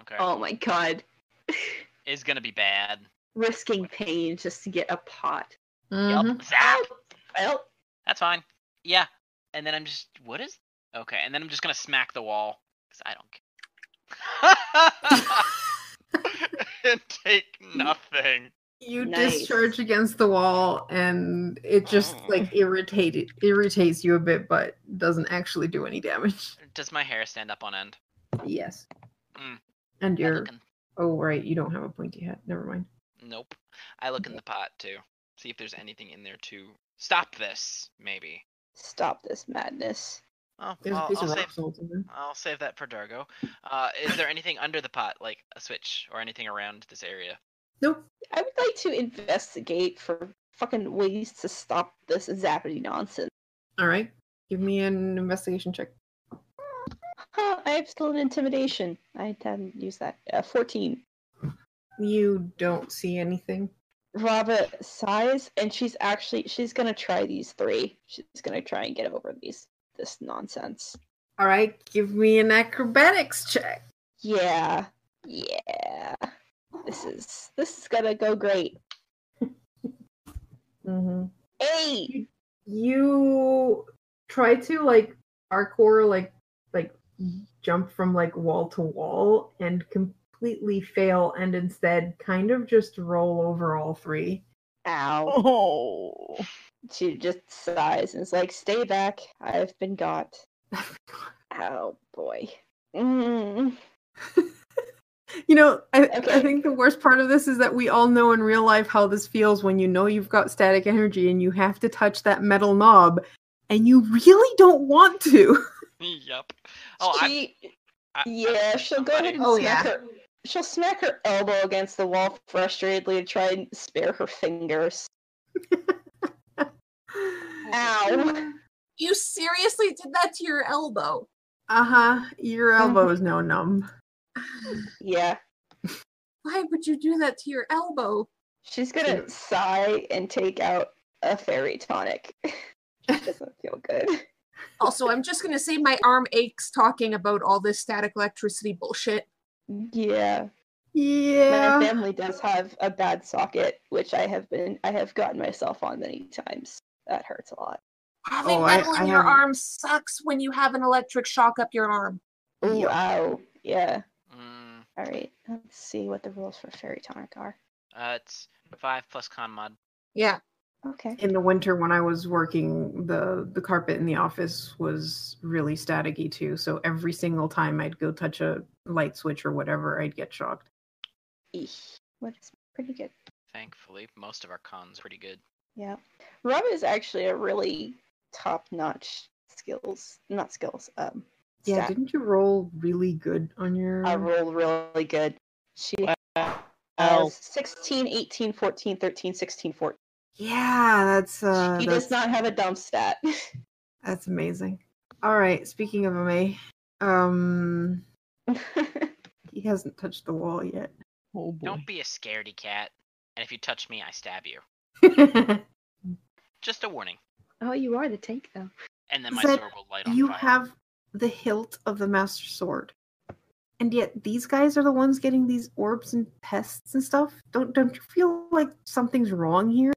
Speaker 5: Okay,
Speaker 6: Oh my god.
Speaker 5: it's gonna be bad.
Speaker 6: Risking pain just to get a pot.
Speaker 1: Mhm.
Speaker 6: Mm-hmm.
Speaker 5: Yup. Zap.
Speaker 6: Well,
Speaker 5: That's fine. Yeah, and then I'm just. What is? Okay, and then I'm just gonna smack the wall because I don't care. and take nothing.
Speaker 1: You
Speaker 6: Nice. Mm.
Speaker 1: discharge against the wall, and it just like irritated irritates you a bit, but doesn't actually do any damage.
Speaker 5: Does my hair stand up on end?
Speaker 1: Yes.
Speaker 5: Mm.
Speaker 1: And
Speaker 5: I
Speaker 1: you're
Speaker 5: look in,
Speaker 1: oh right, you don't have a pointy hat. Never mind.
Speaker 5: nope. I look in the pot too. See if there's anything in there to stop this. Maybe.
Speaker 6: Stop this madness.
Speaker 5: Oh,
Speaker 1: There's a
Speaker 5: I'll,
Speaker 1: piece
Speaker 5: I'll
Speaker 1: of rock
Speaker 5: save.
Speaker 1: salt in there.
Speaker 5: I'll save that for Dargo. Uh, is there anything under the pot, like a switch or anything around this area?
Speaker 1: Nope.
Speaker 6: I would like to investigate for fucking ways to stop this zappity nonsense.
Speaker 1: All right. Give me an investigation check.
Speaker 6: Huh, I have still an intimidation. I haven't used that. Uh, 14.
Speaker 1: You don't see anything.
Speaker 6: Rava sighs, and she's actually she's gonna try these three. She's gonna try and get over these this nonsense.
Speaker 1: All right. Give me an acrobatics check.
Speaker 6: Yeah, yeah. This is this is gonna go great.
Speaker 1: Mm-hmm.
Speaker 6: Eight.
Speaker 1: you try to like parkour like like jump from like wall to wall and completely fail and instead kind of just roll over all three
Speaker 6: Ow.
Speaker 3: Oh.
Speaker 6: She just sighs and is like, "Stay back. I've been got." Ow, boy. Mm.
Speaker 1: you know I, I
Speaker 6: Okay.
Speaker 1: think the worst part of this is that we all know in real life how this feels when you know you've got static energy and you have to touch that metal knob and you really don't want to
Speaker 5: yep. Oh, I,
Speaker 6: she,
Speaker 5: I, I
Speaker 6: yeah,
Speaker 5: look at
Speaker 6: she'll go
Speaker 5: somebody.
Speaker 6: ahead and
Speaker 1: Oh,
Speaker 6: smack
Speaker 1: yeah.
Speaker 6: her. She'll smack her elbow against the wall frustratedly to try and spare her fingers. Ow.
Speaker 4: You seriously did that to your elbow.
Speaker 1: uh-huh your elbow is now numb
Speaker 6: Yeah.
Speaker 4: Why would you do that to your elbow?
Speaker 6: She's gonna
Speaker 1: Sure.
Speaker 6: sigh and take out a fairy tonic. Doesn't feel good.
Speaker 4: Also, I'm just gonna say my arm aches talking about all this static electricity bullshit.
Speaker 6: Yeah.
Speaker 1: yeah
Speaker 6: My family does have a bad socket, which I have been I have gotten myself on many times. That hurts a lot.
Speaker 4: Having
Speaker 1: Oh, I-
Speaker 4: metal
Speaker 1: I
Speaker 4: in your
Speaker 1: haven't-
Speaker 4: arm sucks when you have an electric shock up your arm.
Speaker 6: Ooh,
Speaker 1: Yup.
Speaker 6: Wow. oh, Yeah.
Speaker 5: Mm,
Speaker 6: Alright. Let's see what the rules for fairy tonic are.
Speaker 5: uh, it's five plus con mod.
Speaker 4: Yeah.
Speaker 6: Okay.
Speaker 1: in the winter when I was working, the the carpet in the office was really staticky too. So every single time I'd go touch a light switch or whatever, I'd get shocked.
Speaker 6: Eesh. What is pretty good.
Speaker 5: Thankfully, most of our cons pretty good.
Speaker 6: Yeah. Rob is actually a really top notch skills not skills. Um
Speaker 1: Yeah,
Speaker 6: stat.
Speaker 1: didn't you roll really good on your?
Speaker 6: I rolled really good. She
Speaker 3: Oh.
Speaker 6: has 16, 18, 14, 13, 16, 14.
Speaker 1: Yeah, that's uh,
Speaker 6: he
Speaker 1: that's,
Speaker 6: does not have a dump stat.
Speaker 1: that's amazing. All right, speaking of MA, um, he hasn't touched the wall yet.
Speaker 3: Oh boy.
Speaker 5: Don't be a scaredy cat. And if you touch me, I stab you. Just a warning.
Speaker 7: Oh, you are the tank though.
Speaker 5: And then my
Speaker 1: Zed,
Speaker 5: sword will light on
Speaker 1: you
Speaker 5: fire.
Speaker 1: have the hilt of the master sword and yet these guys are the ones getting these orbs and pests and stuff don't don't you feel like something's wrong here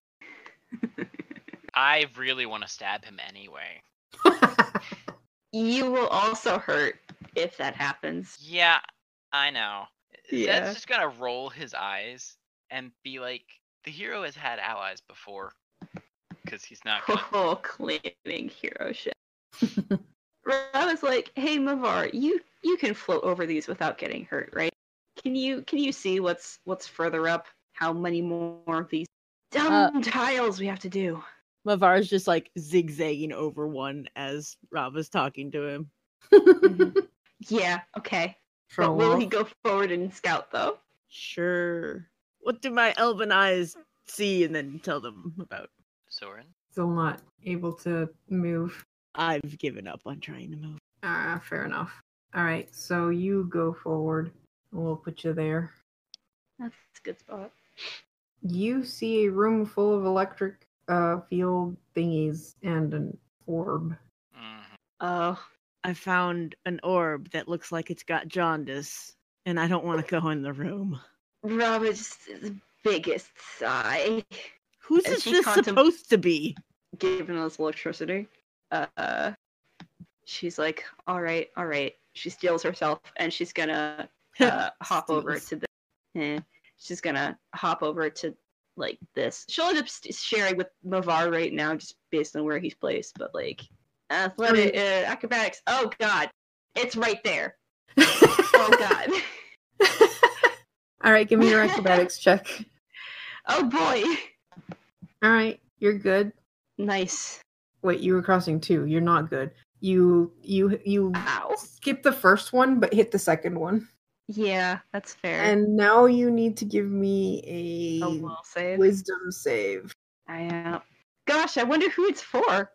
Speaker 5: I really want to stab him anyway.
Speaker 6: you will also hurt if that happens.
Speaker 5: Yeah, I know.
Speaker 6: Yeah.
Speaker 5: Zed's just gonna roll his eyes and be like, the hero has had allies before. Because he's not gonna.
Speaker 6: Oh, claiming hero shit. Rob is like, "Hey, Mavar, you you can float over these without getting hurt, right? Can you can you see what's what's further up? How many more of these dumb tiles we have to do?"
Speaker 3: Mavar's just like zigzagging over one as Rob is talking to him.
Speaker 1: Mm-hmm.
Speaker 6: Yeah, okay. But
Speaker 1: Troll
Speaker 6: will
Speaker 1: off.
Speaker 6: he go forward and scout though?
Speaker 3: Sure. What do my elven eyes see and then tell them about?
Speaker 5: Soren?
Speaker 1: still not able to move
Speaker 3: I've given up on trying to move.
Speaker 1: ah fair enough all right so you go forward and we'll put you there
Speaker 7: That's a good spot.
Speaker 1: you see a room full of electric uh field thingies and an orb
Speaker 5: Mhm.
Speaker 6: Oh,
Speaker 3: I found an orb that looks like it's got jaundice, and I don't want to go in the room.
Speaker 6: Rob is the biggest sigh.
Speaker 3: Who's
Speaker 6: And
Speaker 3: is
Speaker 6: she
Speaker 3: this
Speaker 6: contem-
Speaker 3: supposed to be?
Speaker 6: Given us electricity, uh, she's like, "All right, all right." She steals herself, and she's gonna uh, hop over
Speaker 3: Steals.
Speaker 6: to the. eh. she's gonna hop over to like this. She'll end up st- sharing with Mavar right now, just based on where he's placed. But like athletic, uh, acrobatics. Oh god, it's right there. oh god.
Speaker 1: All right, give me your acrobatics check.
Speaker 6: Oh boy.
Speaker 1: All right, you're good.
Speaker 6: Nice.
Speaker 1: Wait, you were crossing two. You're not good. You you you
Speaker 6: Ow.
Speaker 1: skip the first one, but hit the second one.
Speaker 6: Yeah, that's fair.
Speaker 1: And now you need to give me
Speaker 6: a
Speaker 1: a
Speaker 6: will save.
Speaker 1: wisdom save.
Speaker 6: I am. Gosh, I wonder who it's for.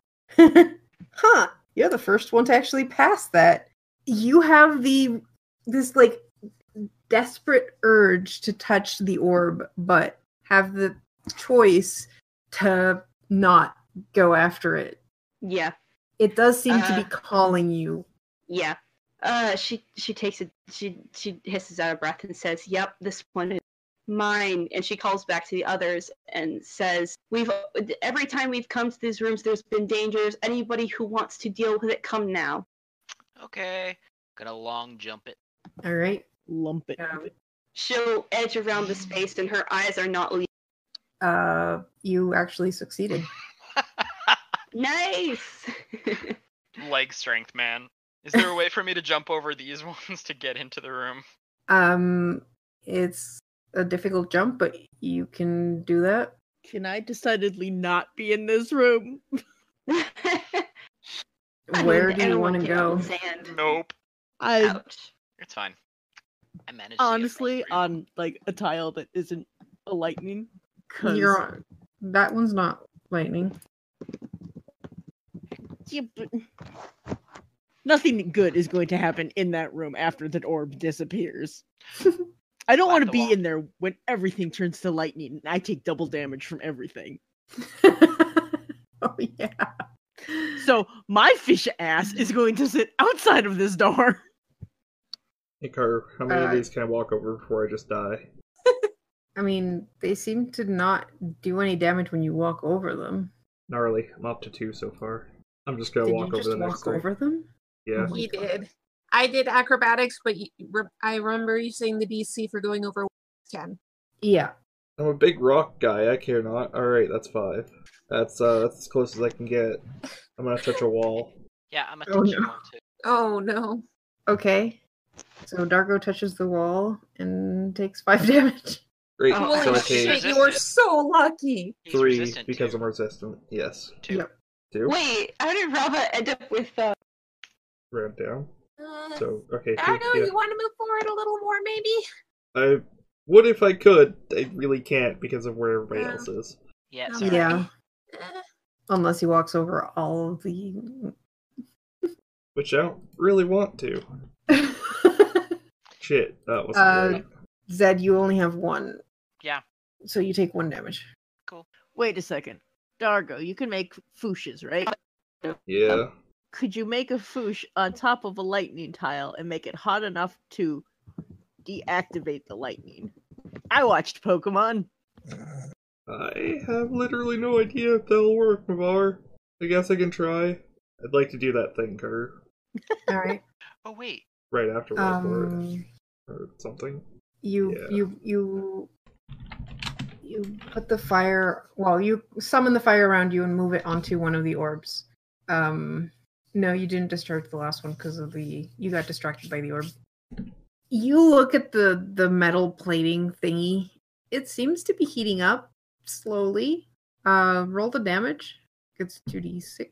Speaker 1: huh you're the first one to actually pass that you have the this like desperate urge to touch the orb but have the choice to not go after it
Speaker 6: Yeah,
Speaker 1: it does seem to
Speaker 6: Uh.
Speaker 1: be calling you
Speaker 6: yeah. Uh, she she takes it. She she hisses out of breath and says, "Yep, this one is mine." And she calls back to the others and says, "We've every time we've come to these rooms, there's been dangers. Anybody who wants to deal with it, come now."
Speaker 5: Okay. Gonna long jump it.
Speaker 1: all right
Speaker 3: Lump it.
Speaker 1: Um,
Speaker 6: She'll edge around the space, and her eyes are not leaving.
Speaker 1: uh you actually succeeded
Speaker 6: Nice.
Speaker 5: Leg strength, man. Is there a way for me to jump over these ones to get into the room?
Speaker 1: um it's a difficult jump but you can do that
Speaker 3: Can I decidedly not be in this room?
Speaker 6: I
Speaker 1: where
Speaker 6: don't-
Speaker 1: do
Speaker 6: I
Speaker 1: you
Speaker 6: don't
Speaker 1: want to
Speaker 6: get
Speaker 1: go
Speaker 6: on the Sand.
Speaker 5: Nope.
Speaker 3: I
Speaker 6: Ouch.
Speaker 5: It's fine. I managed. to get
Speaker 3: honestly
Speaker 5: across the
Speaker 3: on
Speaker 5: room.
Speaker 3: like a tile that isn't a lightning. 'cause-
Speaker 1: you're on that one's not lightning
Speaker 3: Yeah, but- nothing good is going to happen in that room after that orb disappears. I don't
Speaker 5: Slap
Speaker 3: want to
Speaker 5: the
Speaker 3: be
Speaker 5: wall.
Speaker 3: in there when everything turns to lightning and I take double damage from everything.
Speaker 1: oh yeah.
Speaker 3: So my fish ass is going to sit outside of this door.
Speaker 2: Hey, Carter, how many of
Speaker 1: Uh,
Speaker 2: these can I walk over before I just die?
Speaker 1: I mean, they seem to not do any damage when you walk over them.
Speaker 2: Gnarly. I'm up to two so far. I'm just gonna
Speaker 1: Did
Speaker 2: walk
Speaker 1: you
Speaker 2: over
Speaker 1: just
Speaker 2: the next
Speaker 1: walk
Speaker 2: one.
Speaker 1: over them? Oh
Speaker 2: Yeah.
Speaker 1: my
Speaker 4: He
Speaker 1: God.
Speaker 4: did. I did acrobatics, but you, re- I remember you saying the DC for going over 10.
Speaker 1: Yeah.
Speaker 2: I'm a big rock guy. I care not. All right, that's five. That's uh, that's as close as I can get. I'm gonna touch a wall.
Speaker 5: Yeah, I'm a
Speaker 1: Oh,
Speaker 5: touchy
Speaker 1: no.
Speaker 5: one too.
Speaker 4: Oh no.
Speaker 1: Okay. So Dargo touches the wall and takes five damage.
Speaker 2: Great.
Speaker 6: Oh,
Speaker 2: so I
Speaker 4: Holy
Speaker 2: take
Speaker 4: shit, you
Speaker 5: Resistant.
Speaker 4: are so lucky.
Speaker 5: He's
Speaker 2: three
Speaker 5: resistant
Speaker 2: because
Speaker 5: to
Speaker 2: I'm resistant. Yes.
Speaker 5: two.
Speaker 1: Yep.
Speaker 2: Two.
Speaker 6: Wait, how did Rava end up with uh,
Speaker 2: Round down.
Speaker 4: Uh,
Speaker 2: So okay.
Speaker 4: I don't
Speaker 2: two,
Speaker 4: know,
Speaker 2: yeah.
Speaker 4: you want to move forward a little more maybe?
Speaker 2: I would if I could. I really can't because of where everybody
Speaker 4: Yeah.
Speaker 2: else is.
Speaker 5: Yeah.
Speaker 4: Um,
Speaker 5: Sorry.
Speaker 1: Yeah.
Speaker 4: Eh,
Speaker 1: Unless he walks over all of the.
Speaker 2: Which I don't really want to. Shit, that was
Speaker 1: Uh,
Speaker 2: great.
Speaker 1: Zed, you only have one.
Speaker 5: Yeah.
Speaker 1: So you take one damage.
Speaker 3: Wait a second. Dargo, you can make fooshes, right?
Speaker 2: Yeah.
Speaker 3: Could you make a foosh on top of a lightning tile and make it hot enough to deactivate the lightning? I watched Pokemon.
Speaker 2: I have literally no idea if that'll work, Navar. I guess I can try. I'd like to do that thing, Carter.
Speaker 1: All right.
Speaker 5: Oh wait.
Speaker 2: Right after World War
Speaker 1: Um,
Speaker 2: or something.
Speaker 1: you
Speaker 2: Yeah.
Speaker 1: you you you put the fire well you summon the fire around you and move it onto one of the orbs um no you didn't discharge the last one because of the you got distracted by the orb you look at the the metal plating thingy it seems to be heating up slowly uh roll the damage it's 2d6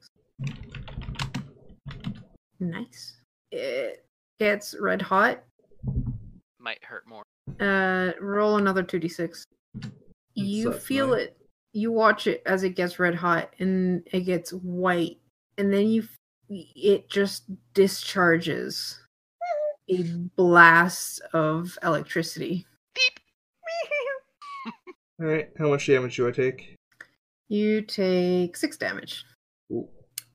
Speaker 1: nice it gets red hot
Speaker 5: Might hurt more.
Speaker 1: uh, roll another 2d6. You
Speaker 2: Suck
Speaker 1: feel
Speaker 2: mine.
Speaker 1: it. You watch it as it gets red hot and it gets white. And then you f- it just discharges a blast of electricity.
Speaker 2: Alright, how much damage do I take?
Speaker 1: You take 6 damage.
Speaker 2: Ooh.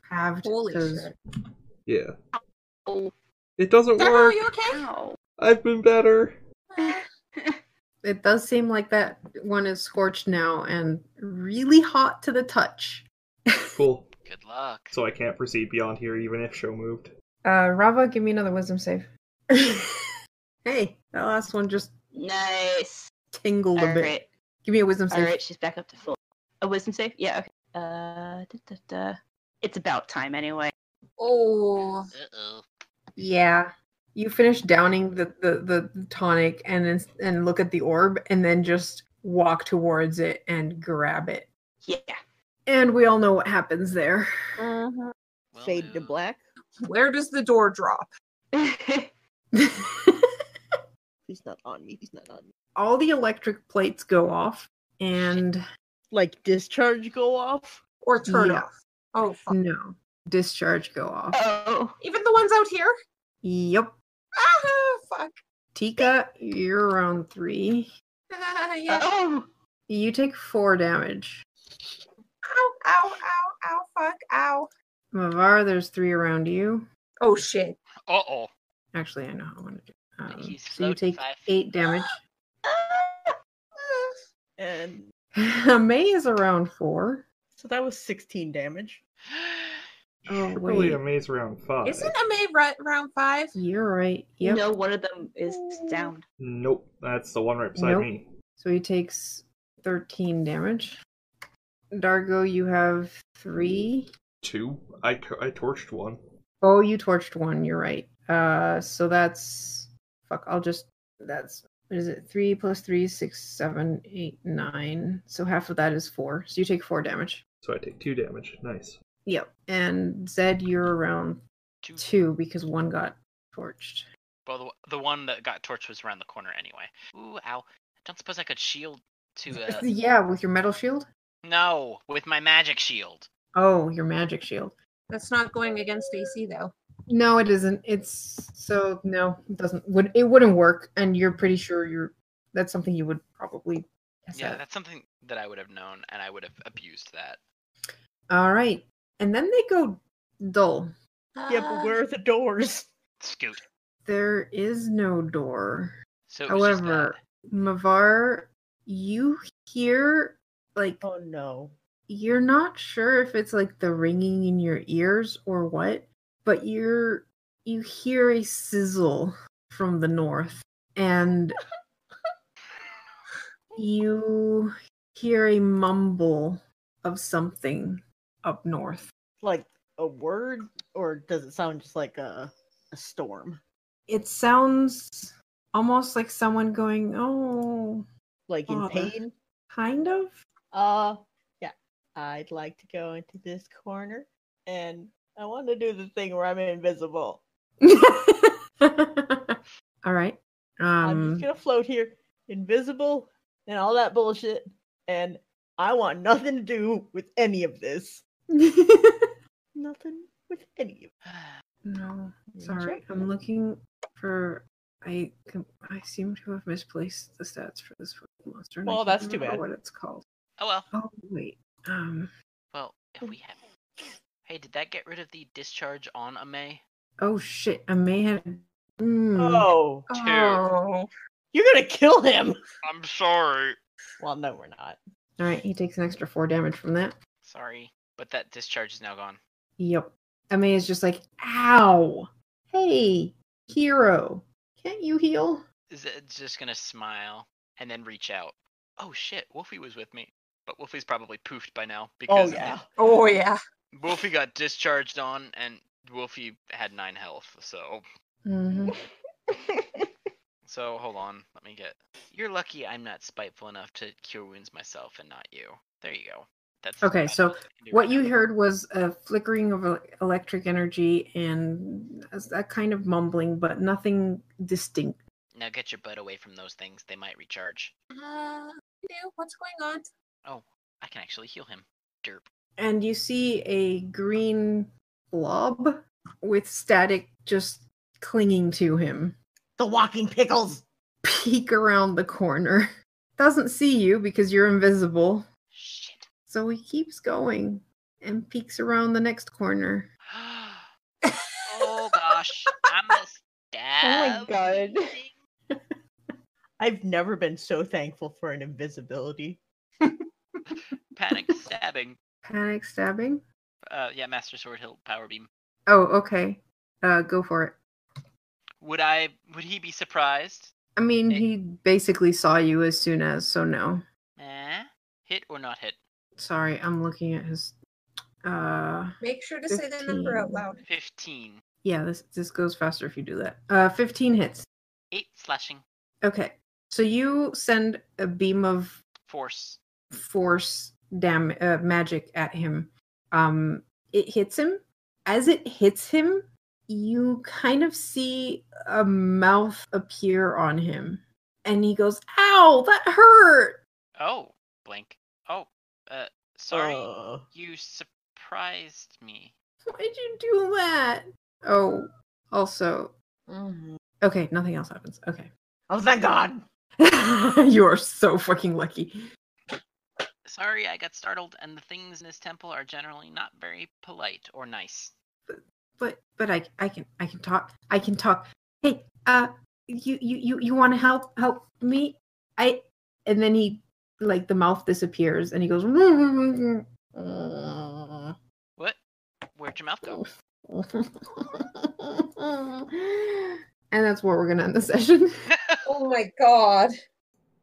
Speaker 1: Halved
Speaker 4: Holy
Speaker 1: 'cause-
Speaker 4: shit.
Speaker 2: Yeah.
Speaker 6: oh,
Speaker 2: It doesn't
Speaker 4: Darryl,
Speaker 2: work!
Speaker 4: you okay?
Speaker 6: ow.
Speaker 2: I've been better!
Speaker 1: It does seem like that one is scorched now and really hot to the touch.
Speaker 2: Cool.
Speaker 5: Good luck.
Speaker 2: So I can't proceed beyond here even if show moved.
Speaker 1: Uh, Rava, give me another wisdom save. hey, that last one just
Speaker 6: Nice.
Speaker 1: tingled
Speaker 6: All
Speaker 1: a bit.
Speaker 6: right.
Speaker 1: Give me a wisdom
Speaker 6: All
Speaker 1: save.
Speaker 6: right, she's back up to full. A wisdom save? Yeah. Okay. Uh, da, da, da. it's about time anyway.
Speaker 4: Oh,
Speaker 5: Uh-oh.
Speaker 1: Yeah. You finish downing the, the, the tonic and then- and look at the orb and then just walk towards it and grab it.
Speaker 6: Yeah.
Speaker 1: And we all know what happens there.
Speaker 3: Uh,
Speaker 5: Well,
Speaker 3: Fade to
Speaker 5: no.
Speaker 3: black.
Speaker 4: where does the door drop?
Speaker 3: He's not on me. He's not on me.
Speaker 1: all the electric plates go off and
Speaker 3: Like discharge go off.
Speaker 4: Or turn
Speaker 1: Yeah.
Speaker 4: off? Oh, fuck.
Speaker 1: no discharge go off.
Speaker 6: oh.
Speaker 4: even the ones out here?
Speaker 1: Yep.
Speaker 4: Ah, fuck.
Speaker 1: Tika, you're round three.
Speaker 4: Ah, yeah.
Speaker 6: Oh.
Speaker 1: You take four damage.
Speaker 4: Ow, ow, ow, ow, fuck, ow.
Speaker 1: Mavar, there's three around you.
Speaker 4: Oh, shit.
Speaker 5: Uh-oh.
Speaker 1: Actually, I know how I want to do. Um, so
Speaker 5: He's
Speaker 1: you
Speaker 5: floating
Speaker 1: take
Speaker 5: five feet.
Speaker 1: eight damage.
Speaker 4: Ah,
Speaker 3: And
Speaker 1: May is around four.
Speaker 3: so that was 16 damage.
Speaker 1: Oh
Speaker 2: Really
Speaker 1: wait,
Speaker 2: a maze round five.
Speaker 4: Isn't Ame right round five?
Speaker 1: you're right. Yep.
Speaker 6: No, one of them is down.
Speaker 2: Nope, that's the one right beside
Speaker 1: Nope.
Speaker 2: me.
Speaker 1: So he takes thirteen damage. Dargo, you have three.
Speaker 2: Two. I, co- I torched one.
Speaker 1: Oh, you torched one. You're right. Uh, so that's fuck. I'll just that's what is it? Three plus three, six, seven, eight, nine. So half of that is four. So you take four damage.
Speaker 2: So I take two damage. Nice.
Speaker 1: Yep. And Zed, you're around
Speaker 5: Two.
Speaker 1: two because one got torched.
Speaker 5: Well, the, the one that got torched was around the corner anyway. Ooh, ow. I don't suppose I could shield to uh
Speaker 1: yeah, with your metal shield.
Speaker 5: No, with my magic shield.
Speaker 1: Oh, your magic shield.
Speaker 4: That's not going against AC, though.
Speaker 1: No, it isn't. It's so no, it doesn't. Would it wouldn't work? And you're pretty sure you're. That's something you would probably. guess
Speaker 5: Yeah,
Speaker 1: at.
Speaker 5: that's something that I would have known and I would have abused that.
Speaker 1: All right. And then they go dull.
Speaker 3: Yeah, but where are the doors?
Speaker 5: Scoot.
Speaker 1: There is no door.
Speaker 5: So it was just uh, that.
Speaker 1: However- Mavar, you hear like
Speaker 3: Oh no.
Speaker 1: you're not sure if it's like the ringing in your ears or what, but you're you hear a sizzle from the north and you hear a mumble of something up north.
Speaker 3: Like a word, or does it sound just like a a storm?
Speaker 1: It sounds almost like someone going, "Oh,
Speaker 3: Like in
Speaker 1: Father.
Speaker 3: pain?
Speaker 1: kind of."
Speaker 3: Uh, yeah. I'd like to go into this corner, and I want to do the thing where I'm invisible.
Speaker 1: All right.
Speaker 3: I'm
Speaker 1: Um
Speaker 3: just gonna float here, invisible, and all that bullshit. And I want nothing to do with any of this. Nothing with any of.
Speaker 1: No,
Speaker 3: Ninja?
Speaker 1: sorry. I'm looking for. I can- I seem to have misplaced the stats for this fucking monster. and I
Speaker 3: Well,
Speaker 1: can't
Speaker 3: that's too
Speaker 1: remember
Speaker 3: bad.
Speaker 1: What it's called?
Speaker 5: Oh well.
Speaker 1: Oh wait. Um.
Speaker 5: Well, if we have Hey, did that get rid of the discharge on a May?
Speaker 1: Oh shit. I may have. Mm,
Speaker 3: Oh,
Speaker 5: Two.
Speaker 4: Oh.
Speaker 3: you're gonna kill him.
Speaker 5: I'm sorry.
Speaker 3: Well, no, we're not.
Speaker 1: All right. He takes an extra four damage from that.
Speaker 5: Sorry. But that discharge is now gone.
Speaker 1: Yep. I may is just like, ow. Hey, hero. Can't you heal?
Speaker 5: Is it just gonna smile and then reach out. Oh shit, Wolfie was with me. But Wolfie's probably poofed by now
Speaker 3: Oh
Speaker 5: because
Speaker 3: yeah.
Speaker 4: Oh, yeah.
Speaker 5: Wolfie got discharged on and Wolfie had nine health, so
Speaker 1: Mm-hmm.
Speaker 5: So hold on, let me get. You're lucky I'm not spiteful enough to cure wounds myself and not you. There you go. That's as
Speaker 1: Okay,
Speaker 5: bad
Speaker 1: so
Speaker 5: as I can do
Speaker 1: What
Speaker 5: right
Speaker 1: you
Speaker 5: now.
Speaker 1: heard was a flickering of el- electric energy and a s- a kind of mumbling, but nothing distinct.
Speaker 5: Now get your butt away from those things. They might recharge. Oh,
Speaker 4: Uh, ew, what's going on?
Speaker 5: I can actually heal him. Derp.
Speaker 1: And you see a green blob with static just clinging to him
Speaker 3: The walking pickles.
Speaker 1: peek around the corner. Doesn't see you because you're invisible.
Speaker 5: Shit.
Speaker 1: So he keeps going and peeks around the next corner.
Speaker 5: oh gosh, I'm
Speaker 1: Oh
Speaker 5: a stab.
Speaker 9: God.
Speaker 3: I've never been so thankful for an invisibility.
Speaker 5: Panic stabbing.
Speaker 1: Panic stabbing.
Speaker 5: Uh, yeah, Master Sword Hilt Power Beam.
Speaker 1: Oh, okay. Uh, go for it.
Speaker 5: Would I? Would he be surprised?
Speaker 1: I mean,
Speaker 5: Eh.
Speaker 1: he basically saw you as soon as, so no.
Speaker 5: Eh. Hit or not hit?
Speaker 1: Sorry, I'm looking at his. Uh,
Speaker 4: Make sure to say the number out
Speaker 1: 15.
Speaker 4: loud.
Speaker 5: 15.
Speaker 1: yeah, this this goes faster if you do that. Uh, 15 hits.
Speaker 5: 8 slashing.
Speaker 1: Okay, so you send a beam of
Speaker 5: Force.
Speaker 1: force dam uh, magic at him. Um, it hits him. As it hits him, you kind of see a mouth appear on him, and he goes, "Ow, that hurt!"
Speaker 5: Oh, blink. Oh, uh, sorry.
Speaker 3: Oh.
Speaker 8: Uh,
Speaker 5: You surprised me.
Speaker 1: Why'd you do that? Oh, also,
Speaker 3: Mhm.
Speaker 1: okay, nothing else happens. Okay,
Speaker 8: oh, thank God.
Speaker 1: you are so fucking lucky.
Speaker 5: Sorry, I got startled, and the things in this temple are generally not very polite or nice.
Speaker 1: But but I I can I can talk. I can talk. Hey, uh, you you you you want to help help me? I and then he like the mouth disappears and he goes.
Speaker 5: What? Where'd your mouth go?
Speaker 1: And that's where we're gonna end the session.
Speaker 4: Oh my god.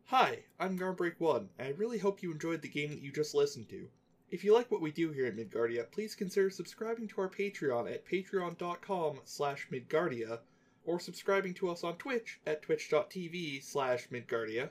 Speaker 2: Hi, I'm Garnbreak One, and I really hope you enjoyed the game that you just listened to. If you like what we do here at Midgardia, please consider subscribing to our Patreon at patreon.com slash Midgardia, or subscribing to us on Twitch at twitch.tv slash Midgardia.